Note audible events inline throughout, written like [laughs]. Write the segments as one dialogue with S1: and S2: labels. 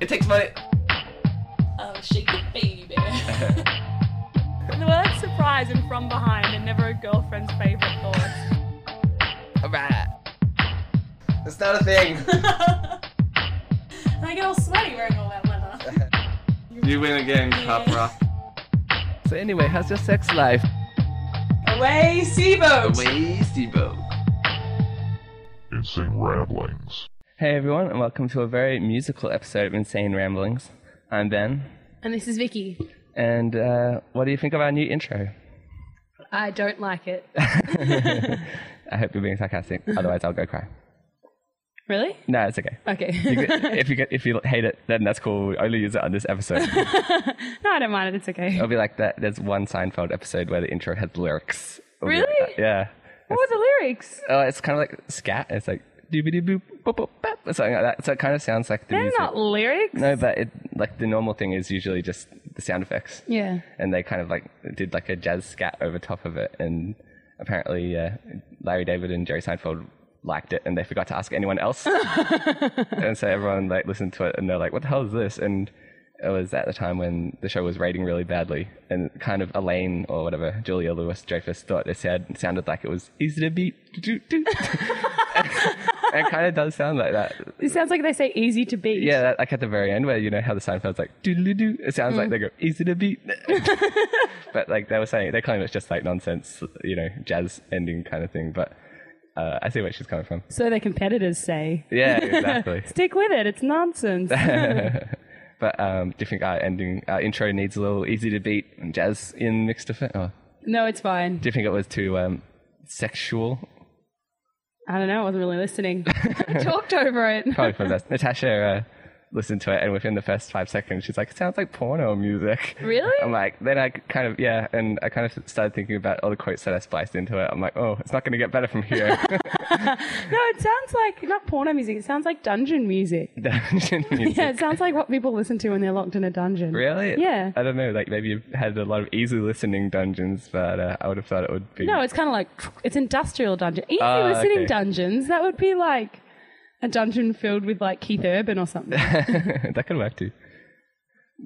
S1: It takes money.
S2: Oh, shake it, baby.
S3: The word surprise and from behind are never a girlfriend's favourite thoughts.
S1: Alright. It's not a thing.
S2: [laughs] and I get all sweaty wearing all that
S4: [laughs]
S2: leather.
S5: You win again,
S2: Yeah.
S5: Capra.
S1: So anyway, how's your sex life?
S2: Away, Seaboat!
S1: Wasty boat.
S6: Insane Ramblings.
S1: Hey everyone, and welcome to a very musical episode of Insane Ramblings. I'm Ben,
S7: And this is Vicky.
S1: and uh, what do you think of our new intro?
S7: I don't like
S1: [laughs]
S7: it.
S1: I hope you're being
S7: [laughs]
S1: sarcastic, otherwise I'll go cry.
S7: Really?
S1: No, it's okay. You
S7: Okay. [laughs]
S1: get- if you get, if you hate it, then that's cool. We'll only use it on this episode.
S7: no, I don't mind it. It's okay.
S1: It'll be like that. There's one Seinfeld episode where the intro has lyrics. It'll be
S7: Really?
S1: Like that. yeah.
S7: What were the lyrics?
S1: Oh, it's kind of like scat. It's like doobity boop boop boop bap, or something like that. So it kind of sounds like the
S7: They're
S1: music.
S7: not lyrics.
S1: No, but it like the normal thing is usually just the sound effects.
S7: Yeah.
S1: and they kind of like did like a jazz scat over top of it. And apparently, uh, Larry David and Jerry Seinfeld liked it, and they forgot to ask anyone else. and so everyone like listened to it, and they're like, "What the hell is this?" And it was at the time when the show was rating really badly, and kind of Elaine or whatever Julia Lewis Dreyfus thought it sound, sounded like it was easy to beat. [laughs] Doo, doo, doo. it kind of does sound like that.
S7: It sounds like they say easy to beat.
S1: Yeah, that, like at the very end where you know how the Seinfeld's like doodly doo. It sounds like they go easy to beat, but like they were saying, they claim it's just like nonsense, you know, jazz ending kind of thing. But uh, I see where she's coming from.
S7: So their competitors say.
S1: Yeah, exactly.
S7: Stick with it.
S1: [laughs]
S7: It's nonsense.
S1: but um, do you think our ending, our intro needs a little easy to beat and jazz in mixed with it? Or
S7: no, it's fine.
S1: do you think it was too um, sexual?
S7: I don't know. I wasn't
S1: [laughs]
S7: really listening. I talked over it.
S1: Probably for the best. Natasha. Uh, listened to it and within the first five seconds she's like it sounds like porno music
S7: Really?
S1: I'm like, then I kind of, yeah, and I kind of started thinking about all the quotes that I spliced into it. I'm like, oh, it's not going to get better from
S7: [laughs]
S1: here. [laughs]
S7: No, it sounds like not porno music. It sounds like dungeon music.
S1: Dungeon music.
S7: [laughs] Yeah, it sounds like what people listen to when they're locked in a dungeon.
S1: Really?
S7: Yeah.
S1: I don't know. Like, maybe you had a lot of easy listening dungeons, but uh, I would have thought it would be.
S7: No, it's kind of like it's industrial dungeon. Easy
S1: Ah,
S7: listening
S1: okay.
S7: dungeons. That would be like a dungeon filled with like Keith Urban or something. I
S1: [laughs] that could work too.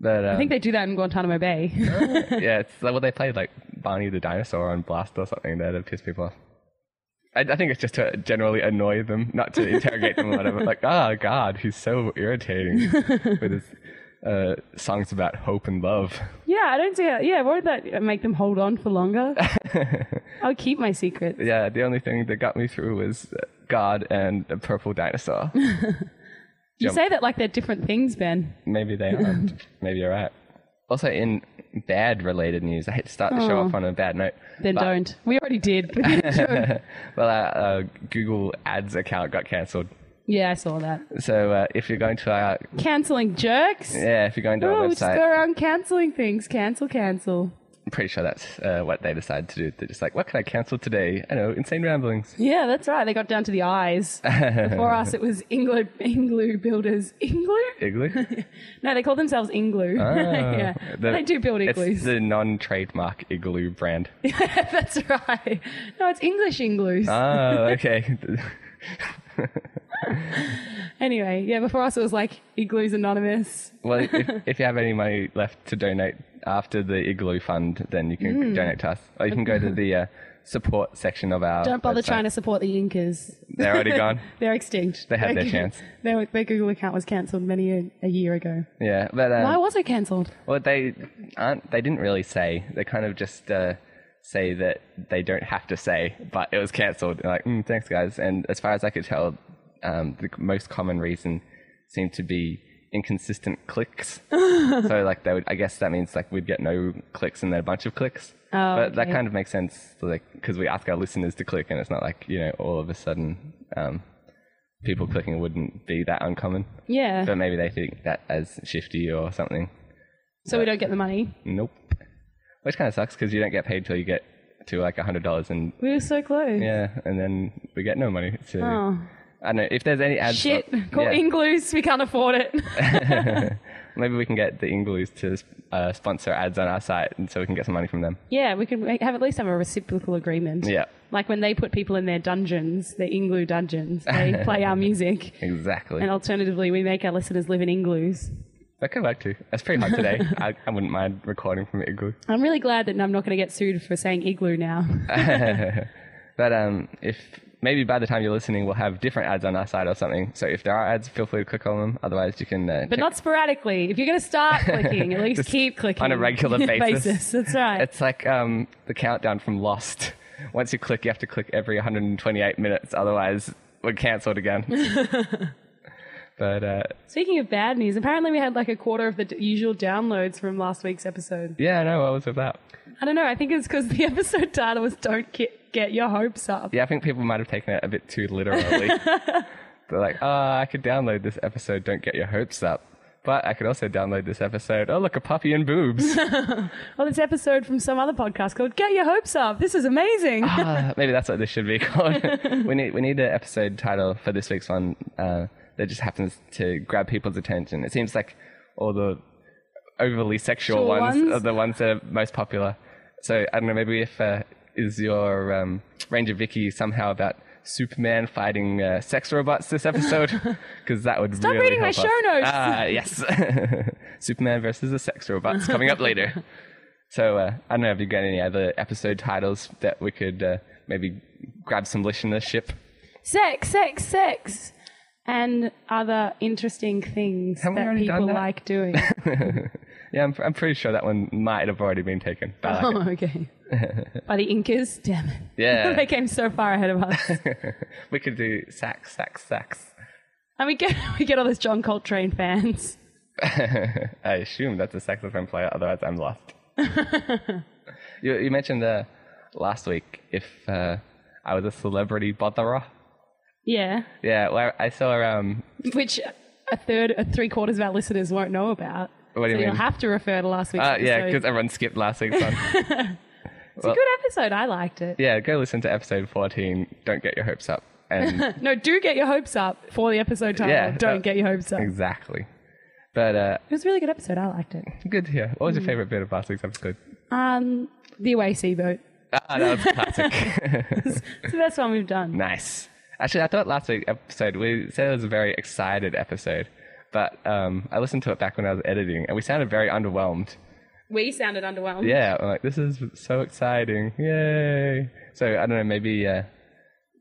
S1: But um, I
S7: think they do that in Guantanamo Bay. [laughs]
S1: yeah, it's like what they played, like Barney the dinosaur on Blast or something there to piss people off. I, I think it's just to generally annoy them, not to interrogate them or whatever. Like, oh God, he's so irritating with his uh, songs about hope and love.
S7: yeah, I don't see. How, yeah, won't that make them hold on
S1: [laughs]
S7: for longer? I'll keep my secret.
S1: Yeah, the only thing that got me through was uh, God and a purple dinosaur.
S7: You say that like they're different things, Ben.
S1: Maybe they aren't. Maybe you're right. Also, in bad related news, I hate to start the show off on a bad note.
S7: Then
S1: but-
S7: don't. We already did. [laughs]
S1: Well, our uh, Google Ads account got cancelled.
S7: yeah, I saw that.
S1: So uh, if you're going to our
S7: Canceling jerks.
S1: yeah, if you're going to
S7: Oh,
S1: our
S7: we just go
S1: website,
S7: around canceling things. Cancel, cancel.
S1: I'm pretty sure that's uh, what they decided to do. They're just like, what can I cancel today? I know, insane
S7: [laughs]
S1: ramblings.
S7: Yeah, that's right. They got down to
S1: [laughs]
S7: the eyes. Before us, it was Inglo, Inglu builders. Inglu?
S1: Igloo.
S7: No, they call themselves Igloo. [laughs] yeah,
S1: The-
S7: they do build igloos.
S1: Ah, It's the non-trademark igloo brand.
S7: [laughs] That's right. No, it's English igloos.
S1: Oh,
S7: [laughs]
S1: okay.
S7: anyway, yeah, before us it was like Igloos Anonymous.
S1: well, if, if you have any money left to donate after the igloo fund, then you can
S7: Hmm.
S1: donate to us, or you can go
S7: [laughs]
S1: to the uh, support section of our.
S7: Don't bother
S1: website.
S7: trying to support the [laughs] Incas.
S1: They're already gone.
S7: They're extinct.
S1: They had their chance.
S7: [laughs] Their, their Google account was cancelled many a, a year ago.
S1: Yeah, but um,
S7: Why was it cancelled?
S1: Well, they aren't. They didn't really say. They kind of just uh, say that they don't have to say, but it was cancelled. Like, mm, thanks, guys. And as far as I could tell, um, the most common reason seemed to be inconsistent
S7: [laughs]
S1: clicks. so, like, they would. I guess that means like we'd get no clicks and then a bunch of clicks.
S7: Oh,
S1: but that
S7: okay.
S1: kind of makes sense, like, because we ask our listeners to click, and it's not like you know all of a sudden. Um, People clicking wouldn't be that
S7: [laughs]
S1: uncommon,
S7: Yeah.
S1: but maybe they think that as shifty or something.
S7: so we don't get the money.
S1: Nope. Which kind of sucks because you don't get paid till you get to like a hundred dollars, and
S7: We were so close.
S1: yeah, and then we get no money. So
S7: Oh,
S1: I don't know if there's any ads. uh,
S7: shit.
S1: on-
S7: Call
S1: yeah. [laughs]
S7: Igloos. We can't afford it.
S1: Maybe we can get the Ingloos to uh, sponsor ads on our site, and so we can get some money from them.
S7: Yeah, we could make- have at least have a reciprocal agreement.
S1: Yeah.
S7: Like when they put people in their dungeons, their igloo
S1: [laughs]
S7: dungeons, they play our music.
S1: Exactly.
S7: And alternatively, we make our listeners live in igloos.
S1: I could like to. It's pretty hot
S7: [laughs]
S1: today. I, I wouldn't mind recording from Igloo.
S7: I'm really glad that I'm not going to get sued for saying igloo now.
S1: But um, if maybe by the time you're listening, we'll have different ads on our site or something. So if there are ads, feel free to click on them. Otherwise, you can. Uh,
S7: But not sporadically. If you're going to start
S1: [laughs]
S7: clicking, at least
S1: Just
S7: keep clicking.
S1: on a
S7: [laughs]
S1: regular basis.
S7: That's
S1: [laughs]
S7: right.
S1: It's like um, the countdown from Lost. [laughs] Once you click, you have to click every 128 minutes. Otherwise, we're cancelled again. but uh,
S7: Speaking of bad news, apparently we had like a quarter of the d- usual downloads from last week's episode.
S1: yeah, no, what was with that?
S7: I don't know. I think it's because the [laughs] episode title was "Don't get, get your hopes up."
S1: Yeah, I think people might have taken it a bit too literally. They're like, oh, I could download this episode, don't get your hopes up. But I could also download this episode. Oh, look, a puppy and boobs.
S7: Well, this episode from some other podcast called "Get Your Hopes Up." This is amazing.
S1: Ah, maybe that's what this should be called. we need we need an episode title for this week's one uh, that just happens to grab people's attention. It seems like all the overly sexual
S7: Sure
S1: ones,
S7: ones.
S1: are the ones that are most popular. So I don't know. Maybe if uh, is your um, Ranger Vicky somehow about Superman fighting uh, sex robots this episode? [laughs] Because that would
S7: Stop
S1: really
S7: reading my
S1: help us.
S7: show notes.
S1: Ah, yes. [laughs] Superman versus the sex robots coming
S7: [laughs]
S1: up later. So uh, I don't know if you got any other episode titles that we could uh, maybe grab some listenership.
S7: sex, sex, sex, and other interesting things
S1: Haven't we
S7: that
S1: already
S7: people
S1: done that?
S7: like doing.
S1: Yeah, I'm, I'm pretty sure that one might have already been taken. But [laughs]
S7: [laughs]
S1: I like it.
S7: oh, okay. By the Incas, damn it! [laughs] they
S1: Yeah,
S7: came so far ahead of us.
S1: [laughs] we could do sax, sax, sax.
S7: And we get we get all those John Coltrane fans.
S1: I assume that's a saxophone player, otherwise I'm lost.
S7: [laughs]
S1: you, you mentioned uh, last week if uh, I was a celebrity botherer.
S7: Yeah,
S1: Yeah, well, I saw um,
S7: which a third, a three quarters of our listeners won't know about.
S1: What do
S7: so
S1: you
S7: will
S1: mean?
S7: have to refer to last week's
S1: Uh,
S7: episode.
S1: yeah, because everyone skipped last week's one.
S7: it's a good episode. I liked it.
S1: yeah, go listen to episode 14. Don't get your hopes up. And
S7: [laughs] No, do get your hopes up for the episode title.
S1: Yeah,
S7: Don't
S1: uh,
S7: get your hopes up.
S1: exactly. But uh,
S7: It was a really good episode. I liked it.
S1: good to hear. What was your favorite bit of last week's episode?
S7: Um, the away sea boat.
S1: Ah, that was classic.
S7: It's the best one we've done.
S1: nice. Actually, I thought last week's episode, we said it was a very excited episode. But um, I listened to it back when I was editing, and we sounded very underwhelmed.
S7: We sounded underwhelmed.
S1: Yeah, I'm like, this is so exciting. Yay. So, I don't know, maybe uh,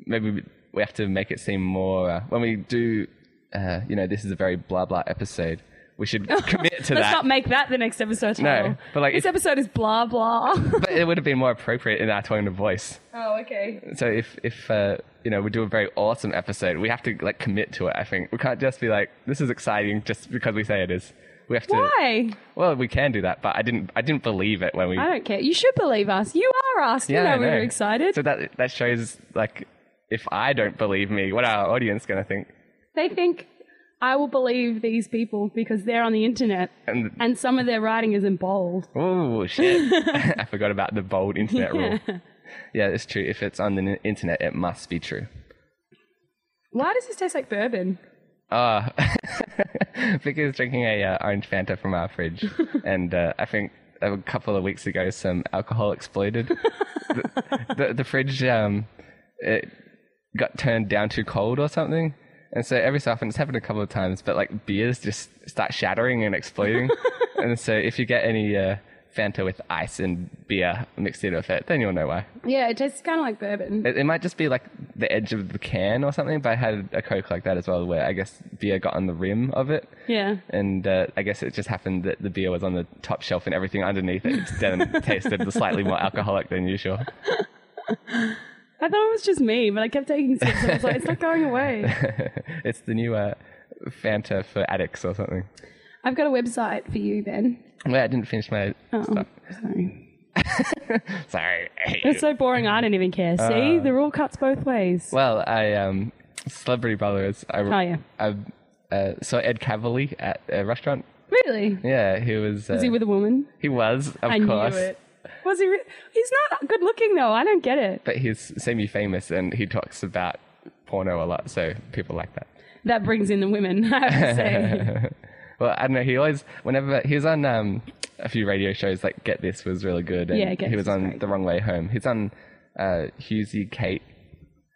S1: maybe we have to make it seem more. Uh, when we do, uh, you know, this is a very blah blah episode, we should commit to
S7: Let's
S1: that.
S7: not make that the next episode title.
S1: No, but, like,
S7: this
S1: if-
S7: episode is blah blah. [laughs]
S1: but it would have been more appropriate in our tone of voice.
S7: oh, okay.
S1: So if if uh, you know we do a very awesome episode, we have to like commit to it. I think we can't just be like this is exciting just because we say it is. We have to.
S7: Why?
S1: Well, we can do that, but I didn't. I didn't believe it when we.
S7: I don't care. You should believe us. You are us.
S1: Yeah, I
S7: you know we were
S1: know.
S7: excited.
S1: So that that shows like if I don't believe me, what are our audience gonna think?
S7: they think I will believe these people because they're on the internet
S1: And-
S7: and some of their writing is in bold.
S1: Oh
S7: [laughs]
S1: shit! [laughs] I forgot about the bold internet rule. Yeah, it's true. If it's on the n- internet, it must be true.
S7: Why does this taste like bourbon?
S1: [laughs] Ah, Vicky's drinking a uh, orange Fanta from our fridge, and uh, I think a couple of weeks ago some alcohol exploded. the, the, the fridge um, it got turned down too cold or something, and so every so often it's happened a couple of times, but like beers just start shattering and exploding, and so if you get any uh, Fanta with ice and beer mixed in with it, then you'll know why.
S7: Yeah, it tastes kind of like bourbon.
S1: It, it might just be like the edge of the can or something, but I had a Coke like that as well, where I guess beer got on the rim of it.
S7: yeah.
S1: And uh, I guess it just happened that the beer was on the top shelf and everything underneath it
S7: [laughs]
S1: then tasted slightly more alcoholic than usual.
S7: I thought it was just me, but I kept taking sips. I was like, it's not
S1: [laughs]
S7: going away.
S1: It's the new uh, Fanta for addicts or something.
S7: I've got a website for you, Ben. Oh,
S1: Wait, I didn't finish my stuff.
S7: Sorry.
S1: Sorry.
S7: It's so boring, I don't even care. See? the rule cuts both ways.
S1: Uh, well, I um, celebrity brothers. I,
S7: Oh, yeah.
S1: I uh, saw Ed Cavalier at a restaurant.
S7: Really?
S1: Yeah, he was. Uh,
S7: Is he with a woman?
S1: he was, of
S7: I
S1: course.
S7: knew it. Was he? Re- He's not good looking, though. I don't get it.
S1: But he's semi-famous and he talks about porno a lot, so people like that.
S7: [laughs]
S1: [laughs]
S7: That brings in the women, I have to say.
S1: Well, I don't know. He always, whenever he was on um, a few radio shows, like Get This was really good. And
S7: Yeah, Get
S1: he was
S7: This is
S1: on
S7: great.
S1: The Wrong Way Home. He's on uh, Husey Kate.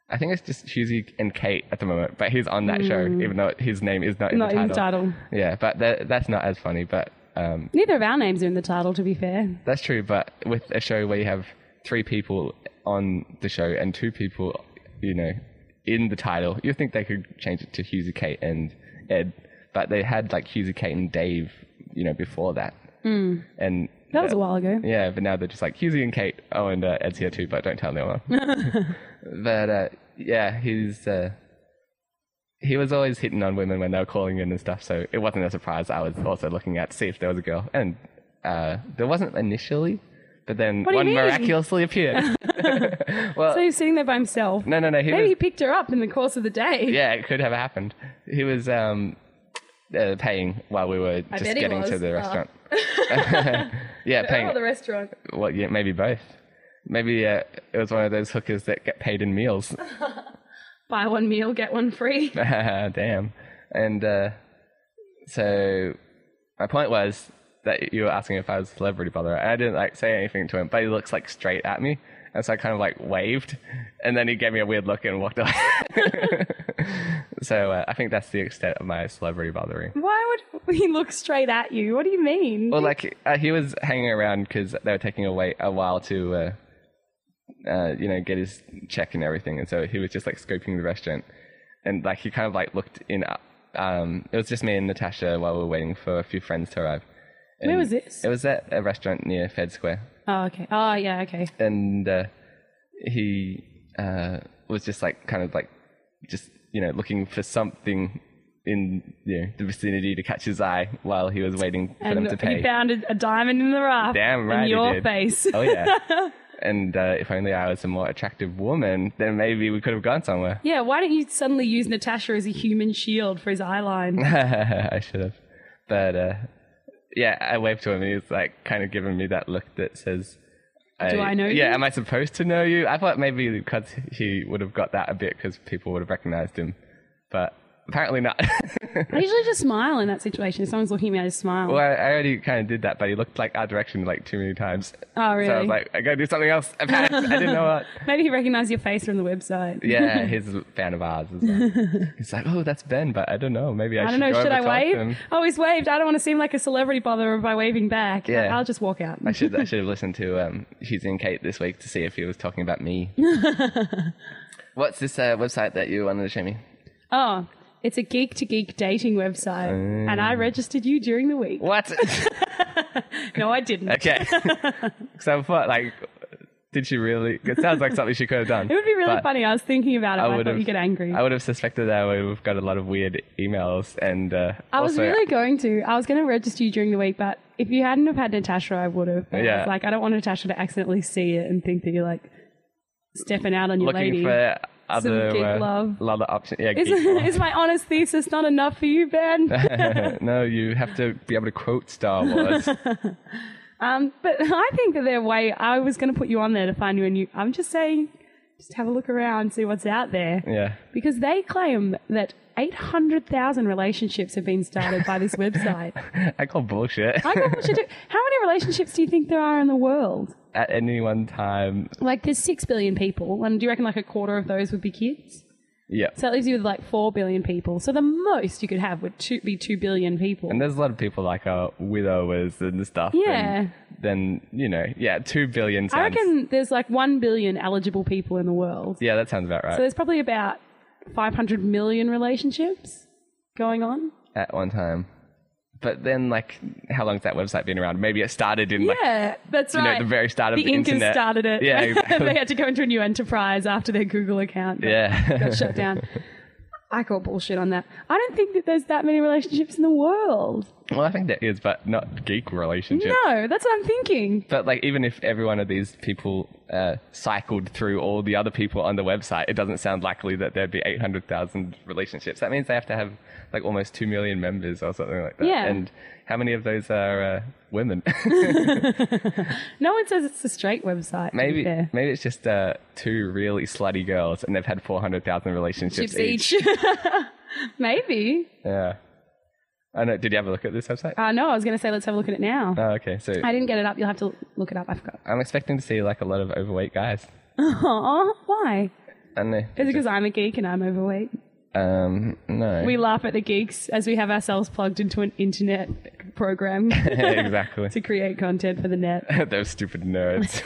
S1: I think it's just Husey and Kate at the moment, but he's on that show, even though his name is not in
S7: Mm. Not
S1: the title.
S7: in the title.
S1: Yeah, but that, that's not as funny. But um,
S7: Neither of our names are in the title, to be fair.
S1: that's true. But with a show where you have three people on the show and two people, you know, in the title, you think they could change it to Husey Kate and Ed, but they had like Husey Kate and Dave, you know, before that. Mm. And
S7: Hmm. That was a while ago.
S1: yeah, but now they're just like Husey and Kate. Oh, and uh, Ed's here too, but don't tell
S7: [laughs]
S1: anyone. but uh, yeah, he's uh, he was always hitting on women when they were calling in and stuff. So it wasn't a surprise. I was also looking at to see if there was a girl, and uh, there wasn't initially. But then
S7: do you
S1: one
S7: mean?
S1: miraculously
S7: [laughs]
S1: appeared. well,
S7: So he's sitting there by himself.
S1: no, no, no. He
S7: Maybe
S1: was,
S7: he picked her up in the course of the day.
S1: yeah, it could have happened. He was um, uh, paying while we were just
S7: bet he
S1: getting to
S7: was.
S1: the
S7: Oh.
S1: restaurant.
S7: [laughs]
S1: [laughs] yeah, paying.
S7: Oh, the restaurant.
S1: Well, yeah, maybe both. Maybe uh, it was one of those hookers that get paid in meals. [laughs]
S7: Buy one meal, get one free. [laughs]
S1: Damn. And uh, so my point was that you were asking if I was a celebrity bother, and I didn't like say anything to him, but he looks like straight at me, and so I kind of like waved, and then he gave me a weird look and walked away. [laughs] so uh, I think that's the extent of my celebrity bothering.
S7: Why would he look straight at you? What do you mean?
S1: Well, like uh, he was hanging around because they were taking away a while to, uh, uh, you know, get his check and everything, and so he was just like scoping the restaurant, and like he kind of like looked in. uh, Um, it was just me and Natasha while we were waiting for a few friends to arrive.
S7: Where was this?
S1: It was at a restaurant near Fed Square,
S7: Oh, okay. Oh, yeah, okay.
S1: and uh, he uh, was just like kind of like just you know looking for something in you know, the vicinity to catch his eye while he was waiting for them
S7: And
S1: to pay.
S7: he found a, a diamond in the rough.
S1: Damn right
S7: In
S1: he
S7: your
S1: did.
S7: face.
S1: Oh yeah. [laughs] and uh, if only I was a more attractive woman, then maybe we could have gone somewhere.
S7: [laughs]
S1: [laughs]
S7: Yeah, why don't you suddenly use Natasha as a human shield for his eye
S1: [laughs]
S7: line?
S1: I should have. But uh, yeah, I waved to him, and he was like, kind of giving me that look that says.
S7: Do I know
S1: Yeah,
S7: you?
S1: am I supposed to know you? I thought maybe because he would have got that a bit because people would have recognized him, but apparently not. [laughs]
S7: I usually just smile in that situation. If someone's looking at me, I just smile.
S1: well, I I already kind of did that, but he looked like our direction like too many times.
S7: Oh,
S1: So I was
S7: really?
S1: like, I gotta do something else. I panicked. I didn't
S7: [laughs]
S1: know what.
S7: Maybe he recognized your face from the website. [laughs]
S1: Yeah, he's a fan of ours as well. He's like, oh, that's Ben, but I don't know. Maybe I,
S7: I
S1: should
S7: don't know,
S1: go
S7: should
S1: over
S7: I
S1: talk to
S7: wave?
S1: him.
S7: Oh, he's waved. I don't want to seem like a celebrity botherer by waving back.
S1: Yeah.
S7: I'll just walk out.
S1: I should I should have listened to um, Hughes and Kate this week to see if he was talking about
S7: [laughs]
S1: me. What's this uh, website that you wanted to show me?
S7: Oh, it's a geek to geek dating website. And
S1: Oh.
S7: I registered you during the week.
S1: What? [laughs]
S7: No, I didn't. [laughs]
S1: okay. so I thought, like, did she really? It sounds like something she could have done.
S7: It would be really
S1: but
S7: funny. I was thinking about it.
S1: I
S7: I,
S1: would
S7: thought
S1: have
S7: you get angry.
S1: I would have suspected that I would have got a lot of weird emails and. Uh,
S7: I was
S1: also-
S7: really going to. I was going to register you during the week, but if you hadn't have had Natasha, I would have. But I
S1: Yeah.
S7: was like, I don't want Natasha to accidentally see it and think that you're like stepping out on your
S1: looking
S7: lady.
S1: for other
S7: gig
S1: uh,
S7: love.
S1: other options. Yeah,
S7: [laughs] is,
S1: geek love.
S7: is my honest thesis not enough for
S1: [laughs]
S7: you, Ben?
S1: no, you have to be able to quote Star
S7: [laughs]
S1: Wars.
S7: um, but I think that their way. I was going to put you on there to find you a new. I'm just saying, just have a look around, see what's out there,
S1: yeah.
S7: because they claim that 800,000 relationships have been started
S1: [laughs]
S7: by this website.
S1: I call bullshit.
S7: I think we should do. How many relationships do you think there are in the world?
S1: At any one time,
S7: Like there's six billion people, and do you reckon like a quarter of those would be kids?
S1: yeah.
S7: So that leaves you with like four billion people. So the most you could have would two, be two billion people.
S1: And there's a lot of people like uh, widowers and stuff. and
S7: Yeah.
S1: then, you know, yeah, two billion
S7: I
S1: sounds.
S7: reckon there's like one billion eligible people in the world.
S1: yeah, that sounds about right.
S7: So there's probably about 500 million relationships going on.
S1: at one time. But then, like, how long's that website been around? Maybe it started in, like,
S7: Yeah, that's
S1: you know,
S7: right.
S1: the very start of the,
S7: the Incas
S1: internet.
S7: started it.
S1: Yeah, exactly.
S7: [laughs] they had to go into a new enterprise after their Google account.
S1: [laughs]
S7: got-
S1: yeah.
S7: got shut down. I call bullshit on that. I don't think that there's that many relationships in the world.
S1: well, I think there is, but not geek relationship.
S7: No, that's what I'm thinking.
S1: But like, even if every one of these people uh, cycled through all the other people on the website, it doesn't sound likely that there'd be eight hundred thousand relationships. That means they have to have like almost two million members or something like that.
S7: Yeah.
S1: And how many of those are uh, women? [laughs]
S7: No one says it's a straight website. to be
S1: maybe [laughs]
S7: fair.
S1: maybe it's just uh, two really slutty girls, and they've had four hundred thousand relationships
S7: Chips each. [laughs] Maybe.
S1: Yeah. I know. Did you have a look at this website?
S7: Uh, no, I was going to say let's have a look at it now.
S1: Oh, okay. So
S7: I didn't get it up. You'll have to look it up. I forgot. [laughs]
S1: I'm expecting to see like a lot of overweight guys.
S7: Aw, why?
S1: I don't know.
S7: Is it because I'm a geek and I'm overweight?
S1: Um, no.
S7: We laugh at the geeks as we have ourselves plugged into an internet
S1: [laughs] [laughs]
S7: program
S1: exactly.
S7: to create content for the net. [laughs]
S1: Those stupid nerds.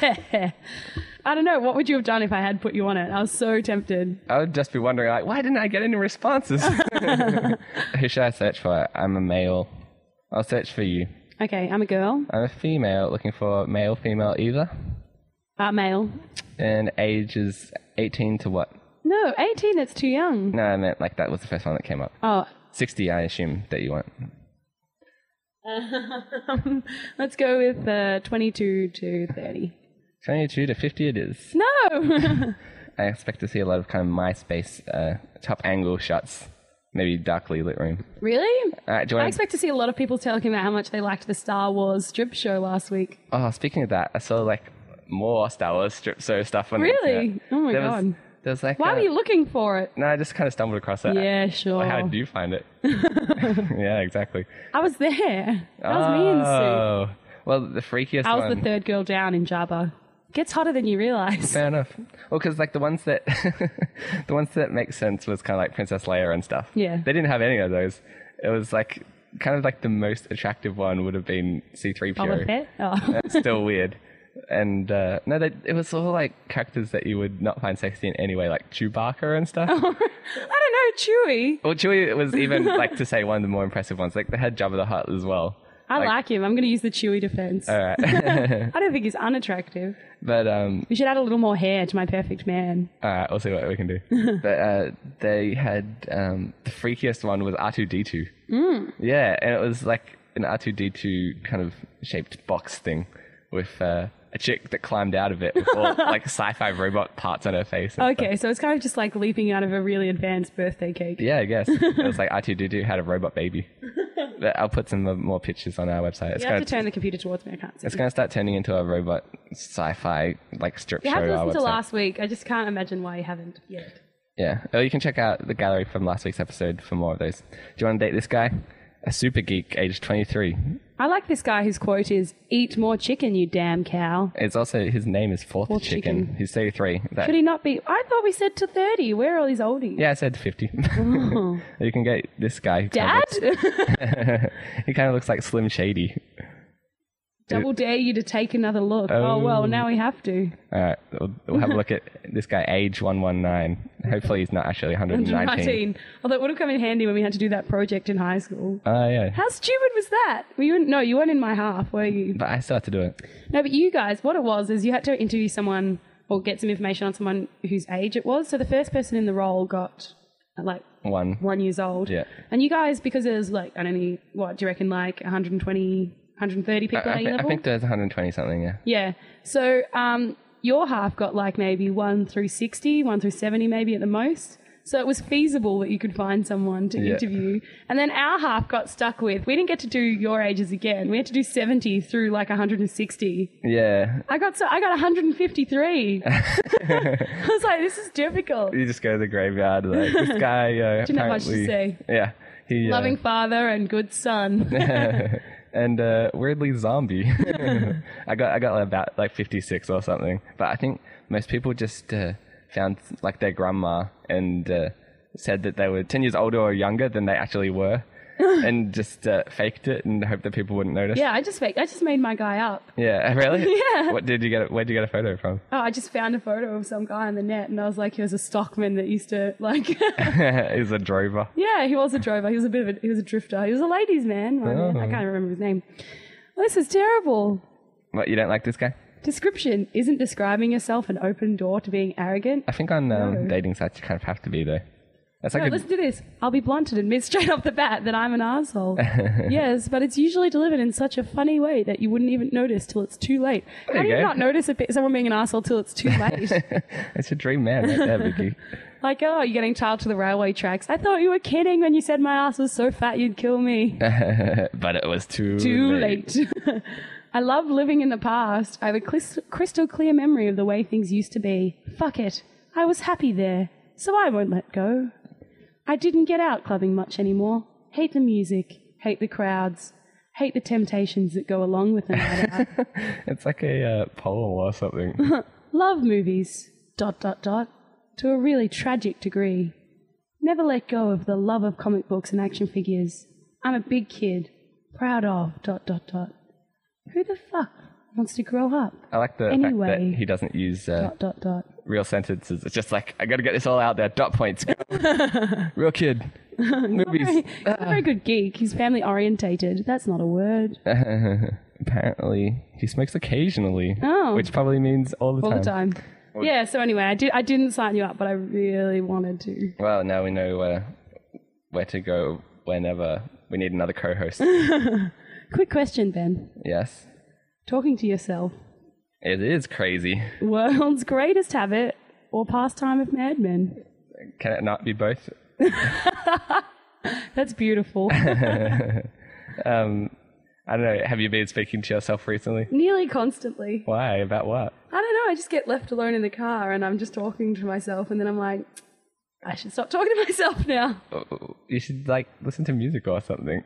S7: I don't know. What would you have done if I had put you on it? I was so tempted.
S1: I would just be wondering, like, why didn't I get any
S7: [laughs]
S1: responses? Who should I search for? I'm a male. I'll search for you.
S7: Okay, I'm a girl,
S1: I'm a female looking for male, female either.
S7: uh, male.
S1: And age is 18 to what?
S7: No, 18, that's too young.
S1: No, I meant like that was the first one that came up.
S7: Oh,
S1: 60, I assume that you want.
S7: Um, let's go with uh, 22 to 30.
S1: 22 to 50 it is.
S7: No! [laughs]
S1: I expect to see a lot of kind of MySpace uh, top angle shots. Maybe darkly lit room.
S7: really?
S1: Uh, do you
S7: I
S1: want
S7: expect to see a lot of people talking about how much they liked the Star Wars strip show last week.
S1: Oh, speaking of that, I saw like more Star Wars strip show stuff on the
S7: Really?
S1: internet.
S7: Oh my
S1: there Was,
S7: God.
S1: there was like
S7: Why
S1: a-
S7: were you looking for it?
S1: No, I just kind of stumbled across it.
S7: Yeah, sure.
S1: Well, how did you find
S7: [laughs]
S1: it? [laughs] yeah, exactly.
S7: I was there. That was me and Sue.
S1: Oh. Well, the freakiest
S7: I was
S1: one.
S7: the third girl down in Jabba. Gets hotter than you realize.
S1: Fair enough. Well, because like the ones that [laughs] the ones that make sense was kind of like Princess Leia and stuff.
S7: Yeah.
S1: They didn't have any of those. It was like kind of like the most attractive one would have been C3PO.
S7: Boba Fett? Oh.
S1: That's still weird. And uh, no, they, it was all like characters that you would not find sexy in any way, like Chewbacca and stuff.
S7: [laughs] Oh. I don't know, Chewy.
S1: Well, Chewie was even like to say one of the more impressive ones. Like they had Jabba the Hutt as well.
S7: I
S1: Like-
S7: like, him. I'm going to use the Chewy defense.
S1: All right,
S7: [laughs] I don't think he's unattractive.
S1: but um,
S7: We should add a little more hair to my perfect man.
S1: all right, we'll see what we can
S7: [laughs]
S1: do. but uh, they had um, the freakiest one was R two D two.
S7: Mm.
S1: Yeah, and it was like an R two D two kind of shaped box thing with uh, a chick that climbed out of it with
S7: [laughs]
S1: all like sci-fi robot parts on her face. and stuff.
S7: Okay, so it's kind of just like leaping out of a really advanced birthday cake.
S1: Yeah, I
S7: [laughs]
S1: guess. it was like R2D2 had a robot baby. But I'll put some more pictures on our website. It's
S7: You have
S1: going
S7: to turn the computer towards me. I can't see.
S1: it's going to start turning into a robot sci-fi like strip
S7: You
S1: show.
S7: have to
S1: our
S7: listen to
S1: website.
S7: last week. I just can't imagine why you haven't yet.
S1: Yeah. Oh, you can check out the gallery from last week's episode for more of those. Do you want to date this guy? A super geek, aged 23.
S7: I like this guy whose quote is "Eat more chicken, you damn cow."
S1: It's also his name is Fourth,
S7: Fourth
S1: chicken.
S7: Chicken.
S1: He's 33. That-
S7: Could he not be? I thought we said to thirty. Where are all these oldies?
S1: yeah, I said 50. [laughs] you can get this guy. who kind of
S7: Oh. Dad, [laughs]
S1: looks- he kind of looks like Slim Shady.
S7: double dare you to take another look. oh well, now we have to.
S1: All right, we'll, we'll have a look at this guy, age 119. Hopefully, he's not actually 119.
S7: 19. Although it would have come in handy when we had to do that project in high school.
S1: Oh, yeah.
S7: How stupid was that? Were you in, no, you weren't in my half, were you?
S1: But I still have to do it.
S7: No, but you guys, what it was is you had to interview someone or get some information on someone whose age it was. So the first person in the role got uh, like
S1: One.
S7: one years old.
S1: Yeah.
S7: And you guys, because there's like, I don't know, what do you reckon, like 120, 130 people
S1: I,
S7: at
S1: thi-
S7: your
S1: I
S7: level?
S1: think there's 120 something, yeah.
S7: Yeah. So um, your half got like maybe 1 through 60, 1 through 70 maybe at the most. So it was feasible that you could find someone to
S1: Yeah.
S7: interview. And then our half got stuck with, we didn't get to do your ages again. We had to do 70 through like 160.
S1: Yeah.
S7: I got so I got 153. [laughs] I was like, this is difficult.
S1: You just go to the graveyard. Like,
S7: [laughs]
S1: this guy. Uh,
S7: Didn't have much to
S1: apparently-
S7: say.
S1: Yeah. He, uh,
S7: Loving father and good son.
S1: and uh, weirdly
S7: [laughs]
S1: zombie. [laughs] I got I got like about like 56 or something. But I think most people just uh, found like their grandma and uh, said that they were 10 years older or younger than they actually
S7: [laughs]
S1: were, and just uh, faked it and hoped that people wouldn't notice.
S7: yeah, I just faked. I just made my guy up.
S1: Yeah, [laughs] really?
S7: [laughs] Yeah.
S1: What did you get? Where did you get a photo from? [laughs]
S7: Oh, I just found a photo of some guy on the net, and I was like, he was a stockman that used to like. [laughs]
S1: it was a drover.
S7: yeah, he was a drover. He was a bit of a he was a drifter. He was a ladies' man. my man. I can't remember his name. Well, this is terrible.
S1: What you don't like this guy?
S7: Description isn't describing yourself an open door to being arrogant.
S1: I think on um,
S7: No.
S1: dating sites you kind of have to be though. That's like
S7: No,
S1: a-
S7: listen to this. I'll be blunt and admit straight [laughs] off the bat that I'm
S1: [laughs]
S7: an asshole. yes, but it's usually delivered in such a funny way that you wouldn't even notice till it's too late. How do
S1: you
S7: you
S1: go.
S7: not notice a bit, someone being an asshole till it's
S1: [laughs]
S7: too late?
S1: it's your dream man right there,
S7: [laughs]
S1: Vicky. [laughs]
S7: like, oh, you're getting tied to the railway tracks. I thought you were kidding when you said my ass was so fat you'd kill me.
S1: but it was too
S7: too late. [laughs] I love living in the past. I have a clis- crystal clear memory of the way things used to be. Fuck it. I was happy there, so I won't let go. I didn't get out clubbing much anymore. Hate the music. hate the crowds, hate the temptations that go along with them. [laughs]
S1: It's like a uh, poem or something.
S7: Love movies, dot dot dot, to a really tragic degree. Never let go of the love of comic books and action figures. I'm a big kid, proud of dot dot dot. Who the fuck wants to grow up?
S1: I like the fact
S7: Anyway.
S1: that he doesn't use uh,
S7: Dot dot dot.
S1: real sentences. It's just like I got to get this all out there. Dot
S7: [laughs]
S1: points. Go. real kid. Movies.
S7: He's not a very good geek. He's family orientated. That's not a word.
S1: Apparently, he smokes occasionally,
S7: Oh.
S1: which probably means all the
S7: All
S1: time.
S7: the time. Yeah. So anyway, I did. I didn't sign you up, but I really wanted to.
S1: Well, now we know where where to go whenever we need another
S7: [laughs]
S1: co-host.
S7: Quick question, Ben.
S1: yes,
S7: Talking to yourself. [laughs]
S1: it is crazy.
S7: World's greatest habit or pastime of madmen.
S1: Can it not be both?
S7: That's beautiful.
S1: I don't know. Have you been speaking to yourself recently?
S7: Nearly constantly.
S1: Why? About what?
S7: I don't know. I just get left alone in the car and I'm just talking to myself, and then I'm like, I should stop talking to myself now.
S1: Oh, You should like listen to music or something.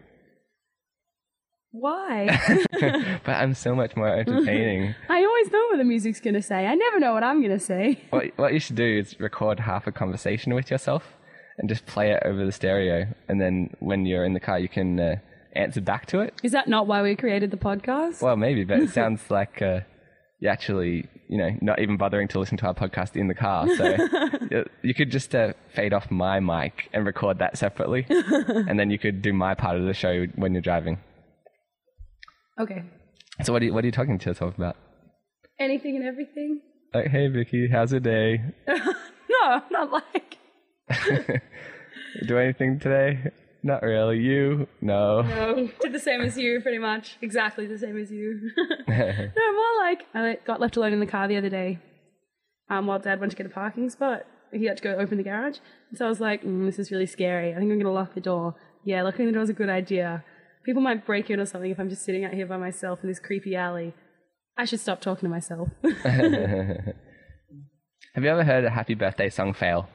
S7: Why?
S1: But I'm so much
S7: [laughs]
S1: more entertaining.
S7: I always know what the music's going to say. I never know what I'm going to say.
S1: what what you should do is record half a conversation with yourself and just play it over the stereo, and then when you're in the car, you can uh, answer back to it.
S7: Is that not why we created the podcast?
S1: Well, maybe, but it sounds like uh, you're actually, you know, not even bothering to listen to our podcast in the car. So you- you could just uh, fade off my mic and record that separately, and then you could do my part of the show when you're driving.
S7: Okay.
S1: So what are you, what are you talking to yourself about?
S7: Anything and everything?
S1: Like, hey, Vicky, how's your day?
S7: No, not like.
S1: Do anything today? Not really. You? No.
S7: No, did the same as you, pretty much. Exactly the same
S1: [laughs]
S7: as you. no, more like I like, got left alone in the car the other day. Um, while Dad went to get a parking spot, he had to go open the garage, and so I was like, mm, "This is really scary. I think I'm gonna lock the door." Yeah, locking the door is a good idea. People might break in or something if I'm just sitting out here by myself in this creepy alley. I should stop talking to myself. [laughs]
S1: Have you ever heard a happy birthday song fail?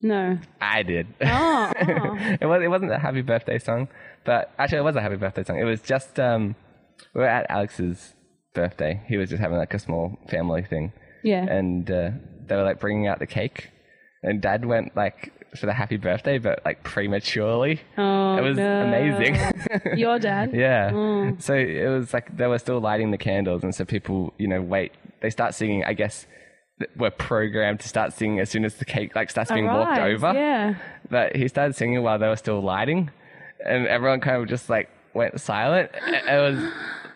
S7: no.
S1: I did.
S7: Oh, oh.
S1: [laughs] it, was, it wasn't a happy birthday song, but actually, it was a happy birthday song. It was just um, we were at Alex's birthday. He was just having like a small family thing,
S7: yeah.
S1: and uh, they were like bringing out the cake, and Dad went like for the happy birthday, but like prematurely.
S7: Oh,
S1: it was
S7: no. Hmm.
S1: amazing. [laughs]
S7: Your dad.
S1: yeah. So it was like they were still lighting the candles, and so people, you know, wait. They start singing. I guess th- we're programmed to start singing as soon as the cake like starts being walked
S7: Arrives,
S1: over
S7: Yeah.
S1: but he started singing while they were still lighting, and everyone kind of just like went silent. It was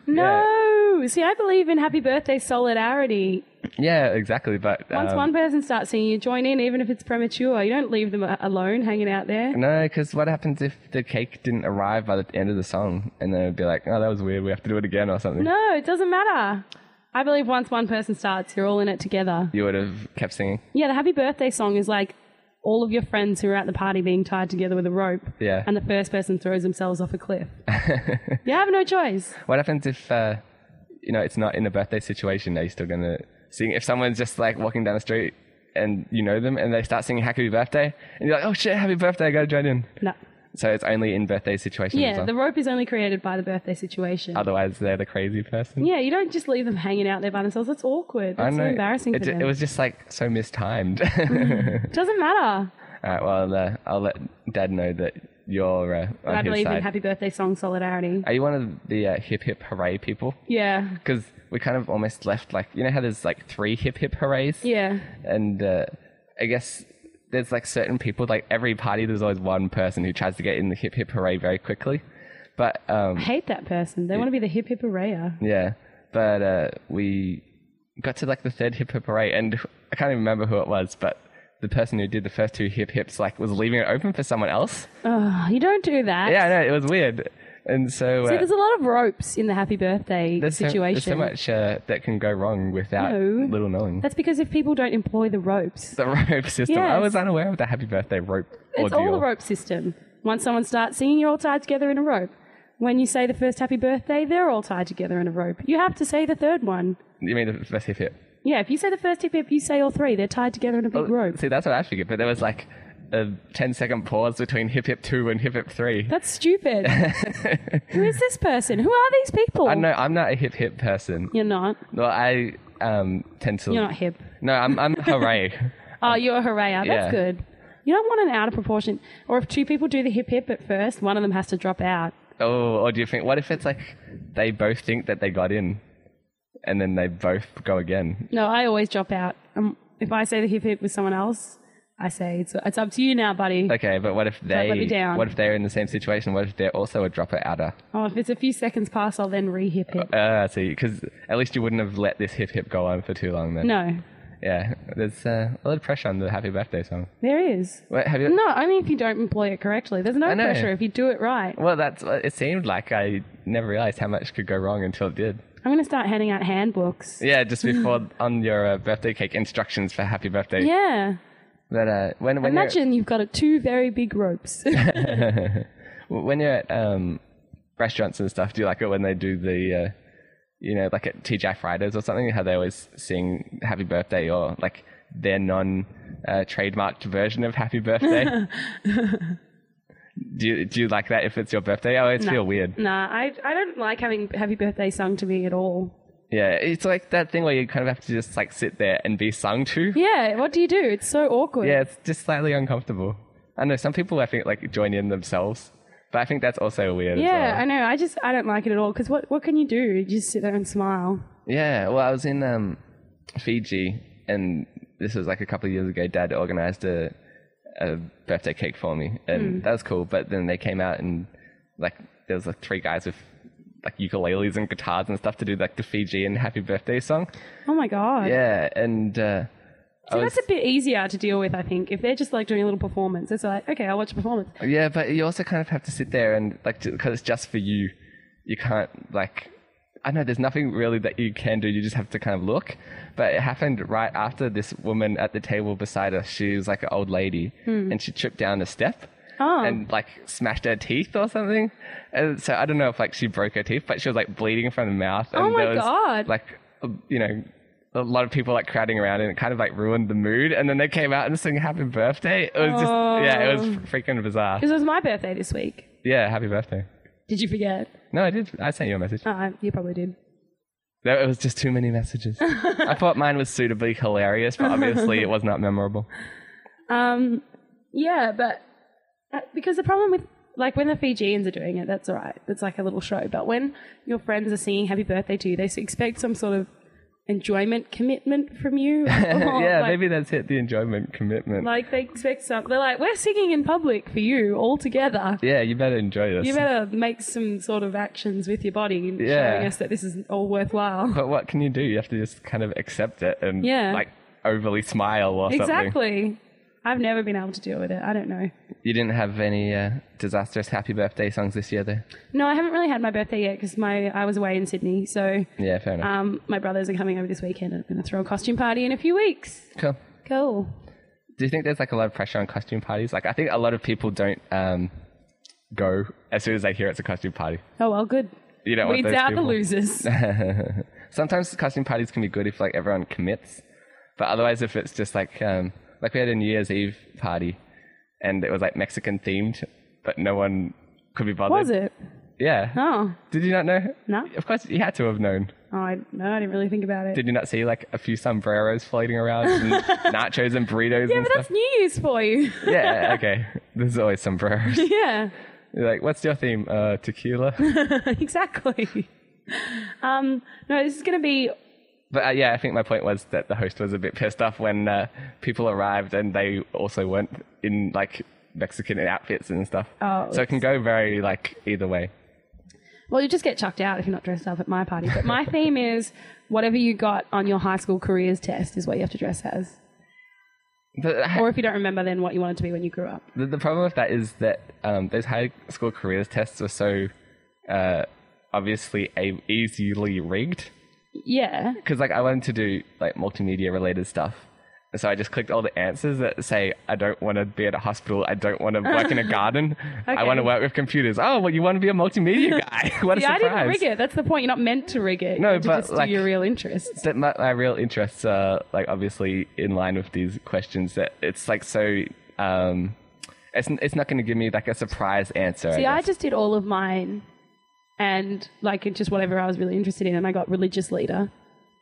S7: No. See, I believe in happy birthday solidarity.
S1: yeah, exactly. But
S7: Once
S1: um,
S7: one person starts singing, you join in, even if it's premature. You don't leave them a- alone hanging out there.
S1: no, because what happens if the cake didn't arrive by the end of the song, and then it'd be like, oh, that was weird. We have to do it again or something.
S7: No, it doesn't matter. I believe once one person starts, you're all in it together.
S1: You would have kept singing.
S7: Yeah, the happy birthday song is like all of your friends who are at the party being tied together with a rope,
S1: Yeah.
S7: and the first person throws themselves off
S1: [laughs]
S7: a cliff. you have no choice.
S1: What happens if uh, you know it's not in a birthday situation? Are you still gonna sing? If someone's just like walking down the street and you know them, and they start singing "Happy Birthday," and you're like, oh shit, happy birthday, I gotta join in.
S7: No.
S1: So it's only in birthday situations.
S7: Yeah,
S1: or-
S7: the rope is only created by the birthday situation.
S1: Otherwise, they're the crazy person.
S7: Yeah, you don't just leave them hanging out there by themselves. That's awkward.
S1: I
S7: That's so
S1: know.
S7: embarrassing
S1: It,
S7: for
S1: ju-
S7: them. Mm-hmm.
S1: it was just like so mistimed. [laughs]
S7: It doesn't matter.
S1: All right, well, uh, I'll let Dad know that you're uh, on
S7: I
S1: his
S7: believe
S1: side.
S7: in happy birthday song solidarity.
S1: Are you one of the uh, hip hip hooray people?
S7: Yeah.
S1: Because we kind of almost left like you know how there's like three hip hip hoorays,
S7: Yeah.
S1: and uh, I guess there's like certain people like every party there's always one person who tries to get in the hip hip hooray very quickly, but um,
S7: I hate that person. They want to be the hip hip arrayer.
S1: Yeah, but uh, we got to like the third hip hip array, and I can't even remember who it was, but the person who did the first two hip hips like was leaving it open for someone else.
S7: Oh, you don't do that.
S1: Yeah, I know it was weird, and so uh,
S7: See, there's a lot of ropes in the happy birthday
S1: there's so-
S7: situation.
S1: there's So, much uh, that can go wrong without
S7: No.
S1: little knowing.
S7: That's because if people don't employ the ropes,
S1: the rope system. I
S7: Yes.
S1: was unaware of the happy birthday rope
S7: it's
S1: ordeal.
S7: all the rope system. Once someone starts singing, you're all tied together in a rope. When you say the first happy birthday, they're all tied together in a rope. You have to say the third one.
S1: You mean the first hip hip?
S7: Yeah, if you say the first hip hip, you say all three. They're tied together in a big rope.
S1: See, that's what I figured, but there was like a 10 second pause between Hip Hip 2 and Hip Hip 3.
S7: That's
S1: [laughs]
S7: stupid. Who is this person? Who are these people?
S1: I know I'm not a hip hip person.
S7: You're not.
S1: Well, I um, tend to.
S7: You're not hip.
S1: No, I'm I'm [laughs] hooray.
S7: Oh, you're a hoorayer.
S1: Um, Yeah.
S7: That's good. You don't want an out of proportion. Or if two people do the hip hip at first, one of them has to drop out.
S1: oh, or do you think? What if it's like they both think that they got in, and then they both go again?
S7: No, I always drop out. Um, if I say the hip hip with someone else, I say it's, it's up to you now, buddy.
S1: Okay, but what if they?
S7: let me down.
S1: What if they're in the same situation? What if they're also a dropper outer?
S7: oh, if it's a few seconds past, I'll then re hip hip.
S1: Uh, I see, because at least you wouldn't have let this hip hip go on for too long then.
S7: No,
S1: Yeah, there's uh, a lot of pressure on the Happy Birthday song.
S7: there is.
S1: Wait, have you?
S7: No, only if you don't employ it correctly. There's no
S1: I know.
S7: pressure if you do it right.
S1: Well, that's. what It seemed like I never realized how much could go wrong until it did.
S7: I'm going to start handing out handbooks.
S1: Yeah, just
S7: [laughs]
S1: before on your uh, birthday cake instructions for happy birthday.
S7: Yeah.
S1: But uh, when when
S7: Imagine you've got a, two very big ropes. [laughs]
S1: you're when you're at um, restaurants and stuff, do you like it when they do the uh, you know like at TJ Fridays or something how they always sing happy birthday or like their non uh, trademarked version of happy birthday?
S7: [laughs]
S1: do you, do you like that if it's your birthday? I always feel weird.
S7: nah, I, I don't like having happy birthday sung to me at all.
S1: Yeah, it's like that thing where you kind of have to just like sit there and be sung to.
S7: Yeah, what do you do? It's so awkward.
S1: Yeah, it's just slightly uncomfortable. I know some people I think like join in themselves, but I think that's also weird. as
S7: Yeah,
S1: well.
S7: I know. I just I don't like it at all because what what can you do? You just sit there and smile.
S1: yeah. Well, I was in um, Fiji, and this was like a couple of years ago. Dad organized a, a birthday cake for me, and that was cool. But then they came out and like there was like three guys with like ukuleles and guitars and stuff to do like the Fijian happy birthday song.
S7: Oh my god.
S1: Yeah, and uh, I
S7: So
S1: was-
S7: that's a bit easier to deal with, I think. If they're just like doing a little performance, it's like, okay, I'll watch a performance.
S1: Yeah, but you also kind of have to sit there and like because it's just for you. You can't like I know there's nothing really that you can do. You just have to kind of look. But it happened right after this woman at the table beside us. She was like an old lady, and she tripped down a step.
S7: Hmm. Oh.
S1: And like smashed her teeth or something, and so I don't know if like she broke her teeth, but she was like bleeding from the mouth. And
S7: Oh my
S1: there was,
S7: God.
S1: Like you know, a lot of people like crowding around, and it kind of like ruined the mood. And then they came out and sang "Happy Birthday." It was just
S7: Oh.
S1: yeah, it was freaking bizarre.
S7: Because it was my birthday this week.
S1: Yeah, happy birthday.
S7: Did you forget?
S1: No, I did. I sent you a message.
S7: Uh, you probably did.
S1: No, it was just too many
S7: [laughs]
S1: messages. I thought mine was suitably hilarious, but obviously it was not
S7: [laughs]
S1: memorable.
S7: Um, yeah, but uh, because the problem with like when the Fijians are doing it, that's all right. That's like a little show. But when your friends are singing happy birthday to you, they s- expect some sort of enjoyment commitment
S1: [laughs]
S7: from you.
S1: yeah,
S7: Oh, Like-
S1: maybe that's it. The enjoyment commitment.
S7: Like they expect some. They're like, we're singing in public for you all together.
S1: yeah, you better enjoy this.
S7: You better make some sort of actions with your body and
S1: Yeah.
S7: showing us that this is all worthwhile.
S1: but what can you do? You have to just kind of accept it and
S7: Yeah.
S1: like overly smile or something.
S7: [laughs] Exactly. I've never been able to deal with it. I don't know.
S1: You didn't have any uh, disastrous happy birthday songs this year, though.
S7: No, I haven't really had my birthday yet because my I was away in Sydney. So
S1: Yeah, fair enough.
S7: um, my brothers are coming over this weekend. and I'm going to throw a costume party in a few weeks.
S1: cool.
S7: Cool.
S1: Do you think there's like a lot of pressure on costume parties? Like, I think a lot of people don't um, go as soon as they hear it's a costume party.
S7: Oh well, good.
S1: You don't want
S7: Weeds
S1: those
S7: out
S1: people.
S7: the
S1: [laughs]
S7: losers.
S1: sometimes costume parties can be good if like everyone commits, but otherwise if it's just like um, like we had a New Year's Eve party, and it was like Mexican themed, but no one could be bothered.
S7: was it?
S1: Yeah.
S7: Oh
S1: Did you not know?
S7: No.
S1: Of course, you had to have known.
S7: Oh, I, no, I didn't really think about it.
S1: Did you not see like a few sombreros floating around,
S7: [laughs]
S1: and nachos and burritos
S7: yeah,
S1: and
S7: but
S1: stuff?
S7: that's New Year's for you.
S1: Yeah. Okay. There's always sombreros. [laughs]
S7: [laughs] yeah. [laughs]
S1: You're like, what's your theme? Uh, tequila.
S7: exactly. [laughs] Um, no, this is going to be.
S1: But uh, yeah, I think my point was that the host was a bit pissed off when uh, people arrived and they also weren't in like Mexican outfits and stuff.
S7: Oh,
S1: so it can go very like either way.
S7: Well, you just get chucked out if you're not dressed up at my party.
S1: [laughs]
S7: But my theme is whatever you got on your high school careers test is what you have to dress as.
S1: The,
S7: Or if you don't remember, then what you wanted to be when you grew up.
S1: the, the problem with that is that um, those high school careers tests were so uh, obviously a- easily rigged.
S7: Yeah.
S1: because like I wanted to do like multimedia related stuff. And So I just clicked all the answers that say I don't want to be at a hospital. I don't want to work
S7: [laughs]
S1: in a garden. I want to
S7: Okay.
S1: work with computers. Oh, well, you want to be a
S7: [laughs]
S1: multimedia guy? [laughs] what a
S7: Yeah, I
S1: surprise!
S7: didn't rig it. That's the point. You're not meant to rig it.
S1: No,
S7: You're to
S1: but,
S7: just
S1: like-
S7: do your real interests.
S1: That my, my real interests are like obviously in line with these questions. That it's like so um, It's, n- it's not going to give me like a surprise answer.
S7: See, I
S1: guess.
S7: just did all of mine and like just whatever I was really interested in, and I got religious leader.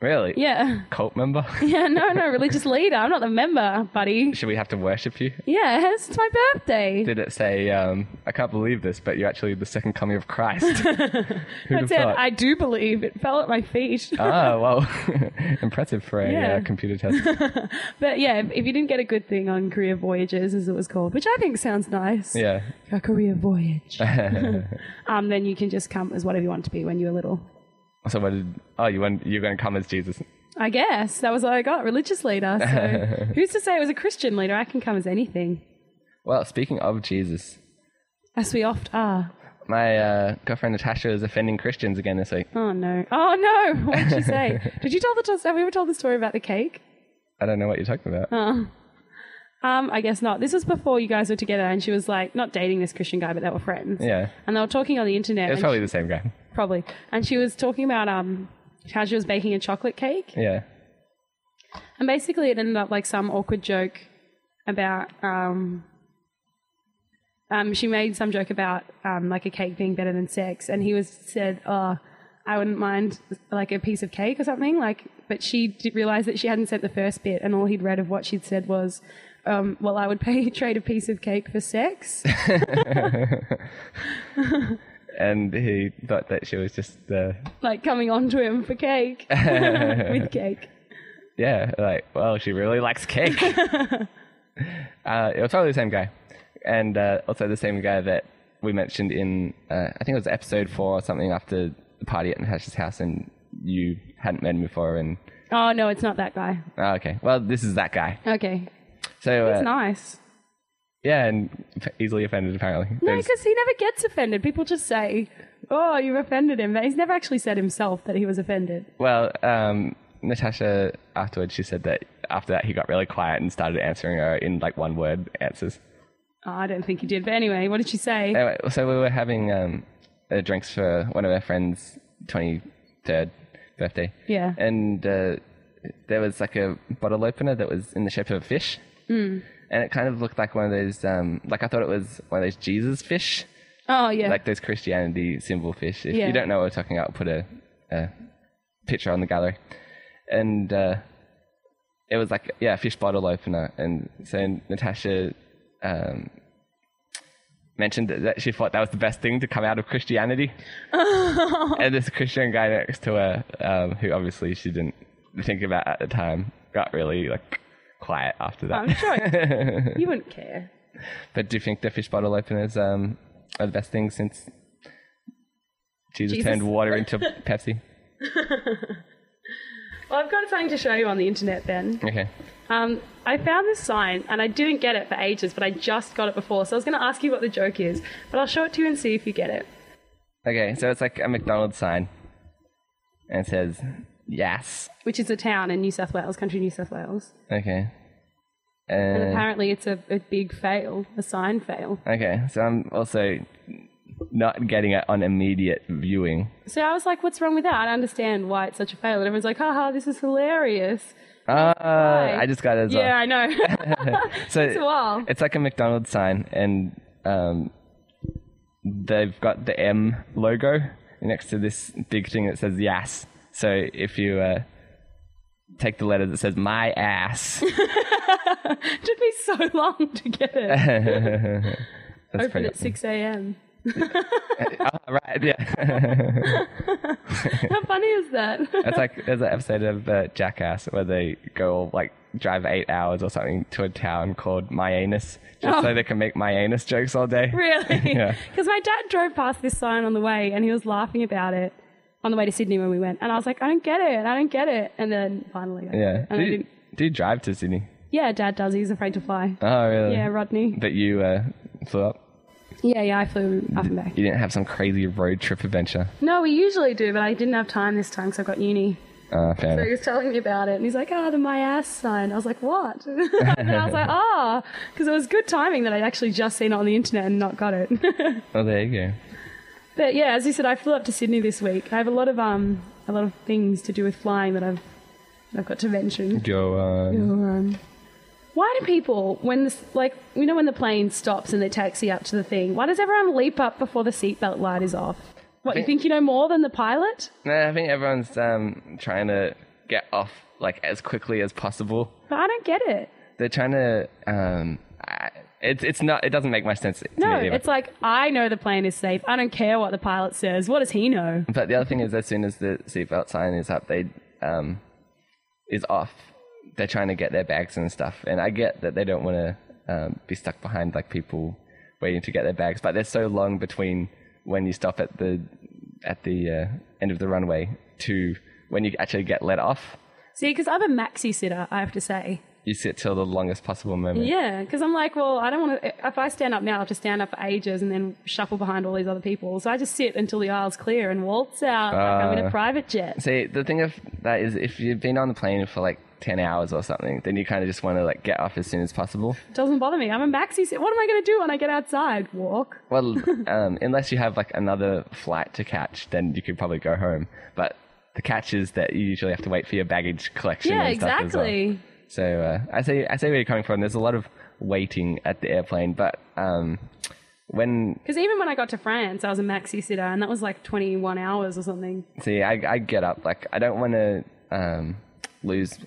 S1: really
S7: Yeah. [laughs]
S1: cult member.
S7: Yeah, no, no, religious leader. I'm not the member, buddy.
S1: Should we have to worship you?
S7: Yes, it's my birthday.
S1: Did it say, um, "I can't believe this, but you're actually the second coming of
S7: [laughs]
S1: Christ"? [laughs] Who'd
S7: I
S1: have
S7: said,
S1: thought?
S7: I do believe it fell at my feet.
S1: Ah, well, [laughs] impressive for a
S7: Yeah.
S1: uh, computer test.
S7: But yeah, if if you didn't get a good thing on Career Voyages, as it was called, which I think sounds nice,
S1: Yeah.
S7: a career
S1: [laughs]
S7: voyage, [laughs] um, then you can just come as whatever you want to be when you were little.
S1: So what did? Oh, you went, you're going to come as Jesus.
S7: I guess that was all I got. Religious leader. So
S1: [laughs]
S7: who's to say it was a Christian leader? I can come as anything,
S1: Well, speaking of Jesus,
S7: as we oft are.
S1: my uh, girlfriend Natasha is offending Christians again this week.
S7: Oh no! Oh no! What did
S1: [laughs]
S7: she say? did you tell the? Have we ever told the story about the cake?
S1: I don't know what you're talking about.
S7: Um, I guess not. This was before you guys were together, and she was like not dating this Christian guy, but they were friends.
S1: Yeah,
S7: And they were talking on the internet.
S1: it's
S7: and
S1: probably the same guy.
S7: she- probably. And she was talking about um how she was baking a chocolate cake,
S1: Yeah.
S7: and basically it ended up like some awkward joke about um. Um, she made some joke about um, like a cake being better than sex, and he was said, "Oh, I wouldn't mind like a piece of cake or something." Like, but she did realized that she hadn't said the first bit, and all he'd read of what she'd said was, um, "Well, I would pay trade a piece of cake for sex."
S1: And he thought that she was just, uh,
S7: like coming on to him for cake [laughs] with cake.
S1: yeah, like, well, she really likes cake. uh, it was probably the same guy. And uh, also the same guy that we mentioned in, uh, I think it was episode four or something after the party at Natasha's house and you hadn't met him before. And,
S7: Oh no, it's not that guy.
S1: oh, okay, well, this is that guy.
S7: Okay,
S1: So, uh,
S7: it's nice.
S1: yeah, and easily offended apparently.
S7: No,
S1: There's-
S7: because he never gets offended. People just say, "Oh, you've offended him," but he's never actually said himself that he was offended.
S1: Well, um, Natasha afterwards she said that after that he got really quiet and started answering her in like one word answers.
S7: Oh, I don't think he did. But anyway, what did she say?
S1: Anyway, so we were having um, uh, drinks for one of our friends' twenty third birthday.
S7: Yeah.
S1: and uh, there was like a bottle opener that was in the shape of a fish, and it kind of looked like one of those. Um, like I thought it was one of those Jesus fish,
S7: oh yeah,
S1: like those Christianity symbol fish. If
S7: Yeah.
S1: you don't know what we're talking about, I'll put a, a picture on the gallery. And uh, it was like, yeah, a fish bottle opener. And so Natasha um, mentioned that- that she thought that was the best thing to come out of
S7: [laughs]
S1: Christianity. and this Christian guy next to her, um, who obviously she didn't think about at the time, got really like quiet after that.
S7: I'm sure you wouldn't care.
S1: But do you think the fish bottle openers um, are the best thing since Jesus,
S7: Jesus.
S1: turned water
S7: [laughs]
S1: into Pepsi?
S7: Well, I've got something to show you on the internet, Ben.
S1: Okay.
S7: Um, I found this sign and I didn't get it for ages, but I just got it before. So I was going to ask you what the joke is, but I'll show it to you and see if you get it.
S1: Okay, so it's like a McDonald's sign. And it says, yes.
S7: Which is a town in New South Wales, country New South Wales.
S1: Okay.
S7: And
S1: Uh,
S7: apparently it's a, a big fail, a sign fail.
S1: okay, so I'm also not getting it on immediate viewing.
S7: So I was like, what's wrong with that? I don't understand why it's such a fail. And everyone's like, haha, this is hilarious.
S1: Uh, I just got it as
S7: Yeah, I know. [laughs]
S1: well. So
S7: it's a [laughs] while.
S1: It's like a McDonald's sign, and um, they've got the M logo next to this big thing that says "Yas." So if you uh, take the letter that says "My
S7: [laughs]
S1: ass,"
S7: It took me so long to get [laughs] it.
S1: that's
S7: Open
S1: pretty.
S7: at 6 [laughs] a.m.
S1: Oh, right, yeah.
S7: How funny is that?
S1: [laughs]
S7: [laughs]
S1: That's like there's an episode of uh, Jackass where they go like drive eight hours or something to a town called My Anus, just so they can make My Anus jokes all day.
S7: Oh. Really? [laughs]
S1: Yeah.
S7: Because my dad drove past this sign on the way and he was laughing about it on the way to Sydney when we went. And I was like, I don't get it. I don't get it. And then finally, I
S1: Yeah.
S7: And
S1: Do
S7: I
S1: you,
S7: didn't-
S1: do you drive to Sydney?
S7: yeah, dad does. He's afraid to fly.
S1: Oh, really?
S7: Yeah, Rodney.
S1: But you uh, flew up.
S7: Yeah, yeah, I flew up and back.
S1: You didn't have some crazy road trip
S7: [laughs]
S1: adventure.
S7: No, we usually do, but I didn't have time this time because I got uni.
S1: Uh, fair
S7: He
S1: enough.
S7: was telling me about it and he's like, oh, the my ass sign. I was like, what? [laughs] and I was like, oh, because it was good timing that I'd actually just seen it on the internet and not got it. [laughs]
S1: Oh, there you go.
S7: But yeah, as you said, I flew up to Sydney this week. I have a lot of um, a lot of
S1: [laughs] um,
S7: things to do with flying that I've, that I've got to mention.
S1: Go on.
S7: Um, Why do people, when this, like, you know, when the plane stops and they taxi up to the thing, why does everyone leap up before the seatbelt light is off? What, you think you know more than the pilot?
S1: No, I think everyone's um, trying to get off like as quickly as possible.
S7: But I don't get it.
S1: They're trying to. Um, I, it's it's not. It doesn't make much sense. To
S7: No,
S1: me either.
S7: it's like, I know the plane is safe. I don't care what the pilot says. What does he know?
S1: But the other thing is, as soon as the seatbelt sign is up, they um, is off. They're trying to get their bags and stuff, and I get that they don't want to um, be stuck behind like people waiting to get their bags. But there's so long between when you stop at the at the uh, end of the runway to when you actually get let off.
S7: See, because I'm a maxi sitter, I have to say.
S1: You sit till the longest possible moment.
S7: Yeah, because I'm like, well, I don't want to. If I stand up now, I have to stand up for ages and then shuffle behind all these other people. So I just sit until the aisle's clear and waltz out like I'm in
S1: Uh,
S7: a private jet.
S1: See, the thing of that is, if you've been on the plane for like ten hours or something, then you kind of just want to like get off as soon as possible.
S7: It doesn't bother me. I'm a maxi sit. What am I going to do when I get outside? Walk. [laughs]
S1: Well, um, unless you have like another flight to catch, then you could probably go home. But the catch is that you usually have to wait for your baggage collection.
S7: Yeah,
S1: and stuff as well.
S7: exactly.
S1: So uh, I see, I see where you're coming from. There's a lot of waiting at the airplane, but um, when
S7: Because even when I got to France, I was a maxi sitter, and that was like 21 hours or something.
S1: see, I, I get up. Like I don't want to um, lose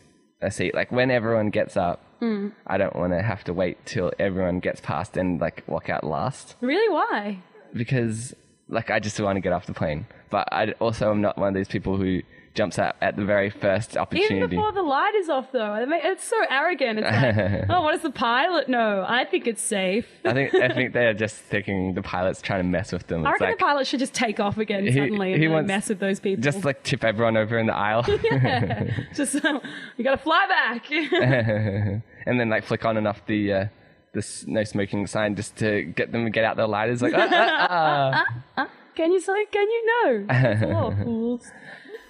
S1: a seat. Like when everyone gets up,
S7: Hmm.
S1: I don't want to have to wait till everyone gets past and like walk out last.
S7: Really? Why?
S1: because like I just want to get off the plane. But I also am not one of these people who jumps out at the very first opportunity.
S7: Even before the light is off, though. I mean, it's so arrogant.
S1: [laughs]
S7: It's like, oh, what does the pilot know? I think it's safe.
S1: I think I think they're just thinking the pilot's trying to mess with them.
S7: I
S1: It's
S7: reckon
S1: like
S7: the pilot should just take off again
S1: He-
S7: suddenly and
S1: he
S7: really
S1: wants-
S7: mess with those people.
S1: [laughs] just like tip everyone over in the aisle
S7: [laughs] just um, you gotta fly
S1: [laughs]
S7: back.
S1: and then like flick on and off the uh, the s- no smoking sign just to get them to get out their lighters. Like
S7: [laughs]
S1: "Ah, ah,
S7: can you so? Can
S1: [laughs]
S7: you know? It's a lot of fools.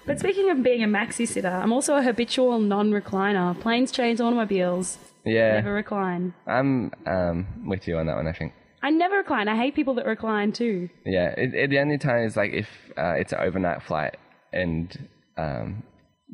S7: But speaking of being a maxi sitter, I'm also a habitual non-recliner. Planes, trains, automobiles never
S1: yeah,
S7: recline.
S1: I'm um, with you on that one. I think.
S7: I never recline. I hate people that recline too.
S1: Yeah, it, it, the only time is like if uh, it's an overnight flight and um,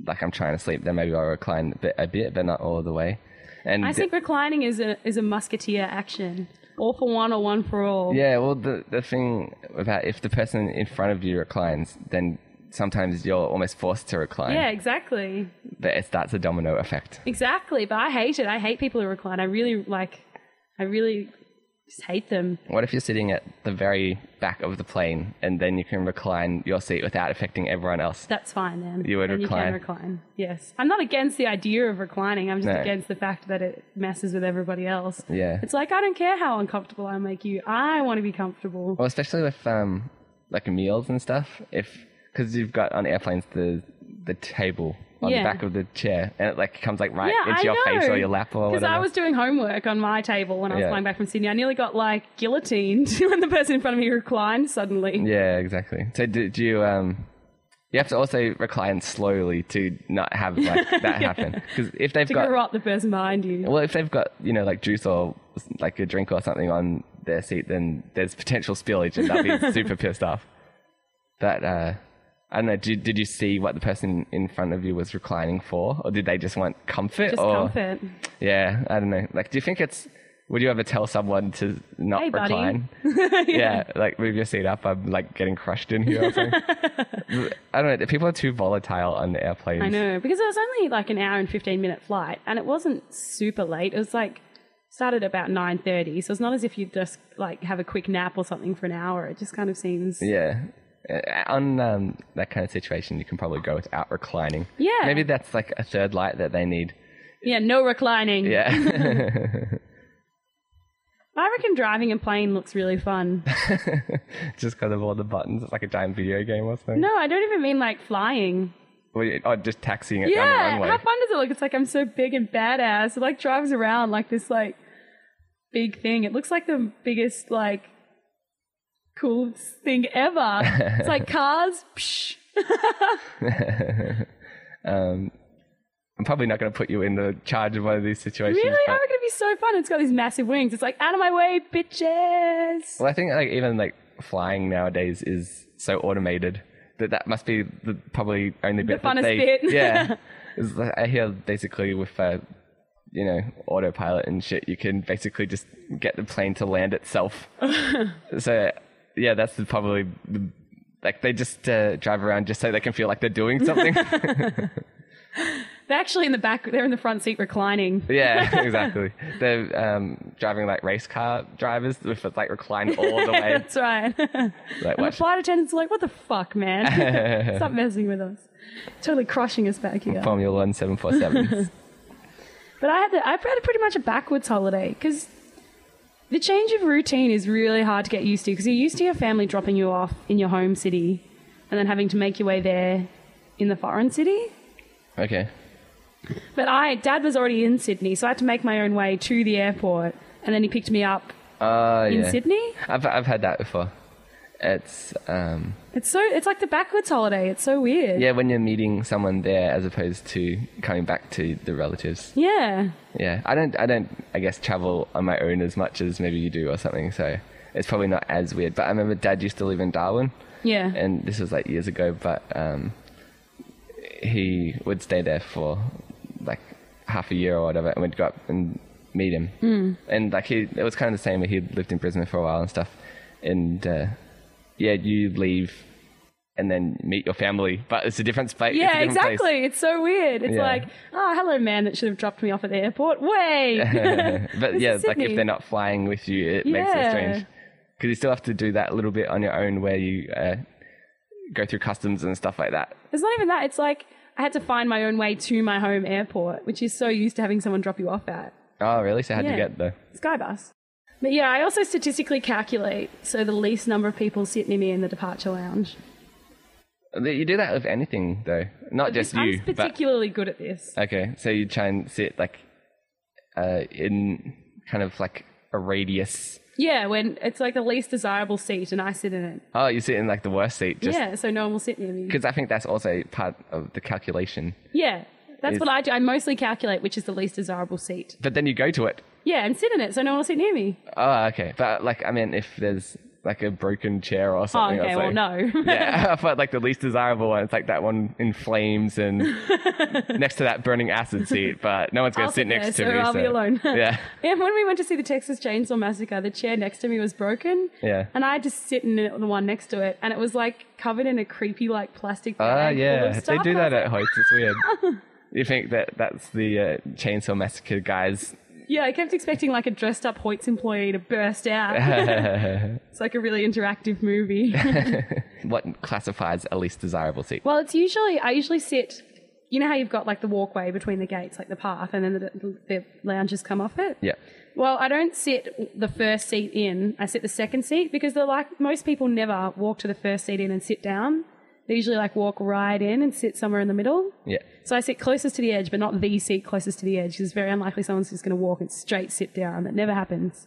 S1: like I'm trying to sleep, then maybe I'll recline a bit, a bit but not all the way. And
S7: I think reclining is a is a musketeer action, all for one or one for all.
S1: yeah, well, the the thing about if the person in front of you reclines, then sometimes you're almost forced to recline.
S7: Yeah, exactly,
S1: But it starts a domino effect.
S7: exactly. But I hate it. I hate people who recline. I really like. I really just hate them.
S1: What if you're sitting at the very back of the plane and then you can recline your seat without affecting everyone else?
S7: That's fine then.
S1: You would
S7: Then
S1: recline.
S7: You can recline. Yes, I'm not against the idea of reclining. I'm just
S1: No.
S7: against the fact that it messes with everybody else.
S1: Yeah.
S7: It's like I don't care how uncomfortable I make you. I want to be comfortable.
S1: Well, especially with um, like meals and stuff, if because you've got on airplanes the the table on the
S7: Yeah.
S1: back of the chair, and it like comes like right
S7: Yeah,
S1: into
S7: I
S1: your
S7: know.
S1: face or your lap or
S7: Because
S1: whatever.
S7: I was doing homework on my table when I was
S1: Yeah.
S7: flying back from Sydney. I nearly got like guillotined [laughs] when the person in front of me reclined suddenly.
S1: yeah, exactly. So do, do you um, you have to also recline slowly to not have like
S7: [laughs]
S1: that happen because if they've
S7: To
S1: got
S7: corrupt the person behind you.
S1: well, if they've got you know like juice or like a drink or something on their seat, then there's potential spillage, and they'll
S7: [laughs]
S1: be super pissed off. But uh, I don't know. Did, did you see what the person in front of you was reclining for, or did they just want comfort?
S7: Just
S1: or
S7: comfort.
S1: yeah, I don't know. Like, do you think it's? Would you ever tell someone to not
S7: Hey, buddy.
S1: recline?
S7: [laughs]
S1: yeah. like move your seat up. I'm like getting crushed in here. Or something.
S7: [laughs]
S1: I don't know. People are too volatile on the airplanes.
S7: I know. Because it was only like an hour and fifteen minute flight and it wasn't super late. It was like started about nine thirty, so it's not as if you just like have a quick nap or something for an hour. It just kind of seems
S1: Yeah. Uh, On um, that kind of situation, you can probably go without reclining.
S7: Yeah.
S1: Maybe that's like a third light that they need.
S7: Yeah, no reclining.
S1: Yeah.
S7: [laughs]
S1: [laughs]
S7: I reckon driving a plane looks really
S1: [laughs]
S7: fun.
S1: just because of all the buttons. It's like a giant video game or something.
S7: No, I don't even mean like flying.
S1: Or, you- or just taxiing it down the
S7: Yeah,
S1: runway.
S7: how fun does it look? It's like I'm so big and badass. It like drives around like this like big thing. It looks like the biggest like coolest thing
S1: [laughs]
S7: ever. it's like cars. Psh.
S1: [laughs] Um, I'm probably not going to put you in the charge of one of these situations.
S7: Really,
S1: but-
S7: how gonna be so fun? It's got these massive wings. It's like out of my way, bitches.
S1: well, I think like even like flying nowadays is so automated that that must be the probably only bit that
S7: funnest [laughs]
S1: they,
S7: bit.
S1: yeah. It's like- I hear basically with uh, you know, autopilot and shit, you can basically just get the plane to land
S7: [laughs]
S1: itself. so, yeah, that's the- probably the, like they just uh, drive around just so they can feel like they're doing
S7: [laughs]
S1: something.
S7: They're actually in the back. They're in the front seat reclining. [laughs]
S1: yeah, [laughs] exactly. They're um, driving like race car drivers with like reclined all the
S7: [laughs]
S1: way.
S7: That's right. and
S1: Like,
S7: the
S1: watch-
S7: flight attendants are like, "What the fuck, man? Stop messing with us. Totally crushing us back here."
S1: Formula One seven four
S7: [laughs]
S1: seven.
S7: But I had the, I had pretty much a backwards holiday because the change of routine is really hard to get used to because you're used to your family dropping you off in your home city and then having to make your way there in the foreign city.
S1: Okay.
S7: But I, Dad was already in Sydney, so I had to make my own way to the airport, and then he picked me up
S1: Uh,
S7: in
S1: yeah.
S7: Sydney.
S1: I've I've had that before. It's um
S7: It's so it's like the backwards holiday. It's so weird.
S1: yeah when you're meeting someone there as opposed to coming back to the relatives.
S7: Yeah.
S1: Yeah, I don't I don't I guess travel on my own as much as maybe you do or something. So it's probably not as weird. But I remember Dad used to live in Darwin,
S7: Yeah.
S1: and this was like years ago. But um, he would stay there for like half a year or whatever, and we'd go up and meet him.
S7: Hmm.
S1: Mm. And like he, it was kind of the same. He lived in Brisbane for a while and stuff. And uh, yeah, you leave and then meet your family, but it's a different space.
S7: yeah,
S1: it's a different
S7: exactly.
S1: place.
S7: It's so weird. It's
S1: Yeah.
S7: like, oh, hello, man that should have dropped me off at the
S1: [laughs]
S7: airport. Way. [laughs]
S1: but
S7: This
S1: yeah,
S7: is
S1: like if
S7: Sydney.
S1: they're not flying with you, it makes it
S7: Yeah.
S1: strange. Because you still have to do that little bit on your own where you uh, go through customs and stuff like that.
S7: it's not even that. It's like I had to find my own way to my home airport, which is so used to having someone drop you off at.
S1: Oh, really? So how'd you
S7: Yeah.
S1: get there?
S7: Skybus. But yeah, I also statistically calculate so the least number of people sit near me in the departure lounge.
S1: You do that with anything, though. Not just
S7: I'm
S1: you. But,
S7: particularly good at this.
S1: okay, so you try and sit like uh, in kind of like a radius.
S7: Yeah, when it's like the least desirable seat and I sit in it.
S1: Oh, you sit in like the worst seat. Just
S7: yeah, so no one will sit near me.
S1: Because I think that's also part of the calculation.
S7: Yeah, that's
S1: Is-
S7: what I do. I mostly calculate which is the least desirable seat.
S1: But then you go to it.
S7: Yeah, and sit in it so no one will sit near me.
S1: Oh, okay. But like, I mean, if there's like a broken chair or
S7: Oh,
S1: something.
S7: okay,
S1: else,
S7: well,
S1: like-
S7: no.
S1: [laughs]
S7: [laughs]
S1: yeah, I felt like the least desirable one. It's like that one in flames
S7: [laughs]
S1: and next to that burning acid seat, but no one's going
S7: I'll
S1: to sit
S7: sit
S1: next
S7: there,
S1: to
S7: so
S1: me.
S7: I'll be alone.
S1: [laughs]
S7: [laughs]
S1: yeah,
S7: yeah, when we went to see the Texas Chainsaw Massacre, the chair next to me was broken.
S1: yeah.
S7: And I had to sit in it, the one next to it, and it was like covered in a creepy, like plastic bag.
S1: Ah,
S7: full of
S1: yeah. They
S7: stuff,
S1: do
S7: and I
S1: that at
S7: was
S1: Hoyts. It's
S7: [laughs]
S1: weird. You think that that's the uh, chainsaw massacre guys?
S7: like- yeah, I kept expecting like a dressed up Hoyts employee to
S1: [laughs]
S7: burst out. [laughs]
S1: what
S7: it's like a really interactive
S1: [laughs]
S7: movie.
S1: classifies a least desirable seat?
S7: Well, it's usually I usually sit. You know how you've got like the walkway between the gates, like the path, and then the, the, the lounges come off it.
S1: Yeah.
S7: Well, I don't sit the first seat in. I sit the second seat because they're like most people never walk to the first seat in and sit down. They usually like walk right in and sit somewhere in the middle.
S1: Yeah.
S7: So I sit closest to the edge, but not the seat closest to the edge because it's very unlikely someone's just going to walk and straight sit down. That never happens.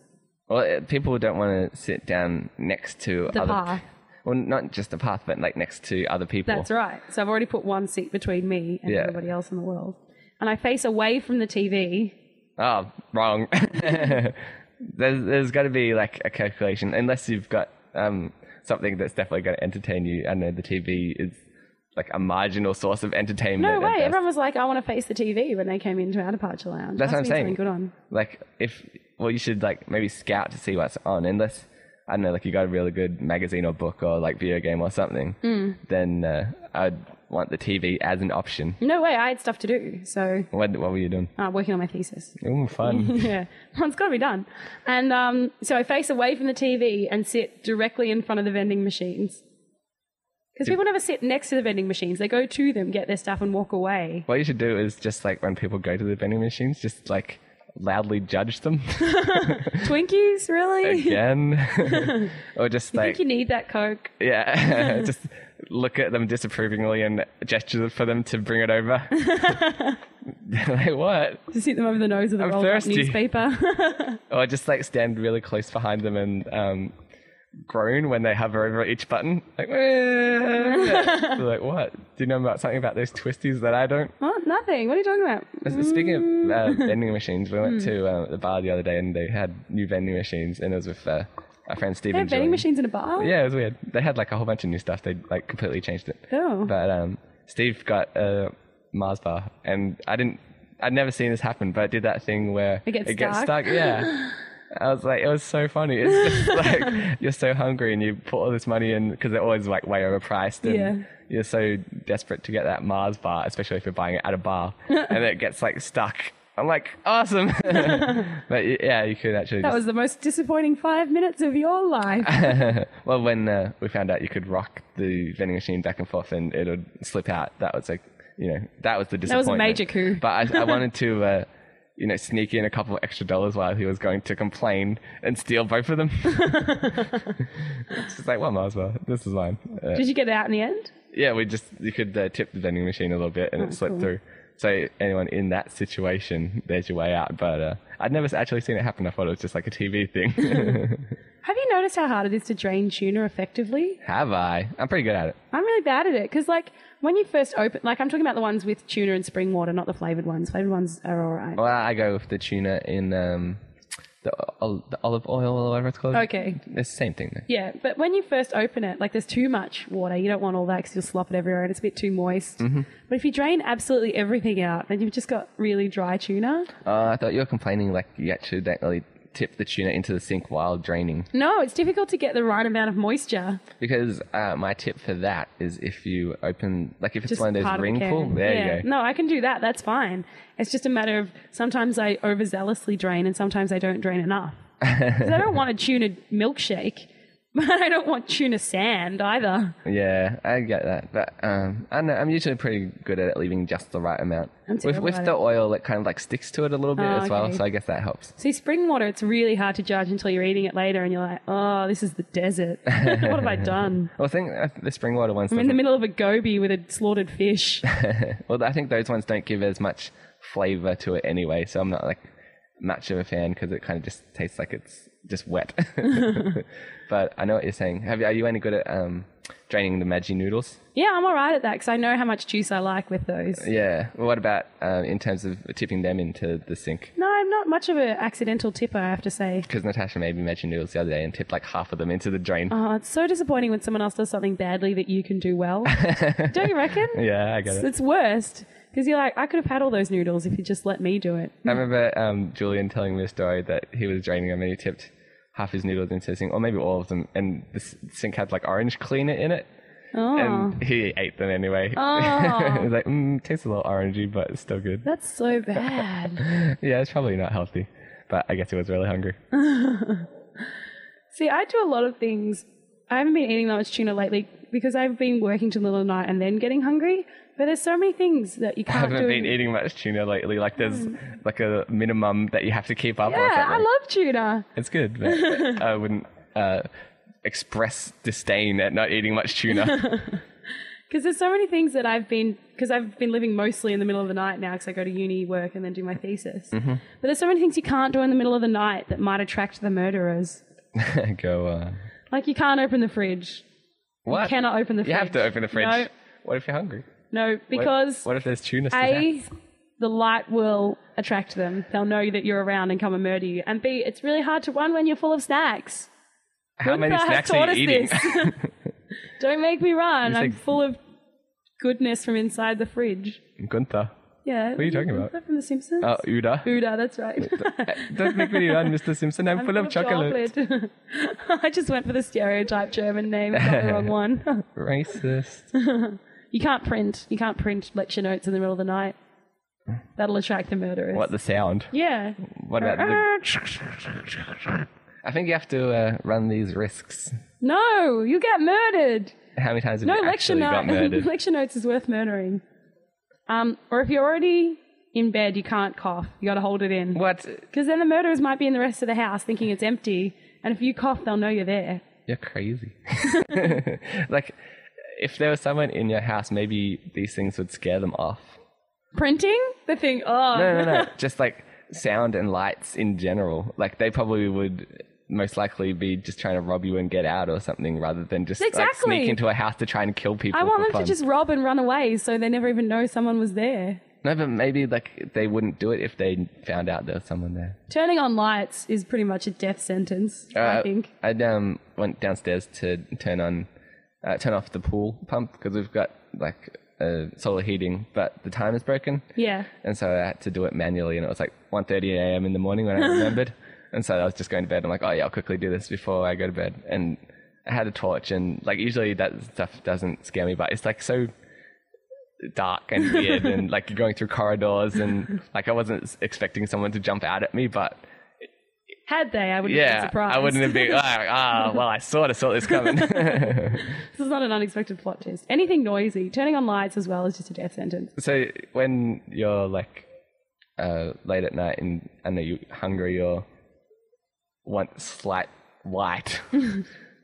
S1: Well, uh, people don't want to sit down next to
S7: The
S1: other.
S7: path.
S1: Well, not just the path, but like next to other people.
S7: That's right. So I've already put one seat between me and
S1: Yeah.
S7: everybody else in the world. And I face away from the TV
S1: Oh, wrong. [laughs] there's there's got to be like a calculation, unless you've got um, something that's definitely going to entertain you. I know the TV is like a marginal source of entertainment. at
S7: No way.
S1: best.
S7: Everyone was like, I want to face the TV when they came into our departure lounge.
S1: That's what I'm
S7: Must be
S1: saying.
S7: something Good on.
S1: Like if well, you should like maybe scout to see what's on, unless. I don't know, like you got a really good magazine or book or like video game or something,
S7: Hmm.
S1: then uh, I'd want the TV as an option.
S7: No way. I had stuff to do. So
S1: What, what were you
S7: [laughs]
S1: doing?
S7: uh, working on my thesis.
S1: Ooh, fun.
S7: [laughs] yeah. Well, it's got to be done. And um, so I face away from the TV and sit directly in front of the vending machines. Because people never sit next to the vending machines. They go to them, get their stuff, and walk away.
S1: [laughs] What you should do is just like when people go to the vending machines, just like loudly judge
S7: [laughs]
S1: them
S7: Twinkies, [laughs] really? [laughs]
S1: again, or just
S7: I think
S1: like
S7: you need that Coke. [laughs]
S1: yeah, just look at them disapprovingly and gesture for them to bring it
S7: [laughs]
S1: over. [laughs] like what?
S7: Just hit them over the nose with a
S1: I'm
S7: rolled up
S1: thirsty.
S7: newspaper. [laughs]
S1: Or Oh, just like stand really close behind them and um, groan when they hover over each button. Like,
S7: [laughs]
S1: "Wah." like what? Do you know about something about those twisties that I don't?
S7: what? Nothing. What are you talking about?
S1: Speaking of
S7: Mm.
S1: uh, vending machines, we
S7: Hmm.
S1: went to uh, the bar the other day and they had new vending machines, and it was with uh, our friend
S7: They
S1: Stephen.
S7: have vending machines in a bar?
S1: Yeah, it was weird. They had like a whole bunch of new stuff. They like completely changed it.
S7: Oh.
S1: But um, Steve got a Mars bar, and I didn't I'd never seen this happen, but it did that thing where it
S7: gets
S1: stuck.
S7: stuck. [gasps]
S1: Yeah. I was like, it was so funny. It's just [laughs] like you're so hungry and you put all this money in because they're always like way overpriced, and
S7: Yeah.
S1: you're so desperate to get that Mars bar, especially if you're buying it at a
S7: [laughs]
S1: bar, and it gets like stuck. I'm like, awesome. [laughs] but y- yeah, you could actually.
S7: That was the most disappointing five minutes of your life.
S1: Well, when uh, we found out you could rock the vending machine back and forth and it would slip out, that was like, you know, that was the
S7: was a
S1: disappointment.
S7: major coup.
S1: But I,
S7: [laughs]
S1: I wanted to, uh, you know, sneak in a couple of extra dollars while he was going to complain and steal both
S7: [laughs]
S1: of them. it's just like, well, might as well. This is mine. Uh,
S7: Did you get it out in the end?
S1: yeah, we just, you could uh, tip the vending machine a little bit
S7: Oh,
S1: and it slipped through. So anyone in that situation, there's your way out. But uh, I'd never s- actually seen it happen. I thought it was just like a TV thing.
S7: [laughs] Have you noticed how hard it is to drain tuna effectively?
S1: Have I? I'm pretty good at it.
S7: I'm really bad at it because, like, when you first open, like, I'm talking about the ones with tuna and spring water, not the flavored ones. Flavored ones are all right.
S1: Well, I go with the tuna in um, the, ol- the olive oil or whatever it's called.
S7: Okay.
S1: It's the same thing though.
S7: Yeah, but when you first open it, like there's too much water. You don't want all that because you'll slop it everywhere and it's a bit too moist. But if you drain absolutely everything out, then you've just got really dry tuna.
S1: Uh, I thought you were complaining like you actually don't really tip the tuna into the sink while draining.
S7: No, it's difficult to get the right amount of moisture.
S1: Because uh, my tip for that is if you open, like if it's
S7: Just
S1: one of those
S7: part
S1: ring
S7: the
S1: pull,
S7: can.
S1: there
S7: yeah.
S1: you go.
S7: No, I can do that. That's fine. It's just a matter of sometimes I overzealously drain and sometimes I don't
S1: [laughs]
S7: drain enough. 'Cause I don't want a tuna milkshake, [laughs] but I don't want tuna sand either.
S1: Yeah, I get that, but um, I don't know I'm usually pretty good at leaving just the right amount. with
S7: terrible
S1: with
S7: at
S1: the oil, it kind of like sticks to it a little bit
S7: Oh,
S1: as well,
S7: okay.
S1: so I guess that helps.
S7: See, spring water, it's really hard to judge until you're eating it later and you're like, oh, this is the desert. [laughs] what have I done?
S1: Well, I think uh, the spring water ones.
S7: I'm in the
S1: doesn't-
S7: middle of a goby with a slaughtered
S1: [laughs]
S7: fish.
S1: Well, I think those ones don't give as much flavor to it anyway, so I'm not like much of a fan because it kind of just tastes like it's just wet. but I know what you're saying. Have you, are you any good at um, draining the Maggi noodles?
S7: yeah, I'm all right at that because I know how much juice I like with those.
S1: Yeah. Well, what about um, in terms of tipping them into the sink?
S7: No, I'm not much of an accidental tipper, I have to say.
S1: Because Natasha made me Maggi noodles the other day and tipped like half of them into the drain.
S7: Oh, it's so disappointing when someone else does something badly that you can
S1: [laughs]
S7: do well. Don't you reckon?
S1: yeah, I get it.
S7: It's worst because you're like, I could have had all those noodles if you just let me do it.
S1: I remember um, Julian telling me a story that he was draining them and he tipped half his noodles into the sink, or maybe all of them, and the s- sink had like orange cleaner in it. And
S7: Oh.
S1: he ate them anyway. [laughs] Oh. it was like, mm, tastes a little orangey, but it's still good. [laughs]
S7: That's so bad.
S1: Yeah, it's probably not healthy, but I guess he was really
S7: [laughs]
S1: hungry.
S7: See, I do a lot of things. I haven't been eating that much tuna lately because I've been working till the middle of the night and then getting hungry. But there's so many things that you
S1: I
S7: can't
S1: haven't
S7: do.
S1: been eating much tuna lately. Like, there's like a minimum that you have to keep up or
S7: yeah, I
S1: something.
S7: love tuna.
S1: it's good, but
S7: [laughs]
S1: I wouldn't uh, express disdain at not eating much
S7: [laughs]
S1: tuna. [laughs]
S7: Because there's so many things that I've been, because I've been living mostly in the middle of the night now because I go to uni, work, and then do my thesis.
S1: Mm-hmm.
S7: But there's so many things you can't do in the middle of the night that might attract the murderers.
S1: Go, uh,
S7: Like you can't open the fridge.
S1: what?
S7: Cannot open the
S1: You
S7: fridge.
S1: have to open the fridge.
S7: No,
S1: What if you're hungry?
S7: no
S1: What-
S7: because
S1: what, if there's tuna? still there?
S7: A, the light will attract them. They'll know that you're around and come and murder you. And B, it's really hard to run when you're full of snacks.
S1: how many
S7: Gunther has
S1: snacks are you eating?
S7: taught us [laughs] Don't make me run.
S1: You
S7: I'm
S1: think-
S7: full of goodness from inside the fridge.
S1: [laughs] Gunther,
S7: Yeah. What
S1: are you talking about?
S7: That from The Simpsons?
S1: oh, Uda.
S7: Buddha, that's right. [laughs]
S1: Don't make me run, Mr. Simpson. I'm, full, of chocolate.
S7: chocolate. [laughs] I just went for the stereotype German name, got
S1: [laughs]
S7: the wrong one. [laughs]
S1: Racist.
S7: you can't print. You can't print lecture notes in the middle of the night. That'll attract the
S1: [laughs]
S7: murderers.
S1: What the sound?
S7: Yeah.
S1: What about
S7: [laughs]
S1: the? I think you have to uh, run these risks.
S7: No, you get murdered.
S1: How many times have
S7: No
S1: you
S7: lecture
S1: actually got
S7: [laughs] notes.
S1: murdered?
S7: lecture notes is worth murdering. Um, or if you're already in bed, you can't cough. You got to hold it in
S1: what?
S7: because then the murderers might be in the rest of the house thinking it's empty, and if you cough, they'll know you're there.
S1: You're crazy. [laughs] like, if there was someone in your house, maybe these things would scare them off.
S7: Printing the thing. Oh,
S1: No, no,
S7: [laughs]
S1: no. just like sound and lights in general. Like they probably would most likely be just trying to rob you and get out or something rather than just like sneak
S7: Exactly.
S1: into a house to try and kill people.
S7: I want
S1: for
S7: them
S1: fun.
S7: to just rob and run away so they never even know someone was there.
S1: No, but maybe like they wouldn't do it if they found out there was someone there.
S7: Turning on lights is pretty much a death sentence. I think.
S1: I um uh, went downstairs to turn on, uh, turn off the pool pump because we've got like uh, solar heating, but the time is broken,
S7: Yeah.
S1: and so I had to do it manually. And it was like 1:30 a.m. in the morning when I remembered, and so I was just going to bed. I'm like, oh yeah, I'll quickly do this before I go to bed. And I had a torch, and like usually that stuff doesn't scare me, but it's like so dark and weird, and like you're going through corridors, and like I wasn't s- expecting someone to jump out at me, but
S7: Had they, I wouldn't have
S1: yeah,
S7: been surprised.
S1: I wouldn't have [laughs] been. like, Ah, well, I sort of saw this coming.
S7: this is not an unexpected plot twist. Anything noisy, turning on lights as well is just a death sentence.
S1: [laughs] so when you're like uh, late at night and I know you're hungry or want slight [laughs] light,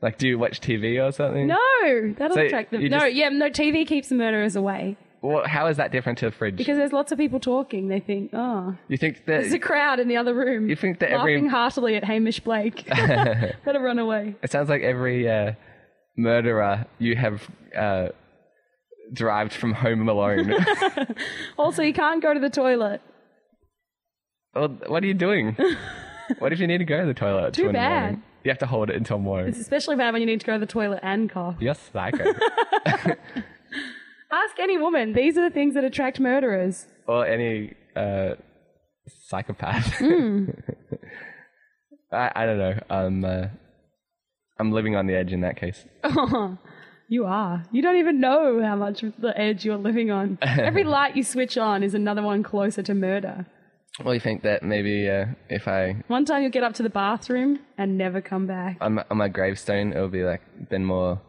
S1: like do you watch TV or something?
S7: No, that'll
S1: So
S7: attract them.
S1: you
S7: No,
S1: just-
S7: yeah, no. TV keeps the murderers away
S1: Well, how is that different to a fridge?
S7: because there's lots of people talking. They think, oh,
S1: you think that
S7: there's a crowd in the other room.
S1: you think that
S7: laughing
S1: every
S7: heartily at Hamish
S1: [laughs]
S7: Blake. [laughs] Better run away.
S1: it sounds like every uh, murderer you have uh, derived from Home [laughs] Alone.
S7: Also, you can't go to the toilet.
S1: well, what are you [laughs] doing? What if you need to go to the toilet? at
S7: Too
S1: two in the
S7: bad.
S1: morning? You have to hold it until morning.
S7: Especially bad when you need to go to the toilet and cough.
S1: You're [laughs] psycho.
S7: Ask any woman. These are the things that attract murderers. [laughs]
S1: or any uh, psychopath. [laughs] I, I don't know. I'm uh, I'm living on the edge in that case.
S7: You are. You don't even know how much of the edge you're living on. Every light you switch on is another one closer to murder.
S1: Well, you think that maybe uh, if I
S7: One time you'll get up to the bathroom and never come back.
S1: on my, on my gravestone, it'll be like been more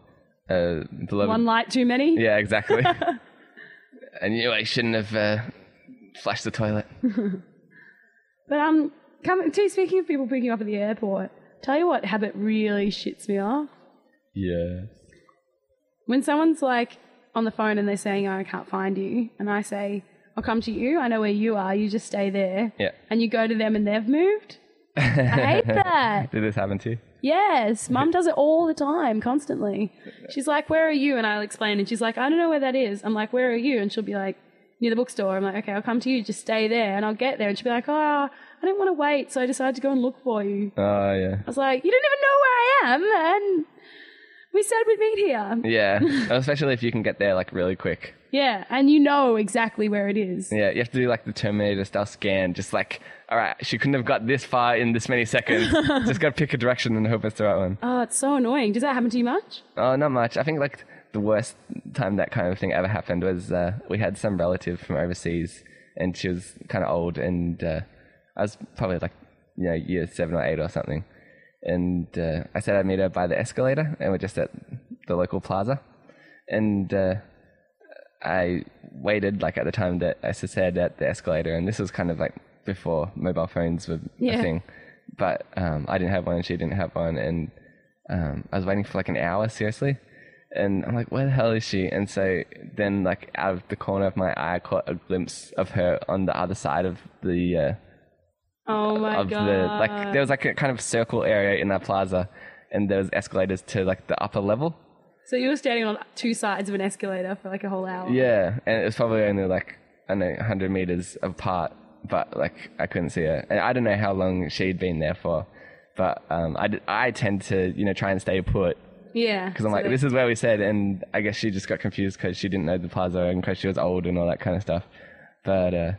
S1: uh, beloved.
S7: One light too many.
S1: yeah, exactly. I knew I shouldn't have uh, flushed the toilet.
S7: But um, come to speaking of people picking you up at the airport, tell you what habit really shits me off.
S1: Yeah.
S7: When someone's like on the phone and they're saying, "Oh, I can't find you," and I say, "I'll come to you. I know where you are. You just stay there."
S1: Yeah.
S7: And you go to them and they've moved. I
S1: [laughs]
S7: hate that.
S1: Did this happen to you?
S7: Yes, mum does it all the time, constantly. She's like, Where are you? And I'll explain. And she's like, I don't know where that is. I'm like, Where are you? And she'll be like, Near the bookstore. I'm like, Okay, I'll come to you. Just stay there. And I'll get there. And she'll be like, Oh, I didn't want to wait. So I decided to go and look for you. I
S1: Oh yeah.
S7: was like, You don't even know where I am. And we said we'd meet here.
S1: Yeah. Especially if you can get there like really quick.
S7: Yeah. And you know exactly where it is.
S1: Yeah, you have to do like the Terminator style scan, just like, all right, she couldn't have got this far in this many seconds. just gotta pick a direction and hope it's the right one.
S7: Oh, it's so annoying. Does that happen to you much?
S1: Oh, not much. I think like the worst time that kind of thing ever happened was uh, we had some relative from overseas, and she was kind of old, and uh, I was probably like, you know, year seven or eight or something. And uh, I said I'd meet her by the escalator, and we're just at the local plaza. And uh, I waited like at the time that I said at the escalator, and this was kind of like before mobile phones were
S7: Yeah.
S1: a thing. But um, I didn't have one, and she didn't have one, and um, I was waiting for like an hour, seriously. And I'm like, where the hell is she? And so then, like, out of the corner of my eye, I caught a glimpse of her on the other side of the uh,
S7: Oh, my
S1: of
S7: God.
S1: the like there was like a kind of circle area in that plaza and there was escalators to like the upper level
S7: so you were standing on two sides of an escalator for like a whole hour.
S1: yeah and it was probably only like i don't know 100 meters apart but like i couldn't see her and i don't know how long she'd been there for but um, I, d- I tend to you know try and stay put
S7: Yeah.
S1: because i'm like this is where we said and i guess she just got confused because she didn't know the plaza and because she was old and all that kind of stuff but uh,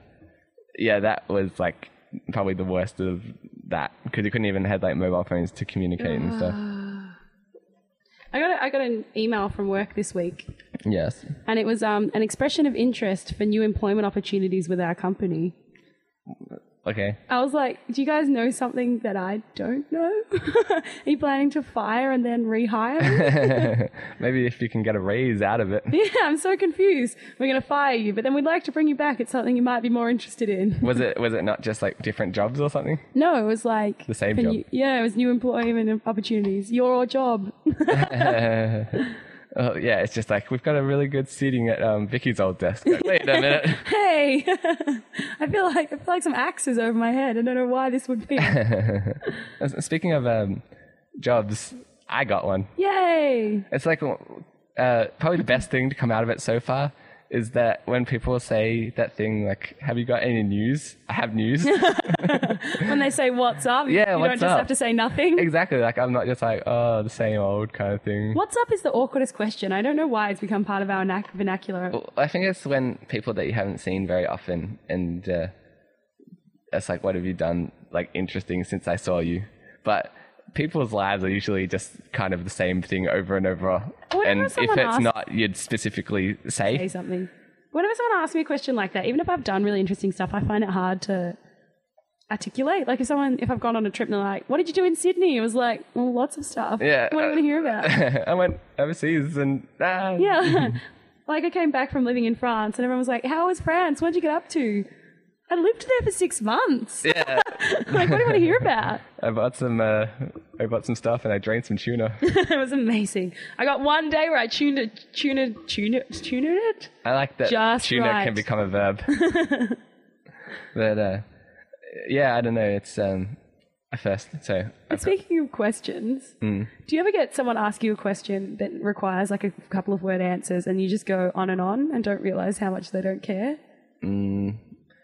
S1: yeah that was like probably the worst of that because you couldn't even have like mobile phones to communicate and stuff
S7: I got a, I got an email from work this week,
S1: Yes.
S7: and it was um, an expression of interest for new employment opportunities with our company.
S1: Okay.
S7: I was like, "Do you guys know something that I don't know? [laughs] Are you planning to fire and then
S1: [laughs]
S7: rehire?" me?"
S1: Maybe if you can get a raise out of it.
S7: yeah, I'm so confused. We're going to fire you, but then we'd like to bring you back. It's something you might be more interested in.
S1: Was it was it not just like different jobs or something?
S7: No, it was like
S1: The same
S7: can
S1: job.
S7: you- yeah, it was new employment opportunities. Your job.
S1: Oh yeah, it's just like we've got a really good seating at um, Vicky's old desk. Like, Wait a minute.
S7: hey, [laughs] I feel like I feel like some axes over my head. I don't know why
S1: [laughs]
S7: this would be.
S1: Uh, Speaking of um, jobs, I got one.
S7: Yay!
S1: It's like uh, probably the best thing to come out of it so far is that when people say that thing like, "Have you got any news?" I have
S7: [laughs]
S1: news.
S7: When they say what's up,
S1: Yeah,
S7: you
S1: what's
S7: don't just
S1: up?
S7: have to say nothing.
S1: exactly. Like I'm not just like, "Oh, the same old" kind of thing.
S7: What's up is the awkwardest question. I don't know why it's become part of our vernac- vernacular.
S1: Well, I think it's when people that you haven't seen very often, and uh, it's like, what have you done like interesting since I saw you? But people's lives are usually just kind of the same thing over and over.
S7: Whenever
S1: and if
S7: someone
S1: it's
S7: asks-
S1: not, you'd specifically
S7: Say
S1: say,
S7: something. Whenever someone asks me a question like that, even if I've done really interesting stuff, I find it hard to articulate. Like if someone, if I've gone on a trip and they're like, "What did you do in Sydney?" It was like, well, lots of stuff.
S1: Yeah, uh,
S7: What do you want to hear
S1: [laughs]
S7: about?
S1: "I went overseas," and ah.
S7: Yeah. [laughs] like I came back from living in France and everyone was like, How was France? What'd you get up to? I lived there for six months.
S1: Yeah,
S7: [laughs] like, what do you want to hear about? [laughs]
S1: I bought some. Uh, I bought some stuff, and I drained some tuna.
S7: it was amazing. I got one day where I tuned it, tuned it, tuned it, tuned it.
S1: I like that
S7: Just
S1: tuna
S7: right.
S1: can become a
S7: [laughs]
S1: verb. but uh, yeah, I don't know. It's um, a first. So
S7: But speaking of questions, do you ever get someone ask you a question that requires like a couple of word answers and you just go on and on and don't realize how much they don't care?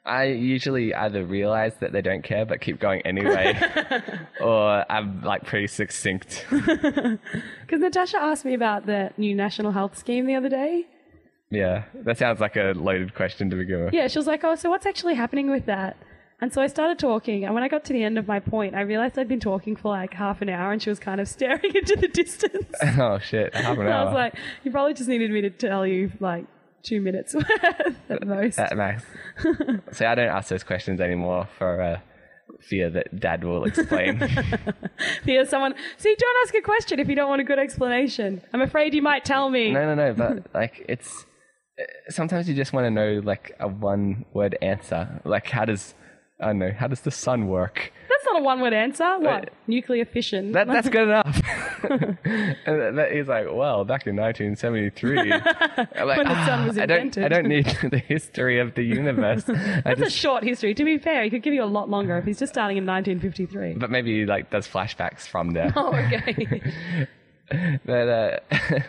S1: I usually either realize that they don't care but keep going
S7: [laughs]
S1: anyway, or I'm like pretty succinct.
S7: Because Natasha asked me about the new national health scheme the other day.
S1: yeah, that sounds like a loaded question to begin with.
S7: Yeah, she was like, "Oh, so what's actually happening with that?" And so I started talking, and when I got to the end of my point, I realized I'd been talking for like half an hour, and she was kind of [laughs] staring into
S1: [laughs]
S7: the distance. And
S1: Oh shit, half an
S7: [laughs] I
S1: hour.
S7: was like, "You probably just needed me to tell you like two minutes [laughs] worth at most." [laughs]
S1: at max. so I don't ask those questions anymore for uh, fear that Dad will explain.
S7: Here's someone. See, don't ask a question if you don't want a good explanation. I'm afraid you might tell me.
S1: No, no, no.
S7: [laughs]
S1: But like, it's uh, sometimes you just want to know like a one-word answer. Like, how does I don't know? How does the sun work?
S7: That's not a one-word answer. What?
S1: Uh,
S7: Nuclear fission.
S1: That that's good enough. [laughs] and that- that, he's like, well, back in
S7: [laughs]
S1: 1973, I'm like,
S7: When the sun
S1: "Ah,
S7: was
S1: I don't, I
S7: invented."
S1: don't need [laughs] the history of the
S7: [laughs]
S1: universe. I
S7: [laughs] That's a
S1: just,
S7: short history. To be fair, he could give you a lot longer if he's just starting
S1: [laughs]
S7: in 1953.
S1: but maybe he, like does flashbacks from
S7: [laughs]
S1: there.
S7: Oh, okay.
S1: but uh, [laughs]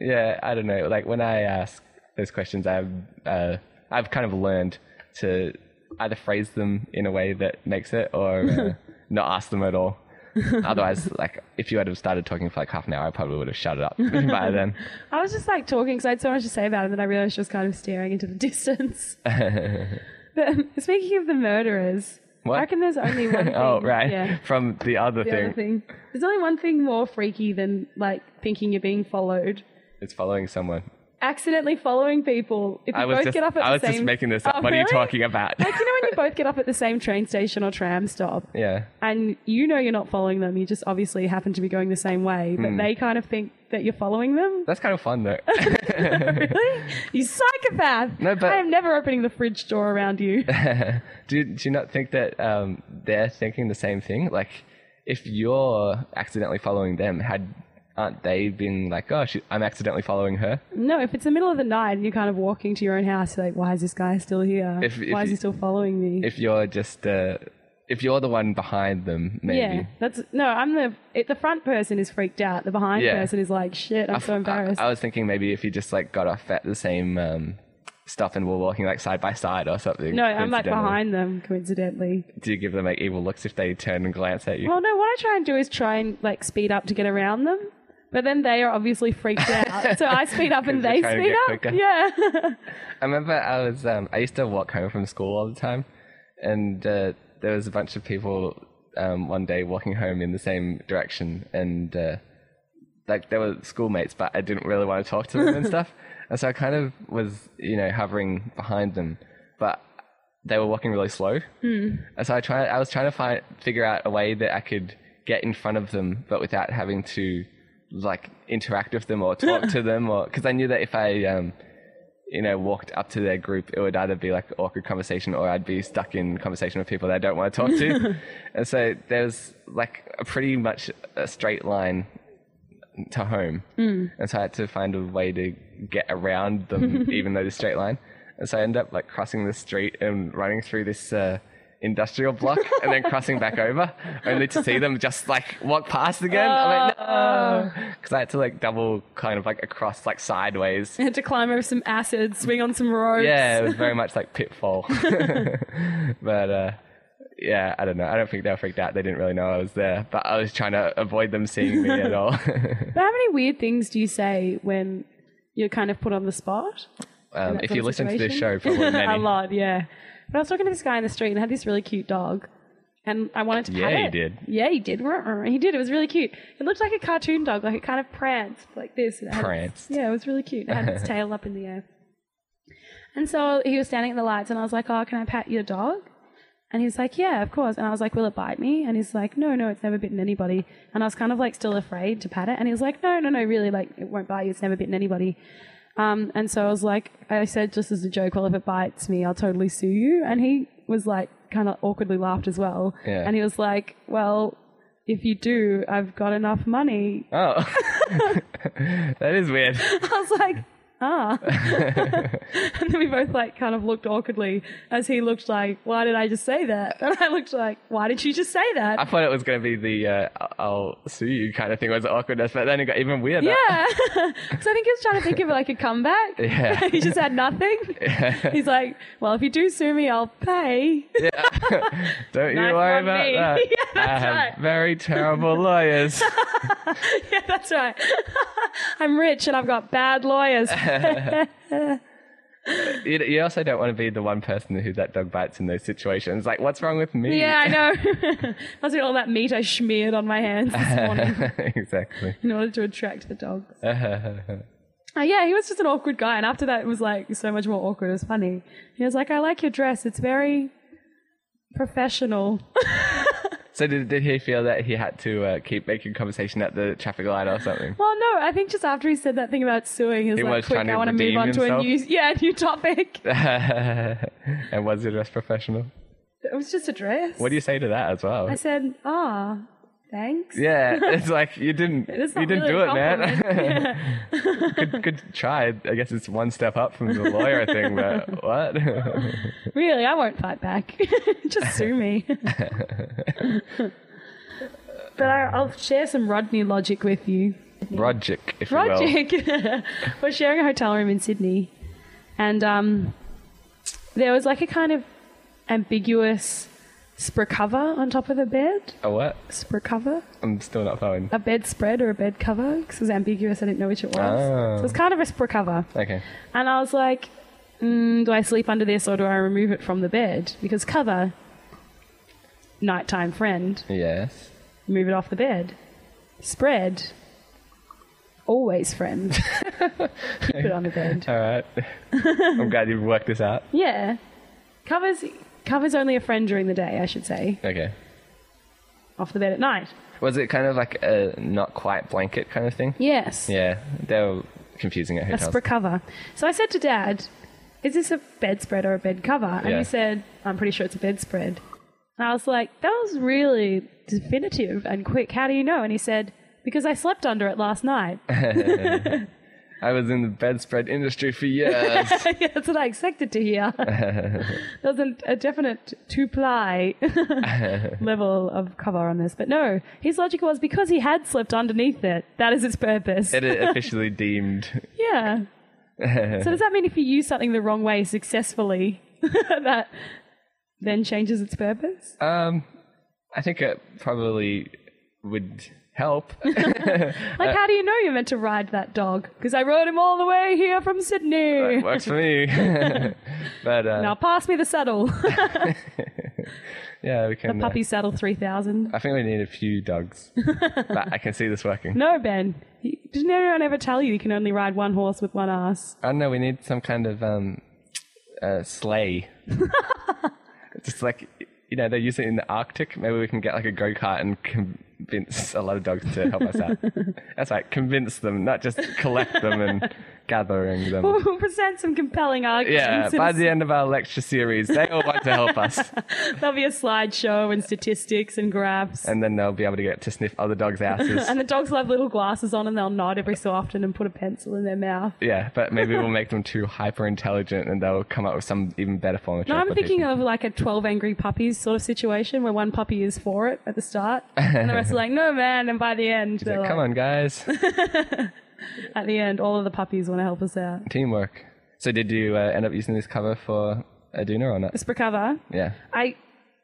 S1: yeah, I don't know. Like when I ask those questions, I've uh, I've kind of learned to either phrase them in a way that makes it, or uh,
S7: [laughs]
S1: not ask them at all. Otherwise, like if you had have started talking for like half an hour, I probably would have shut it up [laughs] by then.
S7: I was just like talking because I had so much to say about it that I realized she was kind of staring into
S1: [laughs]
S7: the [laughs] distance. but um, speaking of the murderers,
S1: What?
S7: I reckon there's
S1: [laughs]
S7: only one thing.
S1: oh right,
S7: Yeah.
S1: from the other [laughs]
S7: The
S1: thing,
S7: other thing. There's only one thing more freaky than like thinking you're being followed.
S1: it's following someone.
S7: Accidentally following people. If you
S1: I was
S7: both
S1: just
S7: get up at
S1: I was
S7: the same
S1: just making this up.
S7: Oh,
S1: what are you
S7: really?
S1: talking about?
S7: [laughs] Like you know when you both get up at the same train station or tram stop
S1: yeah,
S7: and you know you're not following them, you just obviously happen to be going the same way,
S1: Hmm.
S7: but they kind of think that you're following them.
S1: that's kind of fun though.
S7: really? You psychopath!
S1: No, but-
S7: I am never opening the fridge door around
S1: [laughs]
S7: you.
S1: do, do you not think that um, they're thinking the same thing? Like, if you're accidentally following them, had aren't they been like, oh, she, I'm accidentally following her?
S7: No, if it's the middle of the night and you're kind of walking to your own house, you're like, why is this guy still here?
S1: If- if
S7: why is
S1: you-
S7: he still following me?
S1: If you're just, uh, if you're the one behind them, maybe.
S7: yeah, that's no. I'm the it, the front person is freaked out. The behind
S1: Yeah.
S7: person is like, shit, I'm so
S1: I-
S7: embarrassed.
S1: I, was thinking maybe if you just like got off at the same um, stuff and were walking like side by side or something.
S7: no, I'm like
S1: coincidentally.
S7: behind them coincidentally.
S1: Do you give them like evil looks if they turn and glance at you?
S7: Well, no, what I try and do is try and like speed up to get around them, but then they are obviously
S1: [laughs]
S7: freaked out. so I speed up and
S1: 'Cause you're
S7: they
S1: trying to
S7: speed
S1: get
S7: up.
S1: quicker.
S7: Yeah.
S1: I remember I was um, I used to walk home from school all the time, and uh, there was a bunch of people um, one day walking home in the same direction, and uh, like they were schoolmates, but I didn't really want to talk to them and stuff, and so I kind of was you know hovering behind them, but they were walking really slow, and so I tried I was trying to find figure out a way that I could get in front of them, but without having to like interact with them or talk to them or because I knew that if I um, you know, walked up to their group, it would either be like awkward conversation or I'd be stuck in conversation with people that I don't want to talk to. and so there's like a pretty much a straight line to home. Mm. And so I had to find a way to get around them, even though it's a straight line. And so I ended up like crossing the street and running through this uh, industrial block and then crossing back over, only to see them just like walk past again. I'm like, no, because I had to like double kind of like across like sideways.
S7: had [laughs] to climb over some acid, swing on some ropes.
S1: Yeah, it was
S7: [laughs]
S1: very much like Pitfall. [laughs] but uh, yeah, I don't know. I don't think they were freaked out. They didn't really know I was there, but I was trying to avoid them seeing me at
S7: [laughs]
S1: all.
S7: But how many weird things do you say when you're kind of put on the spot?
S1: um,
S7: that
S1: if
S7: sort
S1: you
S7: of
S1: listen to this show,
S7: situation? [laughs]
S1: probably many.
S7: a lot, yeah. But I was talking to this guy in the street and had this really cute dog. And I wanted to pet
S1: Yeah, he
S7: it.
S1: did.
S7: Yeah, he did. Ruh-roh. He did. It was really cute. It looked like a cartoon dog, like it kind of pranced like this. And it had its-
S1: Pranced.
S7: yeah, it was really cute. It
S1: [laughs]
S7: had its tail up in the air. And so he was standing at the lights, and I was like, "Oh, can I pat your dog?" And he was like, "Yeah, of course." And I was like, "Will it bite me?" And he's like, "No, no, it's never bitten anybody." And I was kind of like still afraid to pat it, and he was like, "No, no, no, really, like it won't bite you. It's never bitten anybody." Um, and so I was like, I said just as a joke, well, if it bites me, I'll totally sue you. And he was like, kind of awkwardly laughed as well.
S1: Yeah.
S7: And he was like, well, if you do, I've got enough money. [laughs]
S1: Oh, that is weird.
S7: I was like, ah. [laughs] and then we both like kind of looked awkwardly as he looked like, why did I just say that? [laughs] And I looked like, why did you just say that?
S1: I thought it was going to be the uh, "I- I'll sue you kind of thing was awkwardness, but then it got even weirder.
S7: yeah. [laughs] so I think he was trying to think of like a comeback.
S1: [laughs]
S7: [laughs]
S1: Yeah. [laughs]
S7: he just had nothing. He's like, well, if you do sue me, I'll pay.
S1: Don't you
S7: Nice
S1: worry
S7: one,
S1: about
S7: me.
S1: that.
S7: [laughs] Yeah,
S1: I
S7: that's
S1: have
S7: right.
S1: very
S7: [laughs]
S1: terrible lawyers.
S7: Yeah, that's right. [laughs] I'm rich and I've got
S1: [laughs]
S7: bad lawyers.
S1: you, you also don't want to be the one person who that dog bites in those situations. Like, what's wrong with me?
S7: yeah, I know. [laughs] Must be all that meat I smeared on my
S1: [laughs]
S7: hands this morning
S1: exactly.
S7: in order to attract the dogs. Uh, yeah, he was just an awkward guy, and after that, it was like so much more awkward. It was funny. He was like, "I like your dress. It's very professional."
S1: [laughs] So did, did he feel that he had to uh, keep making conversation at the traffic light or something? [laughs]
S7: Well, no, I think just after he said that thing about suing, he was
S1: He
S7: like,
S1: was
S7: "Quick,
S1: trying to
S7: I want to move
S1: redeem
S7: on to a
S1: himself?
S7: new, [laughs] yeah, new topic."
S1: and was it as professional?
S7: it was just a dress.
S1: What do you say to that as well?
S7: I said, "Ah, thanks."
S1: [laughs] Yeah, it's like you
S7: [laughs]
S1: didn't
S7: It's
S1: you
S7: not
S1: didn't
S7: really
S1: do
S7: a
S1: it, man. [laughs] good, good try. I guess it's one step up from the lawyer thing,
S7: [laughs]
S1: but what? [laughs]
S7: Really, I won't fight back. [laughs] Just
S1: [laughs]
S7: sue me. but I, I'll share some Rodney logic with you.
S1: Rogic, if you will.
S7: Rodney, [laughs] we're sharing a hotel room in Sydney, and um, there was like a kind of ambiguous spray cover on top of the bed.
S1: A what?
S7: Spray cover,
S1: I'm still not following.
S7: a bedspread or a bed cover, because it was ambiguous. I didn't know which it was.
S1: Oh.
S7: So it was kind of a spray cover.
S1: Okay.
S7: And I was like, mm, do I sleep under this or do I remove it from the bed? Because cover, nighttime friend,
S1: Yes.
S7: remove it off the bed. Spread, always friend. [laughs] Keep it on the bed.
S1: [laughs] All
S7: [laughs]
S1: right. I'm glad you've worked this out.
S7: Yeah. Covers, covers only a friend during the day, I should say.
S1: Okay.
S7: Off the bed at night.
S1: Was it kind of like a not quite blanket kind of thing?
S7: Yes.
S1: Yeah, they were confusing at
S7: a
S1: hotels.
S7: spread cover. So I said to Dad, "Is this a bedspread or a bed cover?" And
S1: Yeah.
S7: he said, "I'm pretty sure it's a bedspread." And I was like, "That was really definitive and quick. How do you know?" And he said, "Because I slept under it last
S1: [laughs]
S7: night." [laughs]
S1: I was in the bedspread industry for years.
S7: yeah, that's what I expected
S1: [laughs]
S7: to hear. there was a, a definite
S1: [laughs]
S7: two ply level of cover on this, but no. His logic was because he had slept underneath it. That is its purpose.
S1: it is officially deemed.
S7: Yeah. so
S1: [laughs]
S7: does that mean if you use something the wrong way successfully, [laughs] that then changes its purpose?
S1: Um, I think it probably would help.
S7: Like,
S1: uh,
S7: how do you know you're meant to ride that dog? Because I rode him all the way here from Sydney.
S1: It works for me. [laughs] but uh,
S7: Now pass me
S1: [laughs]
S7: the saddle,
S1: yeah, we can. uh,
S7: puppy saddle three thousand.
S1: I think we need a few dogs. but I can see this working.
S7: No, Ben. You- Didn't everyone ever tell you you can only ride one horse with one ass?
S1: I don't know. We need some kind of um, uh,
S7: [laughs]
S1: sleigh. Just like you know, they use it in the Arctic. Maybe we can get like a go kart and com- convince a lot of dogs to help us
S7: [laughs]
S1: out. That's right, convince them, not just collect them
S7: [laughs]
S1: and gathering them.
S7: [laughs] We'll present some compelling
S1: Yeah,
S7: arguments.
S1: by the end of our lecture series, they all want to help us,
S7: There'll be a slideshow and statistics and graphs.
S1: and then they'll be able to get to sniff other
S7: [laughs]
S1: dogs' asses.
S7: And the dogs will have little glasses on and they'll nod every so often and put a pencil in their mouth.
S1: Yeah, but maybe we'll make them too hyper intelligent, and they'll come up with some even better form of.
S7: No, I'm thinking of like a 12 angry puppies sort of situation where one puppy is for it at
S1: [laughs]
S7: the start and the rest are like, no, man. And by the end, they're
S1: Come
S7: like-
S1: on, guys,
S7: at the end, all of the puppies want to help us out.
S1: teamwork. So, did you uh, end up using this cover for Aduna or not?
S7: Just recover.
S1: Yeah,
S7: I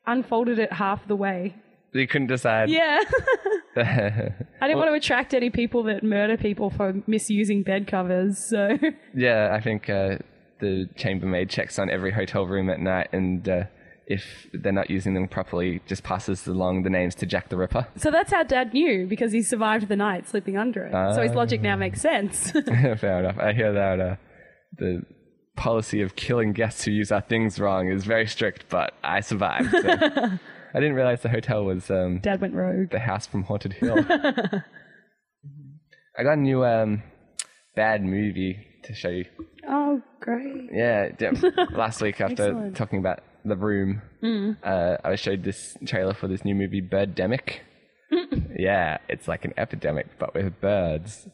S7: unfolded it half the way.
S1: you couldn't decide. [laughs]
S7: Yeah. [laughs] I didn't want to attract any people that murder people for misusing bed covers. So [laughs]
S1: Yeah, I think uh, the chambermaid checks on every hotel room at night, and uh, if they're not using them properly, just passes along the names to Jack the Ripper. [laughs]
S7: so that's how dad knew because he survived the night sleeping under it. so his logic now makes sense. [laughs]
S1: Fair enough. I hear that uh, the policy of killing guests who use our things wrong is very strict, but I survived. so. I didn't realize the hotel was um,
S7: dad
S1: [laughs]
S7: went rogue.
S1: the house from Haunted
S7: [laughs]
S1: Hill. I got a new um, bad movie to show you.
S7: Oh, great.
S1: Yeah,
S7: [laughs]
S1: d- last week after talking about The Room,
S7: Mm.
S1: uh, I was showed this trailer for this new movie,
S7: [laughs]
S1: Birdemic. yeah, it's like an epidemic, but with birds.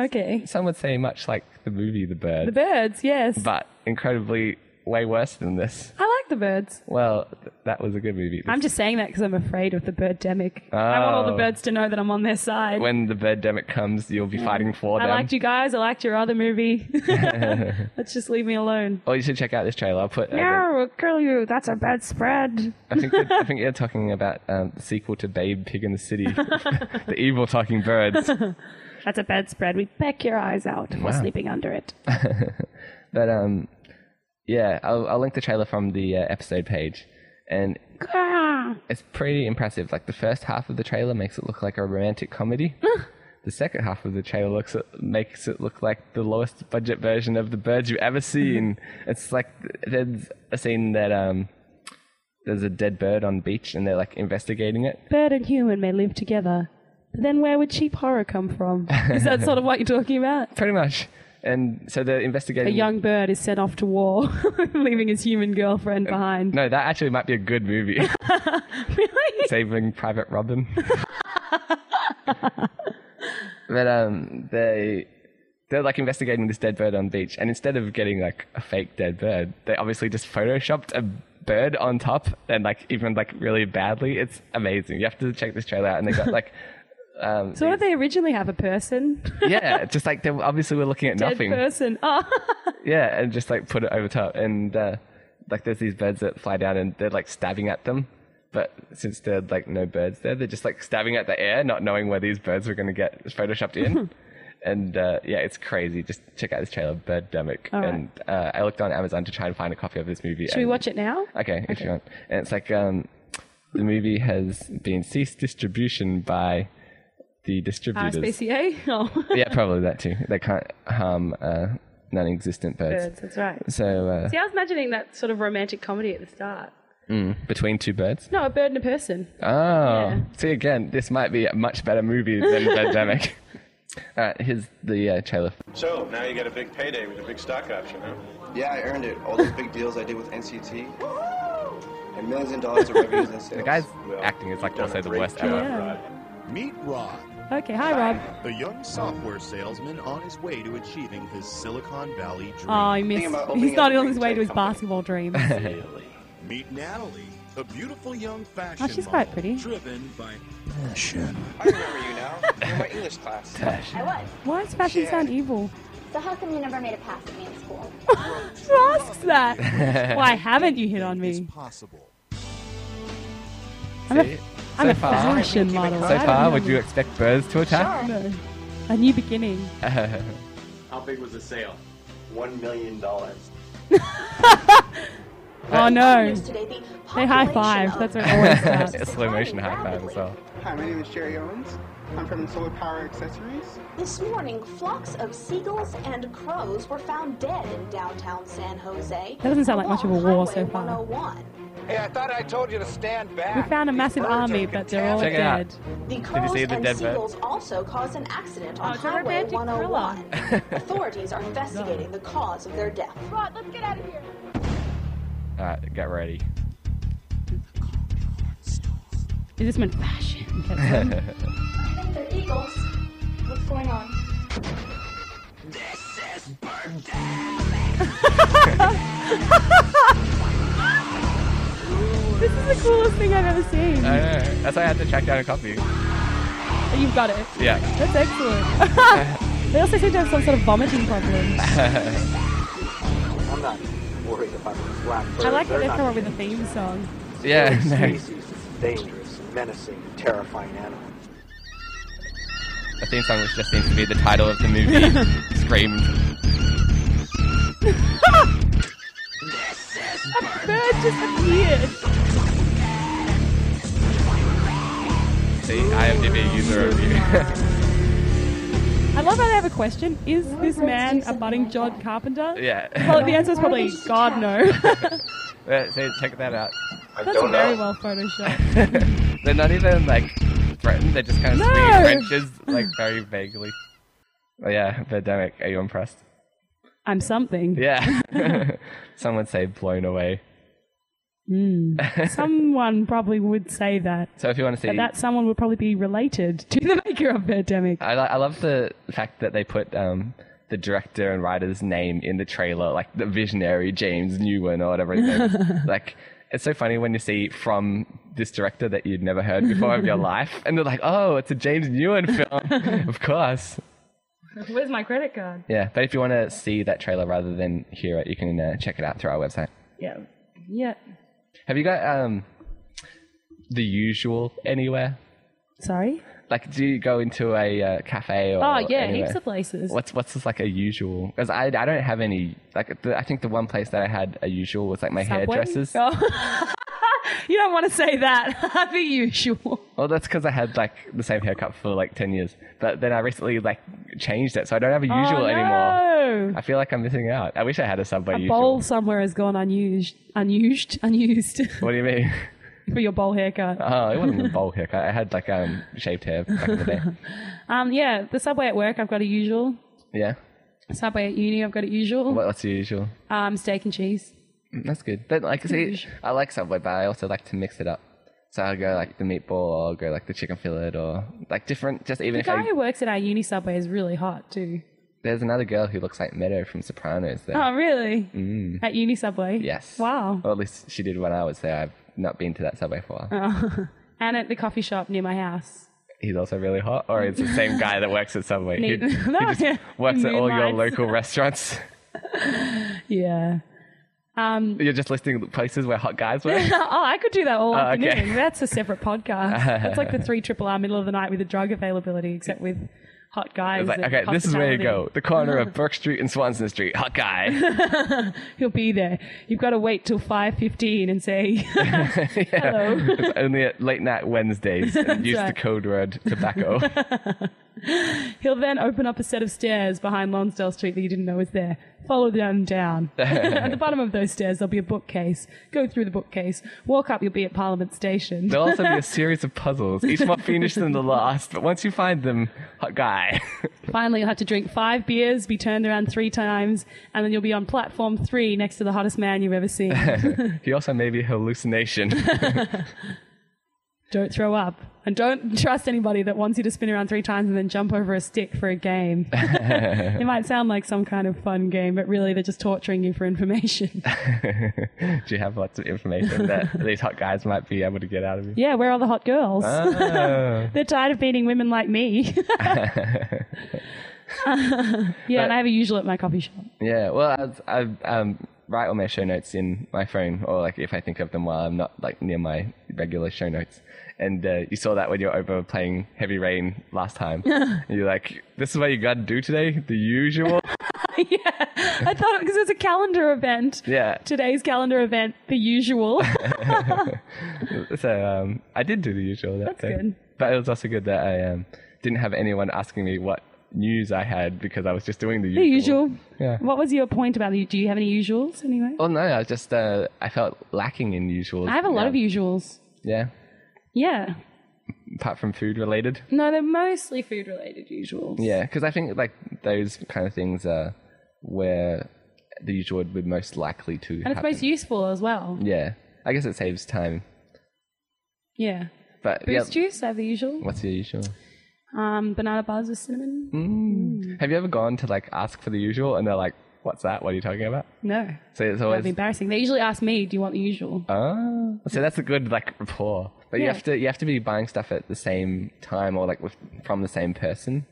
S7: Okay.
S1: Some would say much like the movie The Bird,
S7: The birds, yes.
S1: but incredibly way worse than this.
S7: I like the birds.
S1: Well, th- that was a good movie.
S7: I'm just saying that because I'm afraid of the birdemic. I want all
S1: Oh.
S7: the birds to know that I'm on their side.
S1: when the Birdemic comes, you'll be fighting for
S7: I
S1: them.
S7: liked you guys. I liked your
S1: [laughs]
S7: other movie. [laughs] Let's just leave me alone.
S1: Oh, you should check out this trailer. I'll put. uh,
S7: No, we'll kill you. That's a bad spread.
S1: I think that- I think you're talking about um, the sequel to Babe Pig in the
S7: [laughs]
S1: City, [laughs] the evil talking birds.
S7: That's a bedspread. We peck your eyes out for sleeping under it. [laughs]
S1: But um, yeah, I'll, I'll link the trailer from the uh, episode page, and it's pretty impressive. Like the first half of the trailer makes it look like a romantic
S7: [laughs]
S1: comedy. the second half of the trailer looks it makes it look like the lowest budget version of the birds you've ever
S7: [laughs]
S1: seen. it's like th- there's a scene that um. There's a dead bird on the beach, and they're like investigating it.
S7: Bird and human may live together. But then where would cheap horror come
S1: [laughs]
S7: from? Is that sort of what you're talking about?
S1: Pretty much, and so they're
S7: A
S1: investigating.
S7: young bird is sent off to war, [laughs] leaving his human girlfriend
S1: Uh,
S7: behind.
S1: no, that actually might be a good movie.
S7: [laughs] Really?
S1: Saving Private
S7: [laughs]
S1: Robin. but um, they they're like investigating this dead bird on the beach, and instead of getting like a fake dead bird, they obviously just photoshopped a bird on top, and like even like really badly. It's amazing. You have to check this trailer out, and they got
S7: [laughs]
S1: like. Um,
S7: So what did they originally have? A person? [laughs]
S1: yeah, just like they obviously were looking at
S7: Dead
S1: nothing.
S7: person. Oh, [laughs]
S1: Yeah, and just like put it over top. And uh, like there's these birds that fly down and they're like stabbing at them. But since there are like no birds there, they're just like stabbing at the air, not knowing where these birds were going to get photoshopped
S7: [laughs]
S1: in. and uh, yeah, it's crazy. Just check out this trailer, Birdemic.
S7: right.
S1: And uh, I looked on Amazon to try and find a copy of this movie.
S7: should we watch it now?
S1: Okay, if you want. And it's like um, the movie has been ceased distribution by
S7: Uh,
S1: the distributors.
S7: RSPCA? [laughs] Oh,
S1: yeah, probably that too. They can't harm uh, non-existent birds.
S7: birds. That's right.
S1: So uh,
S7: See, I was imagining that sort of romantic comedy at the start.
S1: Between two birds?
S7: No, a bird and a person.
S1: Oh. See, again, this might be a much better movie
S7: [laughs]
S1: than Pandemic. All right, here's the uh, trailer.
S8: So now you got a big payday with a big stock option, huh?
S4: Yeah, I earned it. All those big deals I did with NCT. And millions of dollars of revenues and sales.
S1: The guy's acting is like also the worst ever.
S9: Meet Rod,
S7: Okay, hi, Rob.
S9: the young software salesman on his way to achieving his Silicon Valley dream.
S7: Oh, he missed.
S4: about
S7: He's
S4: opening
S7: not
S4: a
S7: on his way to his
S4: retail company.
S7: basketball dream.
S8: [laughs]
S9: Meet Natalie, a beautiful young fashion
S7: Oh, she's
S9: model
S7: quite pretty.
S9: driven by passion.
S4: I remember you now. You're in my English
S1: [laughs]
S4: class.
S10: I was.
S7: Why does fashion sound evil?
S10: So how come you never made a pass at me in school?
S7: Oh, Who asks that?
S1: [laughs]
S7: Why haven't you hit on
S9: It's
S7: me?
S9: possible.
S7: I'm a-
S1: See?
S7: I'm a
S1: so far,
S7: fashion model.
S1: so
S7: I don't
S1: far
S7: know.
S1: would you expect birds to attack? [laughs]
S7: No. A new beginning.
S8: How big was the sale? One million
S7: [laughs]
S8: dollars.
S7: Oh no.
S10: News today, the
S7: They high five.
S10: population
S7: That's
S10: of-
S7: what always
S8: [laughs]
S7: starts.
S1: a slow motion high five as well.
S11: Hi, my name is Jerry Owens. I'm from Solar Power Accessories.
S10: This morning, flocks of seagulls and crows were found dead in downtown San Jose.
S7: That doesn't sound like much of a war so
S10: along
S7: far.
S10: Highway 101.
S5: Hey, I thought I told you to stand back.
S3: We found a
S5: These
S3: massive
S5: birds
S3: army,
S5: are
S3: but they're all
S1: Check it out.
S3: dead.
S10: The
S1: Did you
S10: crows
S1: see the
S10: and
S1: dead bird?
S10: seagulls also caused an accident
S3: Oh,
S10: on
S3: it's a
S10: Highway
S3: romantic
S10: 101.
S1: [laughs]
S10: Authorities are investigating the cause of their death. Right, let's get out of here.
S1: Alright, get ready.
S7: Is this meant fashion?
S10: I think they're eagles. What's going on?
S5: This is
S7: this is the coolest thing I've ever
S1: I
S7: seen.
S1: know. That's why I had to track down a copy.
S7: You've got it.
S1: Yeah.
S7: That's excellent. [laughs] they also seem to have some sort of vomiting problem.
S5: I'm not worried about the black birds.
S7: I like that
S5: They're
S7: they've
S5: not
S7: come up with a theme song.
S1: [laughs] yeah, no.
S5: species. It's a dangerous, menacing, terrifying animal.
S1: The theme song which just seems to be the title of the [laughs] movie screamed.
S7: A bird just appeared.
S1: See, IMDb user review.
S7: I love how they have a question. Is this man a budding John Carpenter?
S1: [laughs] Yeah. [laughs]
S7: Well, the answer is probably God no.
S1: Yeah, See, check that out.
S7: That's very well photoshopped.
S1: They're not even like threatened. They're just kind of
S7: No.
S1: swinging wrenches, like very vaguely. Oh yeah, pandemic. Are you impressed?
S7: I'm something.
S1: Yeah. [laughs] Some would say blown away.
S7: Mm. Someone probably would say that.
S1: So if you want to see,
S7: But that someone would probably be related to the maker of Pandemic.
S1: I, li- I love the fact that they put um, the director and writer's name in the trailer, like the visionary James Newman or whatever his name
S7: [laughs]
S1: is. Like, it's so funny when you see from this director that you'd never heard before of your
S7: [laughs]
S1: life, and they're like, oh, it's a James Newman film. of course.
S12: Where's my credit card?
S1: Yeah, but if you want to see that trailer rather than hear it, you can uh, check it out through our website.
S7: Yeah. Yeah.
S1: Have you got um, the usual anywhere?
S7: Sorry?
S1: Like, do you go into a uh, cafe or?
S7: Oh, yeah,
S1: anywhere?
S7: heaps of places.
S1: What's what's just like a usual? Because I, I don't have any. Like the, I think the one place that I had a usual was like my
S7: Subway?
S1: hairdressers.
S7: Oh. [laughs] you don't want to say that. [laughs] the usual.
S1: Well, that's because I had like the same haircut for like ten years. But then I recently like changed it, so I don't have a [laughs] usual
S7: oh,
S1: anymore.
S7: no.
S1: I feel like I'm missing out. I wish I had a subway
S7: A
S1: usual.
S7: bowl somewhere has gone unused. Unused. [laughs]
S1: [laughs]
S7: Unused.
S1: What do you mean?
S7: for your bowl haircut.
S1: Oh, it
S7: [laughs]
S1: wasn't a bowl haircut. I had like um shaved hair back in the day.
S7: Um, yeah, the subway at work, I've got a usual.
S1: Yeah.
S7: Subway at uni, I've got a usual.
S1: What, what's the usual?
S7: Um, steak and cheese.
S1: Mm, That's good. But like, see, I like Subway, but I also like to mix it up. So I'll go like the meatball, or I'll go like the chicken fillet, or like different. Just even
S7: The
S1: if
S7: guy
S1: I,
S7: who works at our uni subway is really hot too.
S1: there's another girl who looks like Meadow from Sopranos. There.
S7: Oh, really?
S1: Mm.
S7: At uni subway?
S1: Yes. Oh.
S7: Wow.
S1: Or at least she did when I was there. I've not been to that Subway for a while.
S7: Oh. and at the coffee shop near my house.
S1: He's also really hot, or it's the same guy that works at Subway. He,
S7: Neat. [laughs] No,
S1: he just
S7: yeah.
S1: works at all your
S7: Moonlights.
S1: local restaurants. [laughs]
S7: Yeah. Um,
S1: You're just listing places where hot guys work.
S7: [laughs] oh, I could do that all
S1: Oh, okay.
S7: afternoon. That's a separate podcast. That's like
S1: [laughs]
S7: the three triple R middle of the night with the drug availability, except with hot guys.
S1: It's like,
S7: and
S1: okay, this is where you go.
S7: hospitality.
S1: The corner
S7: [laughs]
S1: of Burke Street and Swanson Street. Hot guy.
S7: He'll be there. You've got to wait till five fifteen and say [laughs]
S1: Hello. It's only at late night Wednesdays. And use
S7: right.
S1: the code word
S7: [laughs]
S1: tobacco.
S7: He'll then open up a set of stairs behind Lonsdale Street that you didn't know was there. Follow
S1: [laughs]
S7: them down. at the bottom of those stairs, there'll be a bookcase. Go through the bookcase. Walk up, you'll be at Parliament Station.
S1: There'll also be a series of puzzles, each more finished than the last. But once you find them, hot [laughs] guy.
S7: Finally, you'll have to drink five beers, be turned around three times, and then you'll be on platform three next to the hottest man you've
S1: [laughs]
S7: ever seen.
S1: he also may be a hallucination. [laughs]
S7: don't throw up. And don't trust anybody that wants you to spin around three times and then jump over a stick for a game.
S1: [laughs]
S7: it might sound like some kind of fun game, but really they're just torturing you
S1: [laughs]
S7: for information.
S1: Do you have lots of information that these hot guys might be able to get out of you?
S7: yeah, where are the hot girls?
S1: Oh.
S7: [laughs] They're tired of beating women
S1: [laughs]
S7: like me. [laughs] yeah, and I have a usual at my coffee shop. [laughs]
S1: Yeah, well, I, I um, write all my show notes in my phone, or like if I think of them while I'm not like near my regular show notes. And uh, you saw that when you were over playing Heavy Rain last
S7: [laughs]
S1: time. and you're like, this is what you got to do today, the
S7: [laughs]
S1: usual.
S7: yeah, I thought it because it's a calendar event.
S1: yeah.
S7: Today's calendar event,
S1: [laughs]
S7: the usual.
S1: So um, I did do the usual that That's
S7: good.
S1: But it was also good that I um, didn't have anyone asking me what news I had because I was just doing the
S7: The
S1: usual.
S7: usual.
S1: Yeah. Oh,
S7: What was your point about the? Do you have any usuals anyway?
S1: Well, no, I was just uh, I felt lacking in usual.
S7: I have a lot of usuals.
S1: Yeah,
S7: Yeah.
S1: apart from food related.
S7: No, they're mostly food related usuals.
S1: Yeah, because I think like those kind of things are where the usual would be most likely to
S7: And it's
S1: happen.
S7: most useful as well.
S1: yeah, I guess it saves time.
S7: Yeah.
S1: But yeah,
S7: Boost juice, I have the usual.
S1: what's your usual?
S7: Um, banana bars with cinnamon.
S1: Hmm.
S7: Mm.
S1: Have you ever gone to like ask for the usual and they're like, "What's that? What are you talking about?"
S7: No.
S1: So it's
S7: That'd be
S1: always
S7: embarrassing. They usually ask me, "Do you want the usual?"
S1: oh, so that's a good like rapport. But you
S7: Yeah.
S1: have to you have to be buying stuff at the same time or like with from the same person.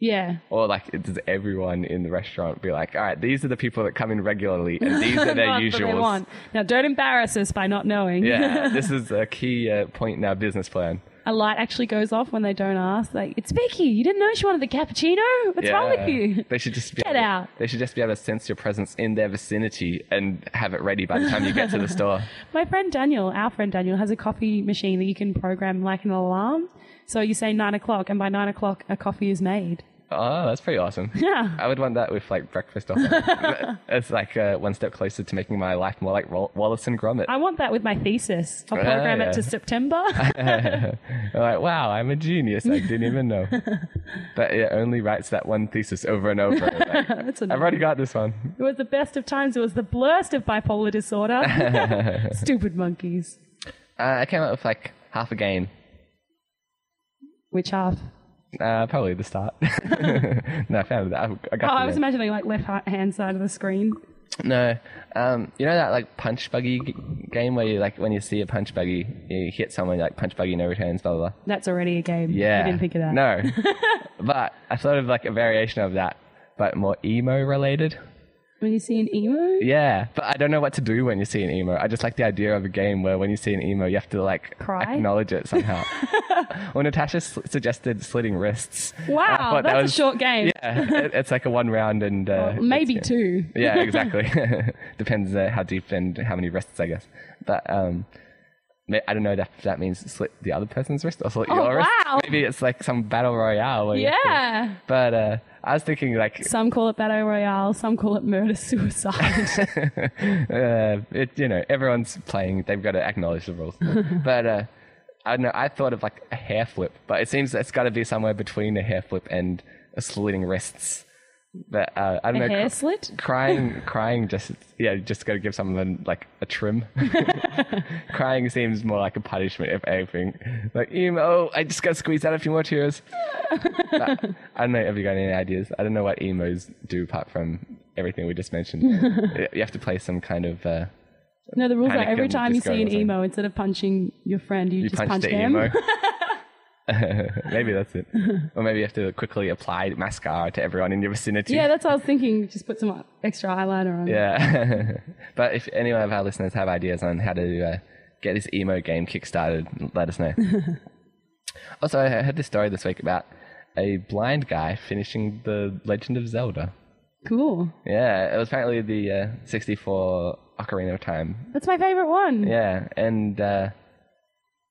S7: Yeah.
S1: Or like, does everyone in the restaurant be like, "All right, these are the people that come in regularly, and these
S7: [laughs]
S1: are their
S7: Not what they
S1: usuals."
S7: want. Now, don't embarrass us by not knowing.
S1: Yeah, this is a key uh, point in our business plan.
S7: [laughs] a light actually goes off when they don't ask. Like, it's Becky. You didn't know she wanted the cappuccino. What's wrong
S1: Yeah.
S7: with you?
S1: They should just be [laughs]
S7: Get
S1: able-
S7: out.
S1: They should just be able to sense your presence in their vicinity and have it ready by the time you get
S7: [laughs]
S1: to the store.
S7: My friend Daniel, our friend Daniel, has a coffee machine that you can program like an alarm. So you say nine o'clock, and by nine o'clock, a coffee is made. [laughs]
S1: Oh, that's pretty awesome.
S7: Yeah.
S1: I would want that with like breakfast
S7: [laughs]
S1: offer. it's like uh, one step closer to making my life more like Wal- Wallace and Gromit.
S7: I want that with my thesis. I'll
S1: Ah,
S7: program
S1: yeah.
S7: it
S1: [laughs]
S7: to September.
S1: I'm like, wow, I'm a genius. I didn't even
S7: [laughs]
S1: know. but it only writes that one thesis over and
S7: [laughs]
S1: over. Like,
S7: That's
S1: I've already got this one.
S7: It was the best of times. It was the blurst of
S1: [laughs]
S7: bipolar disorder. Stupid monkeys.
S1: Uh, I came up with like half a game.
S7: Which half?
S1: Uh, probably the
S7: [laughs]
S1: start. [laughs] no, I found that. I
S7: Oh,
S1: got
S7: I
S1: the
S7: was
S1: name.
S7: imagining like left ha- hand side of the screen.
S1: No, um, you know that like punch buggy g- game where you like when you see a punch buggy, you hit someone like punch buggy no returns, blah blah. blah.
S7: That's already a game.
S1: Yeah,
S7: I didn't think of that. [laughs]
S1: No, but I thought of like a variation of that, but more emo related.
S7: When you see an emo,
S1: Yeah, but I don't know what to do when you see an emo. I just like the idea of a game where when you see an emo, you have to like
S7: Cry?
S1: acknowledge it
S7: [laughs]
S1: somehow. well, Natasha s- suggested slitting wrists.
S7: Wow,
S1: I thought
S7: that's a short game.
S1: Oh, Yeah, it- it's like a one round and uh,
S7: maybe
S1: it's-
S7: two. [laughs]
S1: yeah, exactly. [laughs] Depends uh, how deep and how many wrists, I guess. But um, ma- I don't know if that means slit the other person's wrist or slit
S7: Oh,
S1: your wrist.
S7: wow.
S1: Maybe it's like some battle royale. Where you have to-
S7: Yeah.
S1: but uh, I was thinking like [laughs]
S7: Some call it battle royale. Some call it
S1: [laughs]
S7: murder suicide. [laughs]
S1: uh, it, you know, everyone's playing. They've got to acknowledge the
S7: [laughs]
S1: rules. but uh, I don't know. I thought of like a hair flip, but it seems that's got to be somewhere between a hair flip and a slitting wrists. But uh, I don't
S7: a
S1: know.
S7: hair slit.
S1: Crying, crying, just yeah, you just got to give someone like a
S7: [laughs]
S1: trim. crying seems more like a punishment, if anything. Like emo, I just got to squeeze out a few more tears. But I don't know if you got any ideas. I don't know what emos do apart from everything we just mentioned.
S7: [laughs]
S1: you have to play some kind of uh,
S7: No, the rules are
S1: Panic
S7: every
S1: and
S7: time you
S1: disco
S7: see an
S1: or something.
S7: emo, instead of punching your friend, you,
S1: you
S7: just
S1: punch,
S7: punch,
S1: the
S7: them. [laughs]
S1: emo. [laughs] maybe that's it. Or maybe you have to quickly apply mascara to everyone in your vicinity.
S7: Yeah, that's what I was thinking. Just put some extra eyeliner on.
S1: Yeah. [laughs] but if any of our listeners have ideas on how to uh, get this emo game kickstarted, let us know. also, I heard this story this week about a blind guy finishing The Legend of Zelda.
S7: Cool.
S1: Yeah, it was apparently the uh, 64 Ocarina of Time.
S7: That's my favorite one.
S1: Yeah, and uh,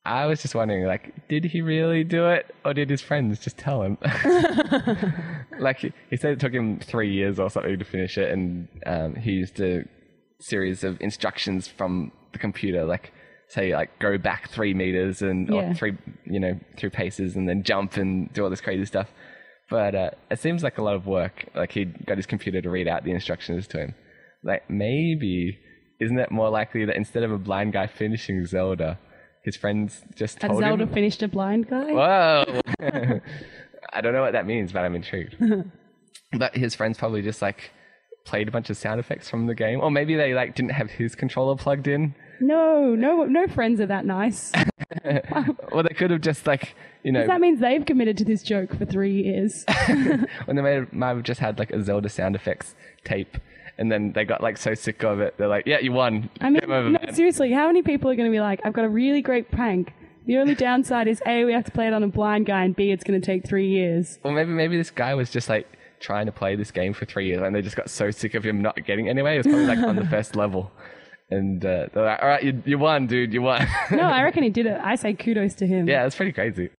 S1: I was just wondering, like, did he really do it, or did his friends just tell him? [laughs] like, he, he said it took him three years or something to finish it, and um, he used a series of instructions from the computer, like say, like go back three meters and
S7: Yeah.
S1: or three, you know, three paces, and then jump and do all this crazy stuff. But uh, it seems like a lot of work. Like he got his computer to read out the instructions to him. Like maybe isn't it more likely that instead of a blind guy finishing Zelda, his friends just
S7: A
S1: told
S7: Zelda
S1: him?
S7: finished a blind
S1: [laughs]
S7: guy.
S1: Whoa! I don't know what that means, but I'm intrigued. [laughs] but his friends probably just like played a bunch of sound effects from the game, or maybe they like didn't have his controller plugged in.
S7: No, no, no friends are
S1: [laughs]
S7: that nice.
S1: Or they could have just like you know
S7: that means they've committed to this joke for three
S1: [laughs]
S7: years.
S1: when they made, might have just had like a Zelda sound effects tape, and then they got like so sick of it, they're like, yeah, you won.
S7: I mean,
S1: Game over,
S7: no,
S1: man."
S7: seriously, how many people are going to be like, I've got a really great prank. The only downside is A, we have to play it on a blind guy, and B, it's going to take
S1: [laughs]
S7: three years.
S1: Well, maybe maybe this guy was just like trying to play this game for three years, and they just got so sick of him not getting anywhere. He was probably like on
S7: [laughs]
S1: the first level, and uh, they're like, "All right, you, you won, dude, you won." [laughs]
S7: No, I reckon he did it. I say kudos to him.
S1: yeah, it's pretty crazy.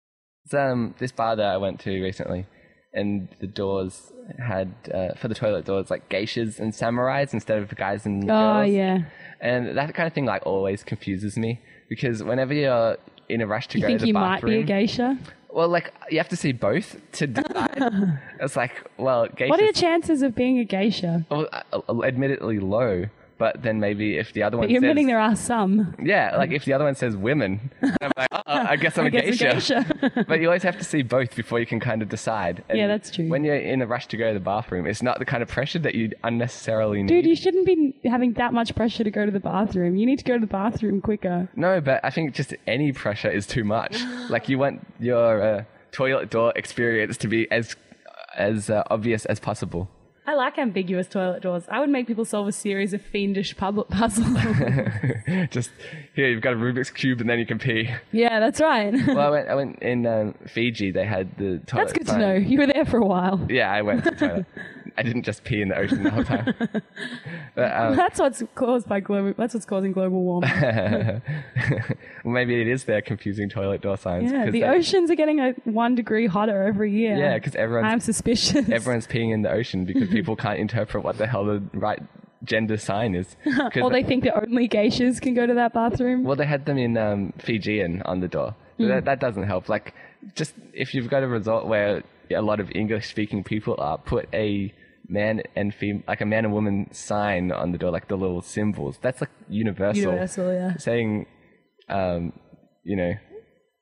S1: It's, um, this bar that I went to recently, and the doors had uh, for the toilet doors like geishas and samurais instead of guys and
S7: Oh,
S1: girls.
S7: yeah.
S1: And that kind of thing like always confuses me because whenever you're in a rush to
S7: You
S1: go
S7: think
S1: to the
S7: you might
S1: bathroom,
S7: be a geisha?
S1: well, like you have to see both
S7: [laughs]
S1: to decide. it's like, well, geishas,
S7: What are your chances of being a geisha?
S1: well, uh, uh, admittedly low, but then maybe if the other one
S7: But you're
S1: says,
S7: admitting there are some.
S1: yeah,
S7: [laughs]
S1: like if the other one says women, I'm like, uh I guess I'm
S7: I
S1: a
S7: guess a
S1: geisha. [laughs] but you always have to see both before you can kind of decide.
S7: Yeah, that's true.
S1: When you're in a rush to go to the bathroom, it's not the kind of pressure that you unnecessarily need.
S7: Dude, you shouldn't be having that much pressure to go to the bathroom. You need to go to the bathroom quicker.
S1: No, but I think just any pressure is too
S7: [gasps]
S1: much. like you want your uh, toilet door experience to be as as uh, obvious as possible. [laughs]
S7: I like ambiguous toilet doors. I would make people solve a series of fiendish pub- [laughs] puzzles.
S1: just here, you've got a Rubik's cube, and then you can
S7: [laughs]
S1: pee.
S7: yeah, that's right.
S1: Well, I went. I went in um, Fiji. They had the toilet.
S7: [laughs] that's good to
S1: sign.
S7: know. You were there for a while.
S1: Yeah, I went to the
S7: [laughs]
S1: toilet. I didn't just pee in the ocean the whole time. [laughs] But, um,
S7: [laughs] That's what's caused by global. That's what's causing global [laughs] warming.
S1: well, maybe it is their confusing toilet door signs.
S7: Yeah,
S1: 'cause
S7: the
S1: they-
S7: oceans are getting a one degree hotter every year.
S1: Yeah, 'cause everyone's-
S7: I'm suspicious. [laughs]
S1: Everyone's peeing in the ocean because people can't interpret what the hell the right gender sign
S7: [laughs]
S1: is. 'Cause
S7: or they think that only geishas can go to that bathroom.
S1: Well, they had them in um, Fijian on the door. So
S7: Mm.
S1: That, that doesn't help. Like, just if you've got a resort where a lot of English-speaking people are, put a man and fem- like a man and woman sign on the door, like the little symbols. That's like universal.
S7: Universal, yeah.
S1: Saying, um, you know,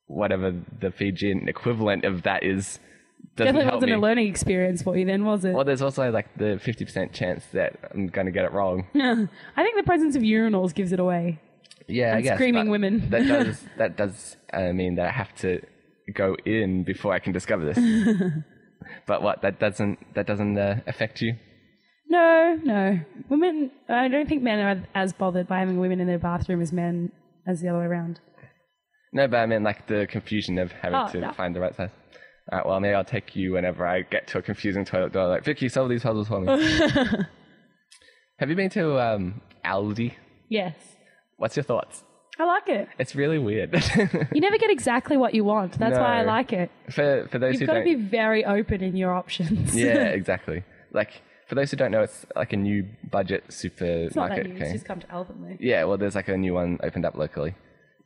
S1: whatever the Fijian equivalent of that is. Doesn't
S7: Definitely
S1: help
S7: wasn't
S1: me.
S7: a learning experience for you then, was it?
S1: Well, there's also like the 50% chance that I'm going to get it
S7: [laughs]
S1: wrong.
S7: I think the presence of urinals gives it away.
S1: Yeah, I
S7: And
S1: guess,
S7: screaming
S1: but
S7: women.
S1: that
S7: [laughs]
S1: does that does uh, mean that I have to go in before I can discover this.
S7: [laughs]
S1: but what that doesn't that doesn't uh, affect you?
S7: No, no. Women, I don't think men are as bothered by having women in their bathroom as men as the other way around.
S1: No, but I mean like the confusion of having
S7: Oh,
S1: to
S7: no.
S1: find the right size. All right, well maybe I'll take you whenever I get to a confusing toilet door. Like Vicky, solve these puzzles for me.
S7: [laughs]
S1: have you been to um, Aldi?
S7: Yes.
S1: What's your thoughts?
S7: I like it.
S1: It's really weird. [laughs]
S7: You never get exactly what you want. That's why I
S1: No.
S7: like it.
S1: for for those who
S7: You've got to
S1: don't,
S7: be very open in your [laughs] options.
S1: yeah, exactly. Like for those who don't know, it's like a new budget supermarket
S7: it's not that new.
S1: thing.
S7: It's just come to Alvin
S1: Yeah, well, there's like a new one opened up locally,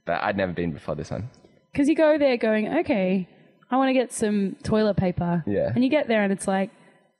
S1: but I'd never been before this one.
S7: Because you go there going, okay, I want to get some toilet paper.
S1: Yeah.
S7: And you get there and it's like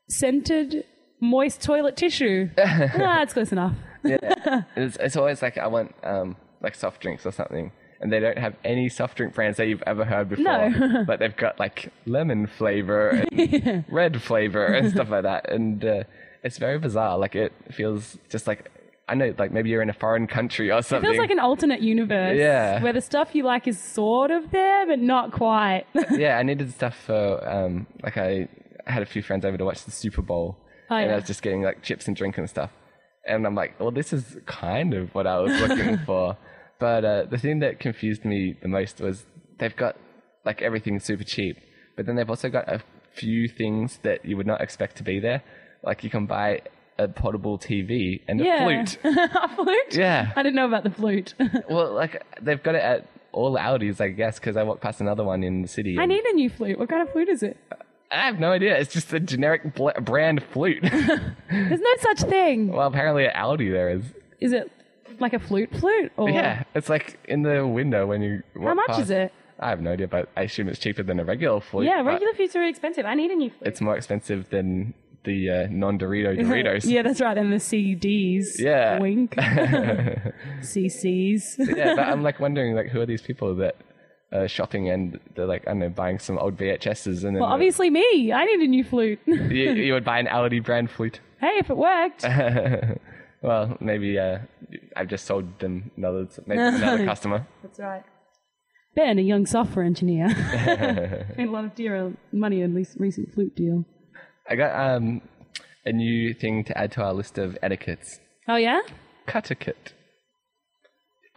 S7: scented moist toilet
S1: [laughs]
S7: tissue. ah, it's close enough.
S1: Yeah, it's, it's always like I want um, like soft drinks or something, and they don't have any soft drink brands that you've ever heard before.
S7: No. [laughs]
S1: but they've got like lemon flavor and red flavor
S7: [laughs]
S1: and stuff like that, and uh, it's very bizarre. Like it feels just like I know, like maybe you're in a foreign country or
S7: It
S1: something.
S7: feels like an alternate universe
S1: Yeah.
S7: where the stuff you like is sort of there, but not quite.
S1: yeah, I needed stuff for um, like I had a few friends over to watch the Super Bowl,
S7: Oh,
S1: and
S7: yeah.
S1: I was just getting like chips and drink and stuff, and I'm like, well, this is kind of what I was looking
S7: [laughs]
S1: for, but uh, the thing that confused me the most was they've got like everything super cheap, but then they've also got a few things that you would not expect to be there, like you can buy a portable TV and a
S7: yeah.
S1: flute.
S7: [laughs] a flute?
S1: Yeah.
S7: I didn't know about
S1: [laughs]
S7: the flute.
S1: Well, like they've got it at all Audis, I guess, because I walked past another one in the city.
S7: I
S1: and-
S7: need a new flute. What kind of flute is it?
S1: I have no idea. It's just a generic bl- brand flute. [laughs]
S7: There's no such thing.
S1: well, apparently at Aldi there is.
S7: Is it like a flute flute? Or
S1: Yeah, it's like in the window when you.
S7: Oh. How
S1: walk
S7: much
S1: past.
S7: is it?
S1: I have no idea, but I assume it's cheaper than a regular flute.
S7: Yeah,
S1: but
S7: regular flute's are expensive. I need a new flute.
S1: It's more expensive than the uh, non-Dorito Doritos.
S7: [laughs] Yeah, that's right. And the CDs.
S1: Yeah. [laughs]
S7: Wink. [laughs] CCs.
S1: yeah, but I'm like wondering, like, who are these people that are shopping and they're like, I don't know, buying some old VHSs and then
S7: well, obviously me. I need a
S1: [laughs]
S7: new flute. hey,
S1: you, you would buy an Aldi brand flute. [laughs]
S7: if it worked.
S1: Uh-huh. well, maybe uh, I've just sold them another
S7: [laughs]
S1: maybe another customer.
S7: That's right. Ben, a young
S1: [laughs]
S7: software engineer, [laughs] made a lot of dear money on this recent flute deal.
S1: I got um, a new thing to add to our list of etiquettes.
S7: Oh yeah,
S1: Cutiquette.